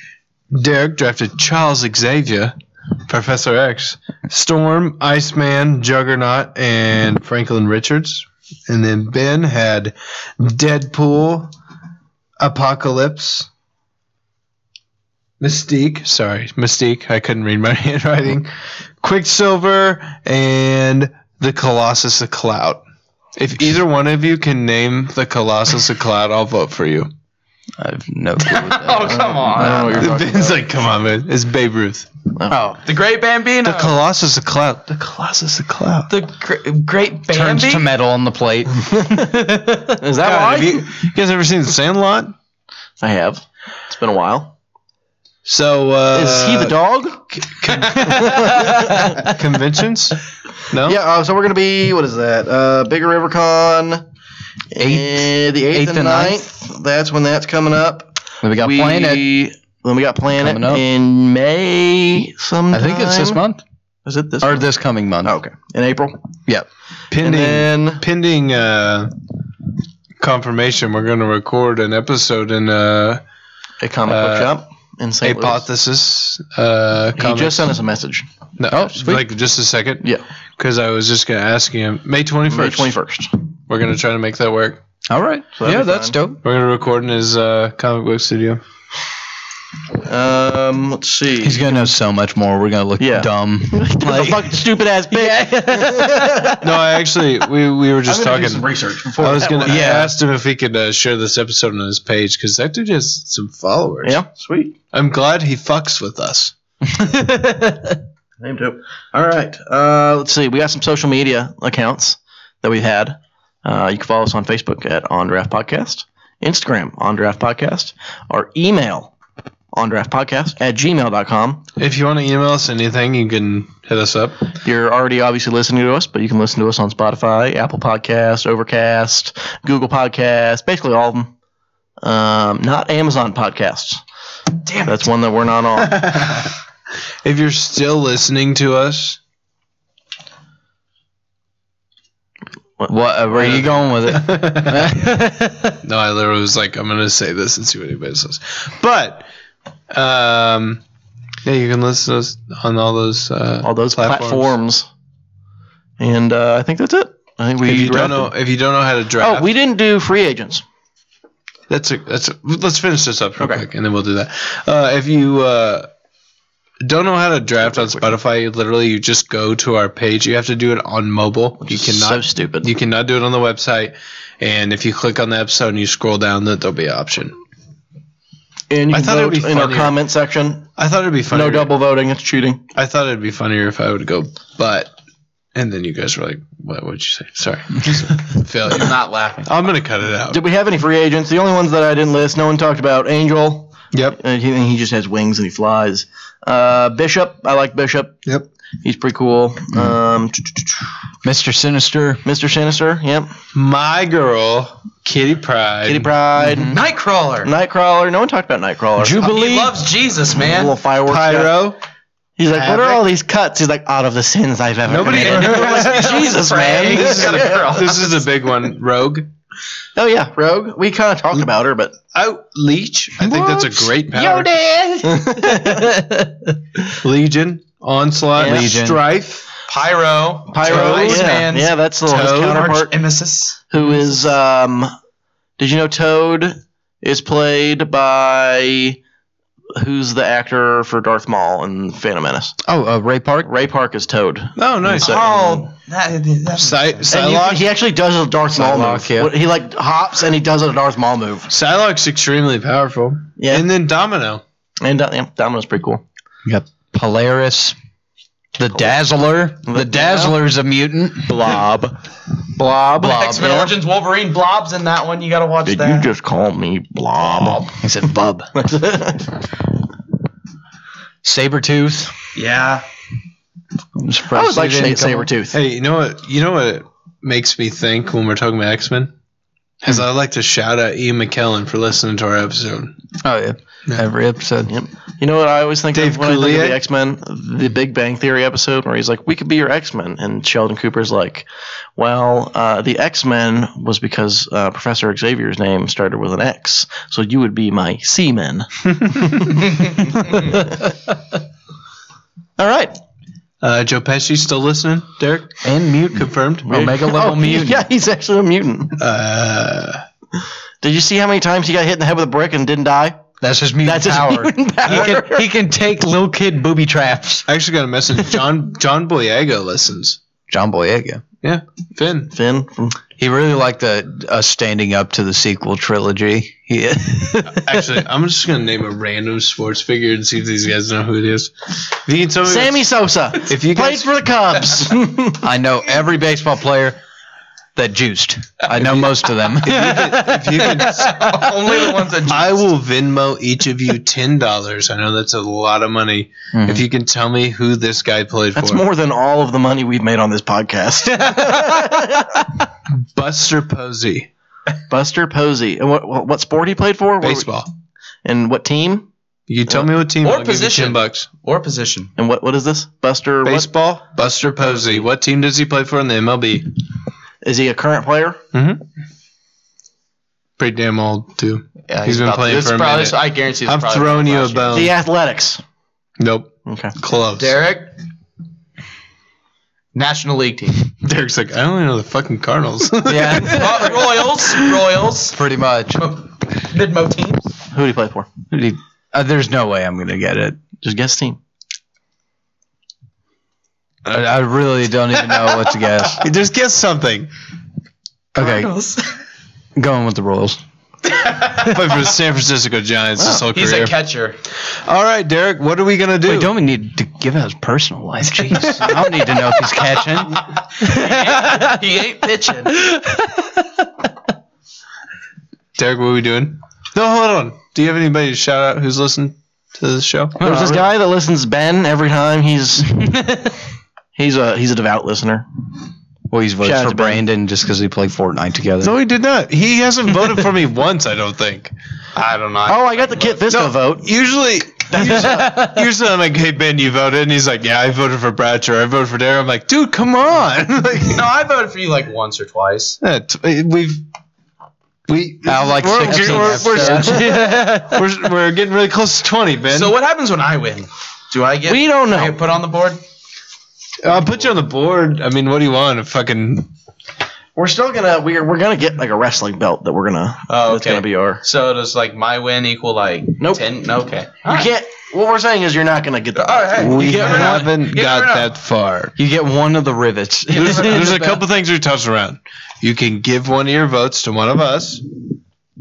Speaker 6: Derek drafted Charles Xavier, Professor X, Storm, Iceman, Juggernaut, and Franklin Richards. And then Ben had Deadpool, Apocalypse, Mystique. Sorry, Mystique. I couldn't read my handwriting. Quicksilver and the Colossus of Cloud. If either one of you can name the Colossus of Cloud, I'll vote for you.
Speaker 7: I have no clue. What that Uh,
Speaker 9: Oh, come on.
Speaker 1: I don't know what you're talking
Speaker 6: Ben's like, come on, man. It's Babe Ruth.
Speaker 9: The Great Bambino.
Speaker 6: Oh. The Colossus of Cloud. The Colossus of Cloud.
Speaker 9: The gr- Great
Speaker 7: turns
Speaker 9: Bambi.
Speaker 7: to metal on the plate.
Speaker 6: Is that
Speaker 9: why?
Speaker 6: Have you, you guys ever seen The Sandlot?
Speaker 1: I have. It's been a while.
Speaker 6: So, uh.
Speaker 1: Is he the dog?
Speaker 6: dog? Conventions? No?
Speaker 1: Yeah, uh, so we're going to be, what is that? Uh, Bigger RiverCon. Eighth, Uh, the 8th
Speaker 7: eighth
Speaker 1: and
Speaker 7: and
Speaker 1: 9th. That's when that's coming up.
Speaker 7: Then we got
Speaker 1: We-
Speaker 7: Planet.
Speaker 1: Then we got Planet
Speaker 7: Coming up.
Speaker 1: in May
Speaker 7: I
Speaker 1: sometime.
Speaker 7: think it's this month
Speaker 1: Is it this
Speaker 7: or
Speaker 1: month?
Speaker 7: this coming month.
Speaker 1: Oh, okay. In April.
Speaker 7: Yep.
Speaker 1: And
Speaker 6: Pending,
Speaker 1: then
Speaker 6: pending uh, confirmation, we're going to record an episode in uh,
Speaker 1: a comic book
Speaker 6: Uh,
Speaker 1: shop in St. Louis.
Speaker 6: Hypothesis. Uh,
Speaker 1: He
Speaker 6: comics.
Speaker 1: just sent us a message.
Speaker 6: No,
Speaker 7: Oh, sweet.
Speaker 6: Like just a second.
Speaker 1: Yeah.
Speaker 6: Because I was just going to ask him. May 21st.
Speaker 1: May 21st.
Speaker 6: We're going to try to make that work.
Speaker 7: All right.
Speaker 1: So that'd
Speaker 7: yeah,
Speaker 1: be
Speaker 7: that's
Speaker 1: fun.
Speaker 7: dope.
Speaker 6: We're gonna record in his uh, comic book studio.
Speaker 1: Um, let's see.
Speaker 7: He's gonna know so much more. We're gonna look
Speaker 1: Yeah.
Speaker 7: dumb.
Speaker 1: a fucking stupid ass bitch.
Speaker 6: No, I actually we, we were just talking.
Speaker 1: research before.
Speaker 6: I was gonna. I
Speaker 7: Yeah.
Speaker 6: asked him if he could uh, share this episode on his page because that dude has some followers.
Speaker 1: Yeah, sweet.
Speaker 6: I'm glad he fucks with us.
Speaker 1: Name dope. All right. Uh, let's see. We got some social media accounts that we had. Uh, you can follow us on Facebook at On Draft Podcast, Instagram On Draft Podcast, or email On Draft Podcast at gmail.com.
Speaker 6: If you want to email us anything, you can hit us up.
Speaker 1: You're already obviously listening to us, but you can listen to us on Spotify, Apple Podcast, Overcast, Google Podcast, basically all of them. Um, not Amazon Podcasts. Damn, that's one that we're not on.
Speaker 6: If you're still listening to us,
Speaker 7: What? Uh, where are you going with it?
Speaker 6: no, I literally was like, I'm gonna say this and see what anybody says. But um, yeah, you can listen to us on all those uh,
Speaker 1: All those platforms. And uh, I think that's it. I think we.
Speaker 6: If you don't
Speaker 1: drafted-
Speaker 6: know, if you don't know how to draft,
Speaker 1: oh, we didn't do free agents.
Speaker 6: That's a, that's a, let's finish this up real quick, and then we'll do that. Uh, if you uh, don't know how to draft on Spotify, you literally you just go to our page. You have to do it on mobile. You
Speaker 1: so
Speaker 6: cannot
Speaker 1: stupid.
Speaker 6: you cannot do it on the website. And if you click on the episode and you scroll down, that there'll be an option.
Speaker 1: and you
Speaker 6: I
Speaker 1: can
Speaker 6: thought it would
Speaker 1: vote
Speaker 6: be
Speaker 1: in our
Speaker 6: funnier.
Speaker 1: comment section.
Speaker 6: I thought it'd be funnier.
Speaker 1: No double voting. It's cheating.
Speaker 6: I thought it'd be funnier if I would go, but. And then you guys were like, "What would you say?" Sorry, failure.
Speaker 9: Not laughing.
Speaker 6: I'm gonna cut it out.
Speaker 1: Did we have any free agents? The only ones that I didn't list, no one talked about Angel.
Speaker 6: Yep.
Speaker 1: And he, and he just has wings and he flies. Uh, Bishop, I like Bishop.
Speaker 6: Yep.
Speaker 1: He's pretty cool. Um,
Speaker 7: Mr. Sinister.
Speaker 1: Mr. Sinister, yep.
Speaker 6: My girl, Kitty Pride.
Speaker 1: Kitty Pride,
Speaker 9: Nightcrawler.
Speaker 1: Nightcrawler. No one talked about Nightcrawler.
Speaker 9: He
Speaker 7: Jubilee.
Speaker 9: loves Jesus,
Speaker 1: A
Speaker 9: man.
Speaker 1: little fireworks. guy.
Speaker 6: Pyro.
Speaker 1: He's like, what are
Speaker 6: Havoc.
Speaker 1: all these cuts? He's like, out of the sins I've ever
Speaker 6: Nobody-
Speaker 1: committed.
Speaker 9: Jesus, man. He's got a girl.
Speaker 6: This is a big one. Rogue.
Speaker 1: oh yeah, Rogue. We kind of talked about her, but
Speaker 6: Oh, leech. I think that's a great power. Legion, onslaught,
Speaker 1: Yeah.
Speaker 7: Legion.
Speaker 6: strife.
Speaker 9: Pyro.
Speaker 1: Pyro.
Speaker 9: Toad,
Speaker 1: Yeah,
Speaker 9: Iceman's
Speaker 1: yeah, that's the his
Speaker 6: Toad.
Speaker 1: counterpart,
Speaker 9: Nemesis.
Speaker 1: who is. Um, did you know Toad is played by who's the actor for Darth Maul in Phantom Menace?
Speaker 7: Oh, uh, Ray Park.
Speaker 1: Ray Park is Toad.
Speaker 6: Oh, nice.
Speaker 9: Oh, that, that
Speaker 6: Psy-
Speaker 1: And you-
Speaker 6: Psylocke,
Speaker 1: he actually does a Darth Maul move.
Speaker 7: Psylocke, yeah.
Speaker 1: What- He like hops and he does a Darth Maul move.
Speaker 6: Psylocke's extremely powerful.
Speaker 1: Yeah,
Speaker 6: And
Speaker 1: and,
Speaker 6: then Domino.
Speaker 1: uh, yeah, Domino's pretty cool.
Speaker 7: You got Polaris. The Dazzler. The Dazzler's a mutant.
Speaker 1: Blob, blob, blob.
Speaker 9: X Men Origins Wolverine blobs in that one. You gotta watch
Speaker 1: Did you
Speaker 9: that.
Speaker 1: just call me blob?
Speaker 7: He said Bub. Sabretooth.
Speaker 9: yeah.
Speaker 7: I'm surprised.
Speaker 1: I would like
Speaker 7: they didn't come-
Speaker 1: Sabretooth.
Speaker 6: Hey, you know what? You know what makes me think when we're talking about X Men is I'd like to shout out Ian McKellen for listening to our episode.
Speaker 7: Oh, yeah. Every episode.
Speaker 1: Yep. You know what I always think
Speaker 6: Dave
Speaker 1: of when I think of
Speaker 6: Coulier?
Speaker 1: the X Men, the Big Bang Theory episode where he's like, "We could be your X Men," and Sheldon Cooper's like, "Well, uh, the X Men was because uh, Professor Xavier's name started with an X, so you would be my C Men." All right.
Speaker 6: Uh, Joe Pesci still listening, Derek?
Speaker 7: And mutant.
Speaker 6: Confirmed.
Speaker 7: Omega level
Speaker 1: Oh,
Speaker 7: mutant.
Speaker 1: yeah, he's actually a mutant.
Speaker 6: Uh,
Speaker 1: Did you see how many times he got hit in the head with a brick and didn't die?
Speaker 7: That's his mutant
Speaker 1: That's his
Speaker 7: power.
Speaker 1: mutant power.
Speaker 7: He, can, he can take little kid booby traps.
Speaker 6: I actually got a message. John John Boyega listens.
Speaker 7: John Boyega.
Speaker 6: Yeah, Finn.
Speaker 1: Finn from
Speaker 7: He really liked the uh, standing up to the sequel trilogy. He,
Speaker 6: Actually, I'm just gonna name a random sports figure and see if these guys know who it is. If you can tell me
Speaker 1: Sammy Sosa.
Speaker 6: If you
Speaker 1: played
Speaker 6: guys-
Speaker 1: for the Cubs.
Speaker 7: I know every baseball player that juiced. I know most of them.
Speaker 6: if you can,
Speaker 9: Only the ones that.
Speaker 6: I will Venmo each of you ten dollars. I know that's a lot of money. If you can tell me who this guy played
Speaker 1: Mm-hmm. That's
Speaker 6: for,
Speaker 1: more than all of the money we've made on this podcast.
Speaker 6: Buster Posey,
Speaker 1: Buster Posey. And what, what what sport he played for? What-
Speaker 6: baseball.
Speaker 1: And what team?
Speaker 6: You tell me what team.
Speaker 9: Or
Speaker 6: I'll give you
Speaker 9: position.
Speaker 6: ten bucks.
Speaker 9: Or position.
Speaker 1: And what, what is this? Buster. What,
Speaker 6: Baseball. Buster Posey. What team does he play for in the MLB?
Speaker 1: is he a current player?
Speaker 6: Pretty damn old too.
Speaker 9: Yeah,
Speaker 6: he's been
Speaker 9: about-
Speaker 6: playing
Speaker 9: this
Speaker 6: for a
Speaker 9: probably,
Speaker 6: minute.
Speaker 9: I guarantee. this
Speaker 6: I'm
Speaker 9: probably
Speaker 6: throwing you a
Speaker 9: last year.
Speaker 6: bone.
Speaker 1: The athletics.
Speaker 6: Nope.
Speaker 1: Okay.
Speaker 6: Close.
Speaker 9: Derek. National League team.
Speaker 6: Derek's like, I only know the fucking Cardinals.
Speaker 7: yeah,
Speaker 9: Uh, Royals. Royals.
Speaker 7: pretty much.
Speaker 9: Mid-mo team.
Speaker 1: Who did he play for?
Speaker 7: Uh, there's no way I'm gonna get it.
Speaker 1: Just guess team.
Speaker 7: I, I really don't even know what to guess.
Speaker 6: Just guess something.
Speaker 7: Okay, going with the rules.
Speaker 6: Played for the San Francisco Giants his whole
Speaker 9: He's
Speaker 6: career.
Speaker 9: a catcher.
Speaker 6: All right, Derek, what are we gonna do?
Speaker 7: Wait, don't we need to give out his personal life? Jeez, I don't need to know if he's catching.
Speaker 9: He ain't pitching.
Speaker 6: Derek, what are we doing? No, hold on. Do you have anybody to shout out who's listened to this show?
Speaker 1: There's this guy that listens to Ben every time. He's he's a he's a devout listener.
Speaker 7: Well, he's voted
Speaker 1: Shout out
Speaker 7: for
Speaker 1: to Ben.
Speaker 7: Brandon just because they played Fortnite together.
Speaker 6: No, he did not. He hasn't voted for me once. I don't think.
Speaker 9: I don't know.
Speaker 1: Oh, I got the Kit Fisto vote.
Speaker 6: Usually, usually, usually I'm like, "Hey Ben, you voted," and he's like, "Yeah, I voted for Bratcher. I voted for Derek." I'm like, "Dude, come on!" like,
Speaker 9: No, I voted for you like once or twice.
Speaker 6: that- we've we
Speaker 7: Out of, like
Speaker 6: we're,
Speaker 7: 16
Speaker 6: we're,
Speaker 7: episodes.
Speaker 6: we're, we're, we're getting really close to 20, Ben.
Speaker 9: So what happens when I win? Do I get?
Speaker 1: We don't
Speaker 9: do I
Speaker 1: know.
Speaker 9: get put on the board.
Speaker 6: I'll put you on the board. I mean, what do you want? A fucking
Speaker 1: We're still gonna we're we're gonna get like a wrestling belt that we're gonna
Speaker 9: Oh,
Speaker 1: that's
Speaker 9: okay.
Speaker 1: gonna be our.
Speaker 9: So does like my win equal like
Speaker 1: Nope.
Speaker 9: ten? No, Okay.
Speaker 1: You can't. What we're saying is you're not gonna get the.
Speaker 9: All right.
Speaker 6: we
Speaker 9: get rid of it.
Speaker 6: haven't
Speaker 9: Get
Speaker 6: got
Speaker 9: rid of it.
Speaker 6: that far.
Speaker 7: You get one of the rivets.
Speaker 6: There's, there's a couple things we touched around. You can give one of your votes to one of us,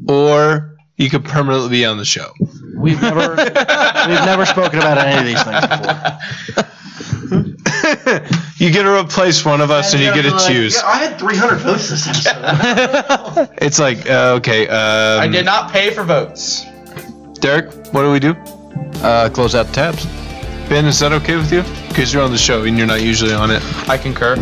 Speaker 6: or you could permanently be on the show.
Speaker 1: We've never we've never spoken about any of these things before.
Speaker 6: You get to replace one of us, and you get to choose.
Speaker 1: I had 300 votes this episode.
Speaker 6: It's like uh, okay, um,
Speaker 9: I did not pay for votes.
Speaker 6: Derek, what do we do?
Speaker 7: Uh, close out the tabs.
Speaker 6: Ben, is that okay with you? Because you're on the show and you're not usually on it.
Speaker 9: I concur.